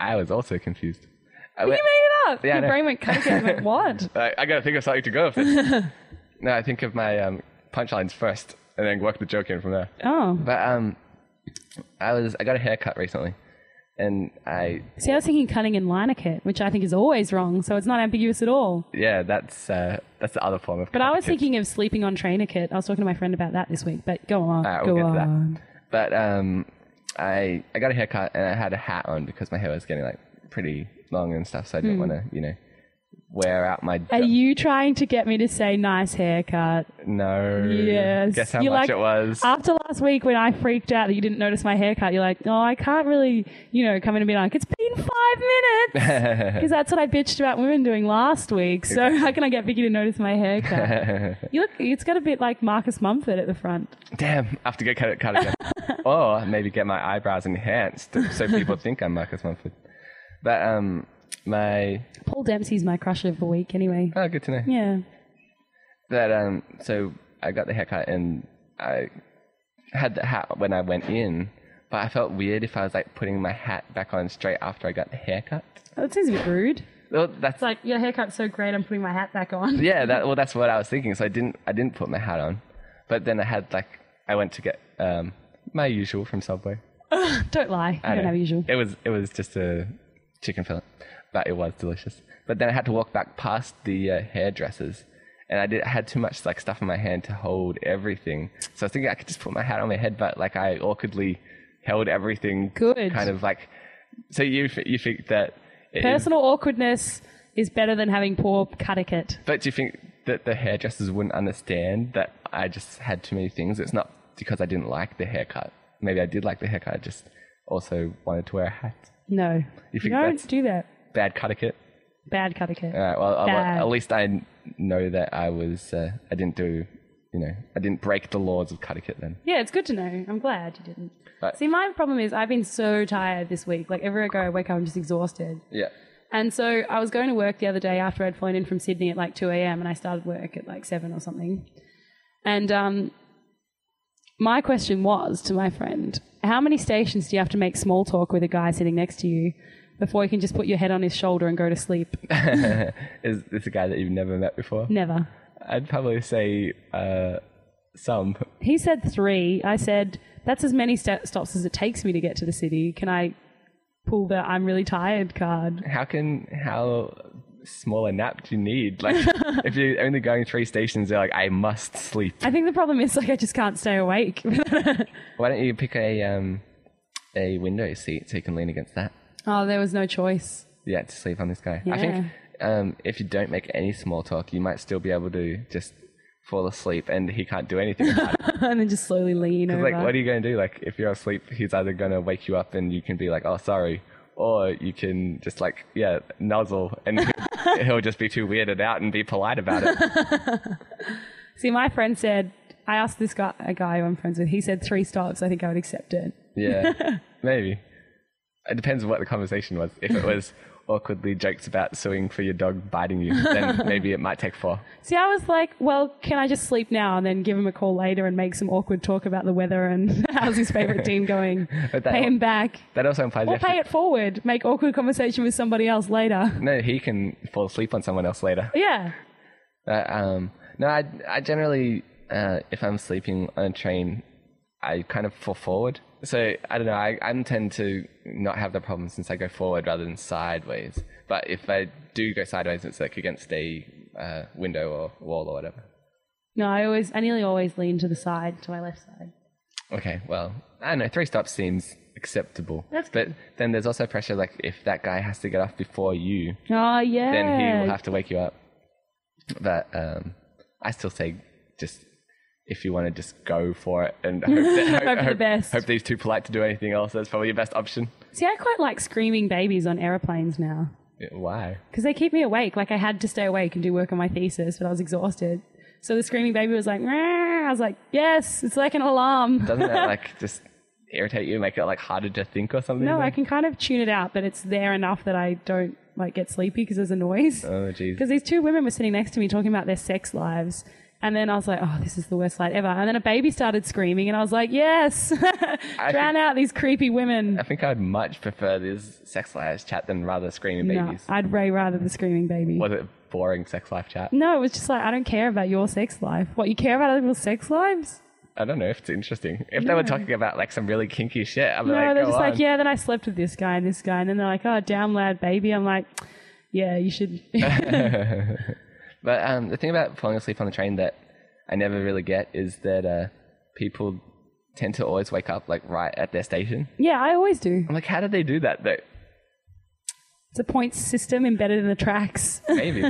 S1: I was also confused. I,
S7: you made
S1: went-
S7: it up.
S1: Yeah, I
S7: Your
S1: know.
S7: brain went cut
S1: [laughs]
S7: again. Went, what?
S1: I, I gotta think of something to go with
S7: [laughs]
S1: this. no, I think of my um, punchlines first and then work the joke in from there.
S7: Oh,
S1: But um, I was I got a haircut recently, And I,
S7: See, I was thinking cutting in Lineker, which I think is always wrong, so it's not ambiguous at all.
S1: yeah, that's uh, that's the other form of.
S7: But I was
S1: competition.
S7: thinking of sleeping on trainer kit. I was talking to my friend about that this week, but go on.
S1: All right,
S7: go
S1: Ah, we'll get to
S7: on.
S1: that. But um, I I got a haircut and I had a hat on because my hair was getting like pretty long and stuff, so I didn't
S7: Hmm.
S1: want to you know wear out my.
S7: Are you trying to get me to say nice haircut?
S1: no.
S7: Yes.
S1: Guess how
S7: You're
S1: much
S7: like-
S1: it was.
S7: After last week when I freaked out that you didn't notice my haircut, you're like, oh, I can't really, you know, come in and be like, it's been five minutes.
S1: [laughs]
S7: Because that's what I bitched about women doing last week. So how can I get Vicky to notice my haircut?
S1: [laughs]
S7: you look, it's got a bit like Marcus Mumford at the front.
S1: Damn, I have to go cut it, cut
S7: [laughs]
S1: again. or maybe get my eyebrows enhanced so people think I'm Marcus Mumford. But um, my
S7: Paul Dempsey's my crush of the week anyway.
S1: Oh, good to know.
S7: Yeah.
S1: that um, so I got the haircut and I had the hat when I went in, but I felt weird if I was like putting my hat back on straight after I got the haircut.
S7: That seems a bit rude.
S1: Well, that's
S7: It's like, your haircut's so great, I'm putting my hat back on.
S1: yeah, that well, that's what I was thinking. So I didn't, I didn't put my hat on, but then I had like, I went to get um, my usual from Subway.
S7: [laughs] Don't lie. I don't
S1: know.
S7: have usual.
S1: It was it was just a chicken fillet, but it was delicious. But then I had to walk back past the uh, hairdressers, and I did I had too much like stuff in my hand to hold everything. So I was thinking I could just put my hat on my head, but like I awkwardly held everything.
S7: Good.
S1: Kind of like so you f- you think that it is-
S7: Personal awkwardness is better than having poor cutiquette.
S1: but do you think that the hairdressers wouldn't understand that I just had too many things? It's not because I didn't like the haircut. Maybe I did like the haircut. I just also wanted to wear a hat.
S7: No.
S1: You think that's-
S7: don't do that.
S1: Bad cutiquette.
S7: Bad cutiquette.
S1: All right. Well, I-
S7: Bad.
S1: at least I know that I was. Uh, I didn't do. You know, I didn't break the laws of cutiquette then.
S7: Yeah, it's good to know. I'm glad you didn't.
S1: But-
S7: See, my problem is I've been so tired this week. Like everywhere I go, I wake up, I'm just exhausted.
S1: Yeah.
S7: And so I was going to work the other day after I'd flown in from Sydney at like 2 a.m. and I started work at like 7 or something. And um, my question was to my friend, how many stations do you have to make small talk with a guy sitting next to you before you can just put your head on his shoulder and go
S1: [laughs]
S7: to sleep?
S1: [laughs] Is this a guy that you've never met before?
S7: Never.
S1: I'd probably say uh, some.
S7: He said three. I said, that's as many sta stops as it takes me to get to the city. Can I pull the I'm really tired card?
S1: How can how small a nap do you need? Like, if you're only going three stations, they're like, I must sleep.
S7: I think the problem is like I just can't stay
S1: [laughs]
S7: awake. [laughs]
S1: Why don't you pick a um, a window seat so you can lean against that?
S7: oh, there was no choice. [laughs]
S1: Yeah, to sleep on this guy. I think um, if you don't make any small talk, you might still be able to just fall asleep, and he can't do anything. About it.
S7: and then just slowly lean
S1: 'Cause,
S7: over.
S1: like, what are you going to do? Like, if you're asleep, he's either going to wake you up, and you can be like, "Oh, sorry," or you can just like, yeah, nuzzle, and [laughs] he'll- he'll just be too weirded out and be polite about it.
S7: See, my friend said, I asked this guy, a guy who I'm friends with, he said three stops. I think I would accept it.
S1: Yeah, maybe. It depends on what the conversation was. If it was awkwardly jokes about suing for your dog biting you, then maybe it might take four.
S7: See, I was like, well, can I just sleep now and then give him a call later and make some awkward talk about the weather and [laughs] how's his
S1: [laughs]
S7: favorite team going?
S1: But that-
S7: pay
S1: [laughs]
S7: him back.
S1: That also implies you
S7: Or
S1: have to-
S7: pay it forward. Make awkward conversation with somebody else later.
S1: [laughs] No, he can fall asleep on someone else later.
S7: Yeah.
S1: Uh, um, no, I, I generally, uh, if I'm sleeping on a train, I kind of fall forward. So I don't know. I, I tend to not have the problem since I go forward rather than sideways. But if I do go sideways, it's like against a uh, window or wall or whatever.
S7: No, I always, I nearly always lean to the side, to my left side.
S1: Okay, well, I don't know. Three stops seems acceptable. but then there's also pressure. Like if that guy has to get off before you,
S7: Oh, yeah.
S1: then he will have to wake you up. But um, I still say just if you want to just go for it and [laughs] hope, that, hope,
S7: [laughs] Hope for the best.
S1: Hope that he's too polite to do anything else. That's probably your best option.
S7: See, I quite like screaming babies on aeroplanes now.
S1: Yeah, Why?
S7: because they keep me awake. Like I had to stay awake and do work on my thesis, but I was exhausted. So the screaming baby was like, "Meow." I was like, yes, it's like an alarm.
S1: Doesn't
S7: [laughs]
S1: that like just irritate you, make it like harder to think or something?
S7: no,
S1: then?
S7: I can kind of tune it out, but it's there enough that I don't like get sleepy because there's a noise.
S1: Oh jeez.
S7: Because these two women were sitting next to me talking about their sex lives. And then I was like, oh, this is the worst light ever. And then a baby started screaming, and I was like, yes, [laughs] drown out these creepy women.
S1: I think I'd much prefer this sex lives chat than rather screaming
S7: No,
S1: babies.
S7: I'd way rather the screaming baby.
S1: Was it boring sex life chat?
S7: No, it was just like, I don't care about your sex life. What, you care about other people's sex lives?
S1: I don't know if it's interesting. If they were
S7: No.
S1: talking about like some really kinky shit, I'm
S7: no,
S1: like,
S7: they're
S1: go
S7: just
S1: on.
S7: like, yeah, then I slept with this guy and this guy. And then they're like, oh, down lad, baby. I'm like, yeah, you should. [laughs]
S1: [laughs] but um, the thing about falling asleep on the train that I never really get is that uh, people tend to always wake up like right at their station.
S7: yeah, I always do.
S1: I'm like, how did they do that
S7: [laughs]
S1: though?
S7: It's a points system embedded in the tracks.
S1: Maybe.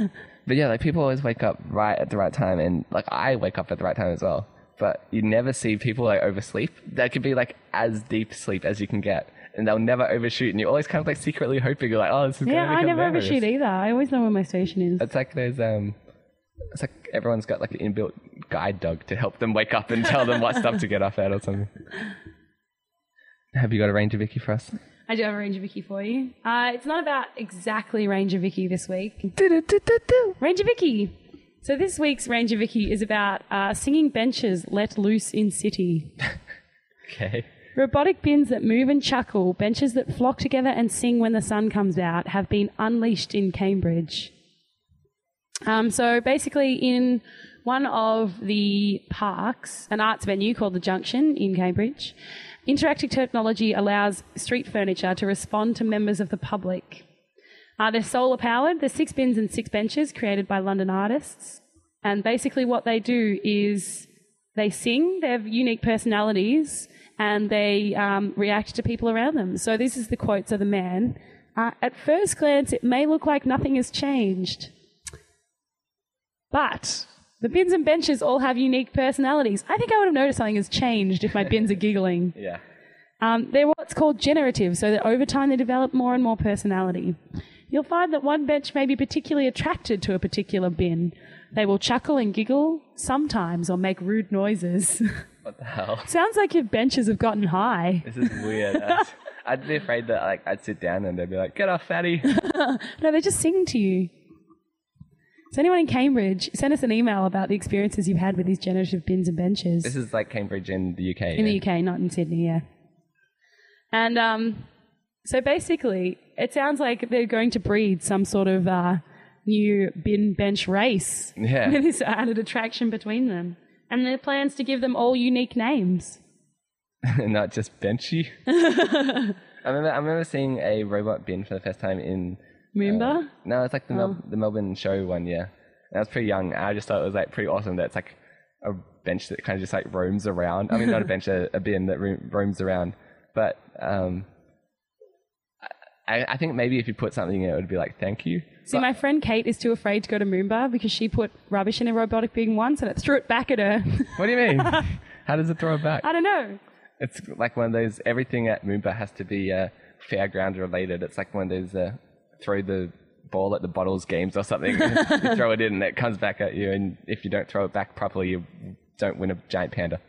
S1: but yeah, like people always wake up right at the right time, and like I wake up at the right time as well. But you never see people like oversleep. That could be like as deep sleep as you can get, and they'll never overshoot. And you're always kind of like secretly hoping you're like, oh, this is
S7: yeah,
S1: gonna
S7: I
S1: become
S7: never
S1: theirs.
S7: overshoot either. I always know where my station is.
S1: It's like there's um, it's like everyone's got like an inbuilt guide dog to help them wake up and tell them what stuff to get off at or something. Have you got a Ranger Vicky for us?
S7: I do have a Ranger Vicky for you. Uh, it's not about exactly Ranger Vicky this week. [laughs] Ranger Vicky. So this week's Ranger Vicky is about uh, singing benches let loose in city,
S1: Okay.
S7: robotic bins that move and chuckle, benches that flock together and sing when the sun comes out have been unleashed in Cambridge. Um, so basically, in one of the parks, an arts venue called the Junction in Cambridge, interactive technology allows street furniture to respond to members of the public. Uh, they're solar powered, there's six bins and six benches created by London artists. And basically, what they do is they sing, they have unique personalities, and they um, react to people around them. So, this is the quotes of the man. Uh, at first glance, it may look like nothing has changed. But the bins and benches all have unique personalities. I think I would have noticed something has changed if my bins are giggling.
S1: Yeah.
S7: Um, they're what's called generative, so that over time they develop more and more personality. You'll find that one bench may be particularly attracted to a particular bin. They will chuckle and giggle sometimes or make rude noises. [laughs]
S1: What the hell?
S7: Sounds like your benches have gotten high.
S1: This is weird. I'd, I'd be afraid that like I'd sit down and they'd be like, "Get off, fatty."
S7: No, they just sing to you. So, anyone in Cambridge, send us an email about the experiences you've had with these generative bins and benches.
S1: This is like Cambridge in the UK.
S7: in the UK, not in Sydney. Yeah. And um, so basically, it sounds like they're going to breed some sort of uh, new bin bench race
S1: Yeah.
S7: with this added attraction between them. And their plans to give them all unique names. [laughs]
S1: [laughs] UK. Not just benchy. I remember, I remember seeing a robot bin for the first time in.
S7: Remember?
S1: No, it's like the, Mel- the Melbourne show one, yeah. And I was pretty young. And I just thought it was like pretty awesome that it's like a bench that kind of just like roams around. I mean, not a bench, a, a bin that ro- roams around. But um, I, I think maybe if you put something in, it would be like, thank you.
S7: See, my friend Kate is too afraid to go to Moomba because she put rubbish in a robotic bin once and it threw it back at her. [laughs]
S1: What do you mean? How does it throw it back?
S7: I don't know.
S1: It's like one of those. Everything at Moomba has to be uh, fairground related. It's like one of those uh, throw the ball at the bottles games or something. you throw it in and it comes back at you, and if you don't throw it back properly, you don't win a giant panda.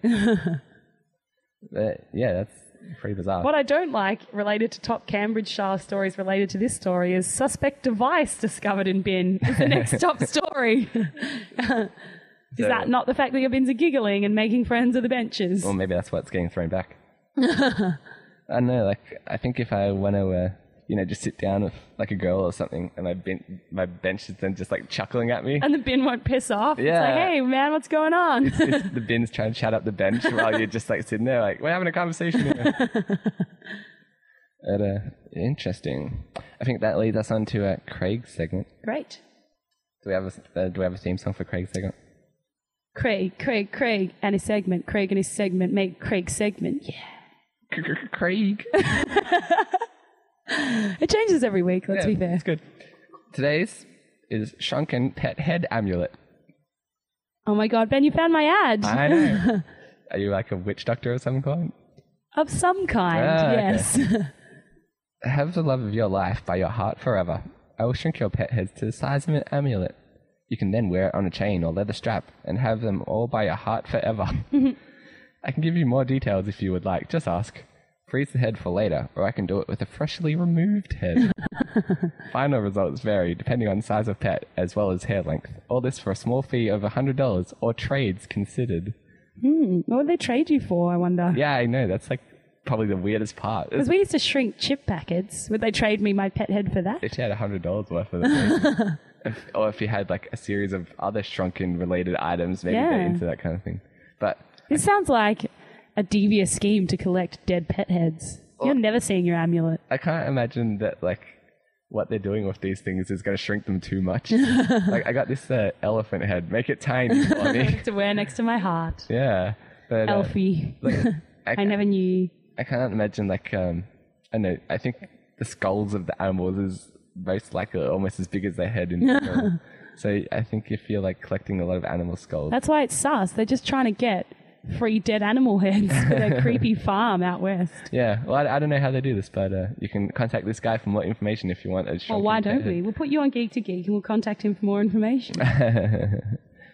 S1: But, yeah, that's pretty bizarre.
S7: What I don't like related to top Cambridgeshire stories related to this story is suspect device discovered in bin is
S1: [laughs]
S7: the next top story. is
S1: So-
S7: that not the fact that your bins are giggling and making friends of the benches?
S1: Or maybe that's what's getting thrown back. I don't know. Like, I think if I want to, uh, you know, just sit down with like a girl or something, and my ben- my bench is then just like chuckling at me.
S7: and the bin won't piss off. It's
S1: Yeah.
S7: like, hey man, what's going on? [laughs]
S1: the bin's trying to chat up the bench while you're just like sitting there, like we're having a conversation. Here. but, uh, interesting. I think that leads us on to uh, Craig's segment.
S7: Great.
S1: Do we have a uh, do we have a theme song for Craig's segment?
S7: Craig, Craig, Craig, and his segment. Craig and his segment make Craig segment. Yeah.
S1: [laughs] Craig.
S7: It changes every week, let's be fair.
S1: It's good. Today's is shrunken pet head amulet.
S7: Oh my god, Ben, you found my ad.
S1: I know. Are you like a witch doctor or some kind?
S7: of some kind,
S1: Ah, okay.
S7: yes. [laughs]
S1: Have the love of your life by your heart forever. I will shrink your pet heads to the size of an amulet. You can then wear it on a chain or leather strap and have them all by your heart forever. I can give you more details if you would like. Just ask. Freeze the head for later, or I can do it with a freshly removed head. Final results vary depending on size of pet as well as hair length. All this for a small fee of $100 or trades considered.
S7: Hmm, what would they trade you for, I wonder?
S1: Yeah, I know. That's like probably the weirdest part.
S7: Because we used to shrink chip packets. Would they trade me my pet head for that?
S1: if you had a hundred dollars worth of
S7: [laughs]
S1: it, if, or if you had like a series of other shrunken related items, maybe
S7: Yeah.
S1: they're into that kind of thing. But
S7: This sounds like a devious scheme to collect dead pet heads.
S1: Oh.
S7: You're never seeing your amulet.
S1: I can't imagine that like what they're doing with these things is going to shrink them too much.
S7: [laughs]
S1: like I got this uh, elephant head, make it tiny,
S7: [laughs]
S1: Bonnie.
S7: to wear next to my heart.
S1: yeah, but uh,
S7: [laughs] Elfie.
S1: like,
S7: I,
S1: I-
S7: never knew.
S1: I can't imagine like um I know I think the skulls of the animals is most likely almost as big as their head in
S7: [laughs]
S1: general. So I think if you're like collecting a lot of animal skulls,
S7: That's why it's sus. They're just trying to get free dead animal heads
S1: [laughs]
S7: for their creepy farm out west.
S1: yeah. Well, I, I don't know how they do this, but uh, you can contact this guy for more information if you want. A
S7: Well,
S1: shrunken
S7: Oh, why don't
S1: head.
S7: we? We'll put you on Geek to Geek and we'll contact him for more
S1: [laughs]
S7: information.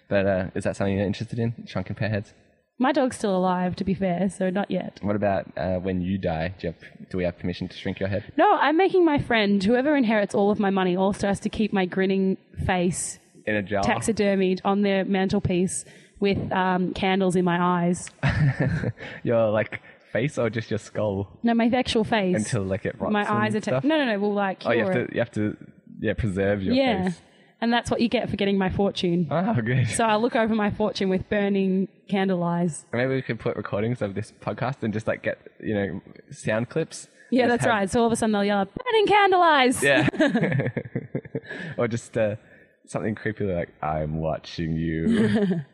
S1: but uh, is that something you're interested in? Shrunken pet heads.
S7: My dog's still alive, to be fair, so not yet.
S1: What about uh, when you die? Do, you have, do we have permission to shrink your head?
S7: No, I'm making my friend, whoever inherits all of my money, also has to keep my grinning face
S1: In a jar.
S7: taxidermied on their mantelpiece with um, candles in my eyes.
S1: [laughs] your like face or just your skull
S7: No, my actual face.
S1: until like it rots.
S7: my eyes
S1: and
S7: are. Ta-
S1: stuff?
S7: no, no, no. We'll like.
S1: Oh,
S7: Cure
S1: you have
S7: it.
S1: to you have to yeah preserve your
S7: yeah.
S1: face.
S7: And that's what you get for getting my fortune.
S1: Oh, good.
S7: So I look over my fortune with burning candle eyes.
S1: Maybe we could put recordings of this podcast and just like get you know sound clips.
S7: Yeah,
S1: Just
S7: that's
S1: have-
S7: right. So all of a sudden they'll yell, burning
S1: [laughs]
S7: candle eyes.
S1: Yeah. or just uh, something creepy like "I'm watching you."
S7: [laughs]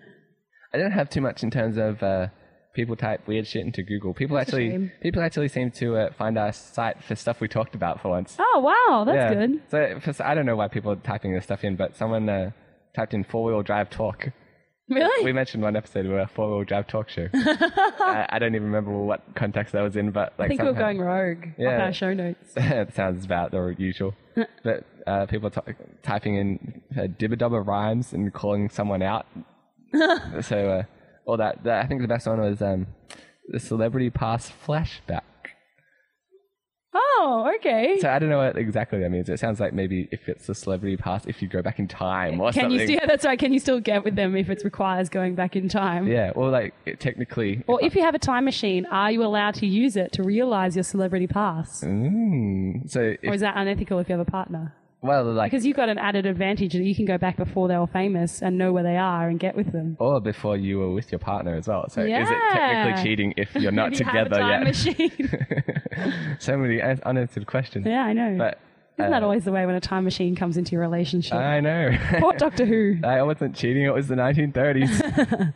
S1: I don't have too much in terms of uh, people type weird shit into Google. People actually
S7: shame.
S1: people actually seem to uh, find our site for stuff we talked about for once.
S7: Oh, wow. That's
S1: Yeah.
S7: good.
S1: So for, s- I don't know why people are typing this stuff in, but someone uh, typed in four wheel drive talk.
S7: Really?
S1: We mentioned one episode of a four wheel drive talk
S7: [laughs]
S1: show. I, I don't even remember what context that was in, but like
S7: I think we
S1: somehow,
S7: were going rogue on
S1: Yeah.
S7: our show notes.
S1: [laughs] it sounds about the usual. but uh, people t- typing in uh, dibba rhymes and calling someone
S7: [laughs]
S1: out. so uh, all that, that- I think the best one was um, the celebrity pass flashback.
S7: Oh, okay.
S1: So I don't know what exactly that means. It sounds like maybe if it's the celebrity pass, if you go back in time or
S7: Can
S1: something.
S7: you still, yeah, that's right. Can you still get with them if it requires going back in time?
S1: yeah, or like it technically.
S7: Or if you have a time machine, are you allowed to use it to realize your celebrity pass?
S1: Mm, so if,
S7: Or is that unethical if you have a partner?
S1: well, like
S7: Because you've got an added advantage that you can go back before they were famous and know where they are and get with them.
S1: or before you were with your partner as well. So is it
S7: Yeah.
S1: technically cheating if you're not
S7: [laughs] If you have a
S1: together
S7: time
S1: yet?
S7: machine.
S1: [laughs]
S7: [laughs]
S1: so many an- unanswered questions.
S7: yeah, I know.
S1: But
S7: Isn't that
S1: uh,
S7: always the way when a time machine comes into your relationship? [laughs]
S1: I know. [laughs]
S7: Poor Doctor Who.
S1: I wasn't cheating. It was the
S7: [laughs]
S1: 1930s.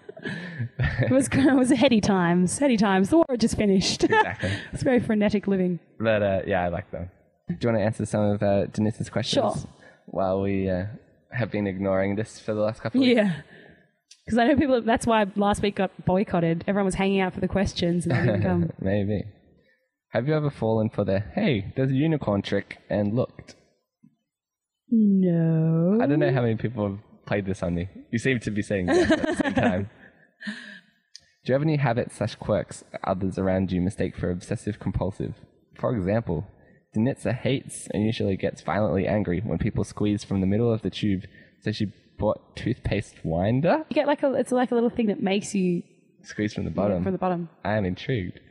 S7: It was [laughs] it was heady times. Heady times. The war had just finished.
S1: exactly.
S7: [laughs] it's very frenetic living.
S1: But uh, yeah, I like them. Do you want to answer some of uh, Denise's questions?
S7: Sure.
S1: While we uh, have been ignoring this for the last couple of weeks.
S7: [laughs] Yeah. Because I know people. That's why last week got boycotted. Everyone was hanging out for the questions and they didn't come.
S1: Maybe. Have you ever fallen for the, hey, there's a unicorn trick and looked?
S7: [laughs] No.
S1: I don't know how many people have played this on me. You seem to be saying yes at the same time. Do you have any habits slash quirks others around you mistake for obsessive compulsive? For example, Denitsa hates and usually gets violently angry when people squeeze from the middle of the tube, so she bought toothpaste winder?
S7: You get like a. It's like a little thing that makes you
S1: Squeeze from the bottom.
S7: from the bottom.
S1: I am intrigued.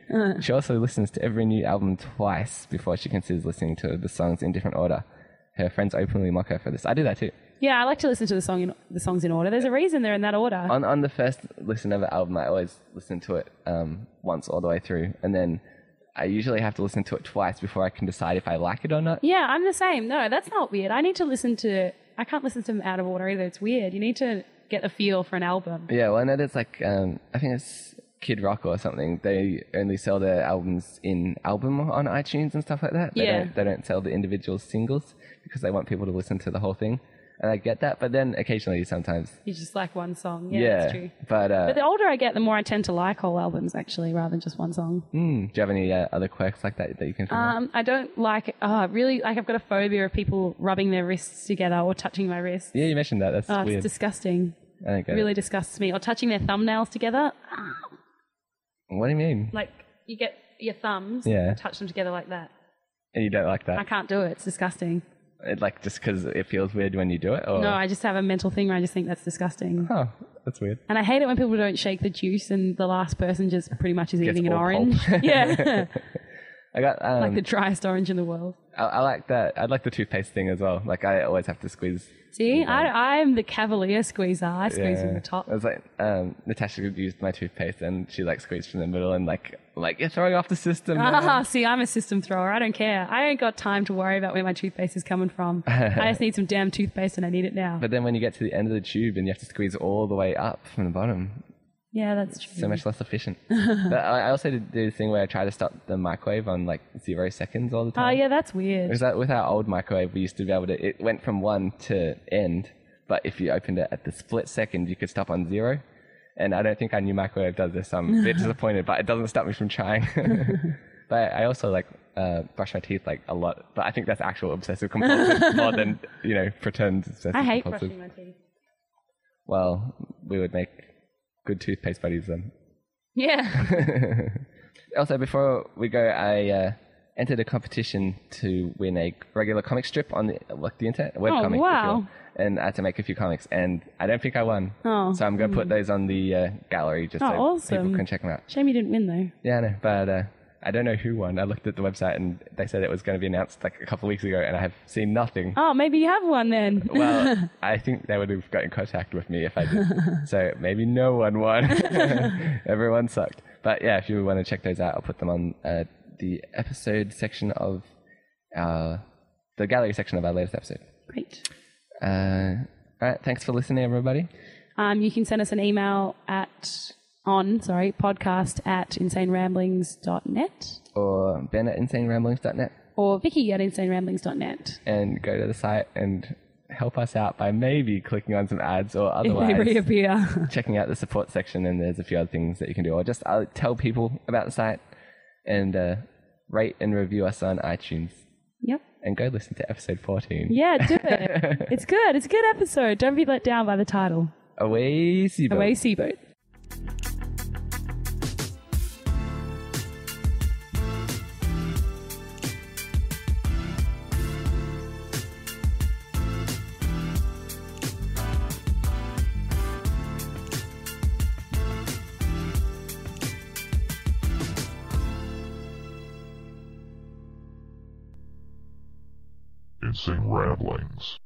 S1: She also listens to every new album twice before she considers listening to the songs in different order. Her friends openly mock her for this. I do that too.
S7: Yeah, I like to listen to the song in the songs in order. There's a reason they're in that order.
S1: on on the first listen of an album, I always listen to it um, once all the way through, and then I usually have to listen to it twice before I can decide if I like it or not.
S7: yeah, I'm the same. No, that's not weird. I need to listen to. I can't listen to them out of order either. It's weird. You need to get a feel for an album.
S1: Yeah, well, I know there's like um, I think it's Kid Rock or something. They only sell their albums in album on iTunes and stuff like that. They
S7: Yeah.
S1: don't they don't sell the individual singles because they want people to listen to the whole thing. And I get that, but then occasionally sometimes
S7: You just like one song. Yeah,
S1: yeah,
S7: that's true.
S1: but uh,
S7: But the older I get, the more I tend to like whole albums actually, rather than just one song.
S1: hmm, do you have any uh, other quirks like that that you can? think of?
S7: Um, I don't like. Oh, I really, like I've got a phobia of people rubbing their wrists together or touching my wrist.
S1: yeah, you mentioned that. That's
S7: Oh,
S1: weird.
S7: it's disgusting.
S1: I don't get it.
S7: Really disgusts me. Or touching their thumbnails together. Ah,
S1: What do you mean?
S7: Like you get your thumbs,
S1: Yeah.
S7: touch them together like that.
S1: And you don't like that?
S7: I can't do it. It's disgusting.
S1: It, like just because it feels weird when you do it, or
S7: No, I just have a mental thing where I just think that's disgusting.
S1: [laughs] oh, that's weird.
S7: And I hate it
S1: [laughs]
S7: when people don't shake the juice and the last person just pretty much is eating an
S1: all pulp.
S7: orange. yeah.
S1: I got um,
S7: like the driest orange in the world.
S1: I, I like that. I like the toothpaste thing as well. Like I always have to squeeze.
S7: See, I, I'm the cavalier squeezer. I squeeze from the top.
S1: I was like, um, Natasha used my toothpaste and she like squeezed from the middle and like, like you're throwing off the
S7: [laughs]
S1: system.
S7: Ah, see, I'm a system thrower. I don't care. I ain't got time to worry about where my toothpaste is coming
S1: [laughs]
S7: from. I just need some damn toothpaste and I need it now.
S1: But then when you get to the end of the tube and you have to squeeze all the way up from the bottom,
S7: yeah, that's true.
S1: so much less
S7: [laughs]
S1: efficient. but I I also did do this thing where I try to stop the microwave on like zero seconds all the
S7: Oh,
S1: time.
S7: yeah, that's weird.
S1: Because that with our old microwave, we used to be able to. It went from one to end, but if you opened it at the split second, you could stop on zero. And I don't think our new microwave does this. I'm a
S7: [laughs]
S1: bit disappointed, but it doesn't stop me from trying. but I also like uh, brush my teeth like a lot. But I think that's actual obsessive
S7: [laughs]
S1: compulsive more than you know pretend obsessive
S7: I hate
S1: compulsive.
S7: brushing my teeth.
S1: Well, we would make good toothpaste buddies then.
S7: Yeah.
S1: [laughs] also, before we go, I uh, entered a competition to win a regular comic strip on the, like the internet, a web
S7: Oh,
S1: comic. if you
S7: wow.
S1: will. And I had to make a few comics, and I don't think I won.
S7: Oh.
S1: So I'm going to put those on the uh, gallery just
S7: Oh,
S1: so
S7: awesome.
S1: people can check them out.
S7: Shame you didn't win though.
S1: Yeah, I know, but uh, I don't know who won. I looked at the website, and they said it was going to be announced like a couple of weeks ago, and I have seen nothing.
S7: Oh, maybe you have one then.
S1: Well, uh, I think they would have got in contact with me if I did. so maybe no one won. Everyone sucked. But yeah, if you want to check those out, I'll put them on uh, the episode section of our, the gallery section of our latest episode.
S7: [laughs] Great.
S1: Uh, all right, thanks for listening, everybody.
S7: Um, you can send us an email at on sorry podcast at insaneramblings.net
S1: Or Ben at insaneramblings.net
S7: or Vicky at insaneramblings.net. [laughs]
S1: and go to the site and help us out by maybe clicking on some ads or
S7: If they
S1: otherwise
S7: reappear.
S1: [laughs] checking out the support section and there's a few other things that you can do or just uh, tell people about the site and uh, rate and review us on itunes
S7: yep.
S1: and go listen to episode 14
S7: Yeah, do it.
S1: [laughs]
S7: it's good. It's a good episode. Don't be let down by the title.
S1: away Sibo.
S7: Away Seaboat.
S6: Insane Ramblings.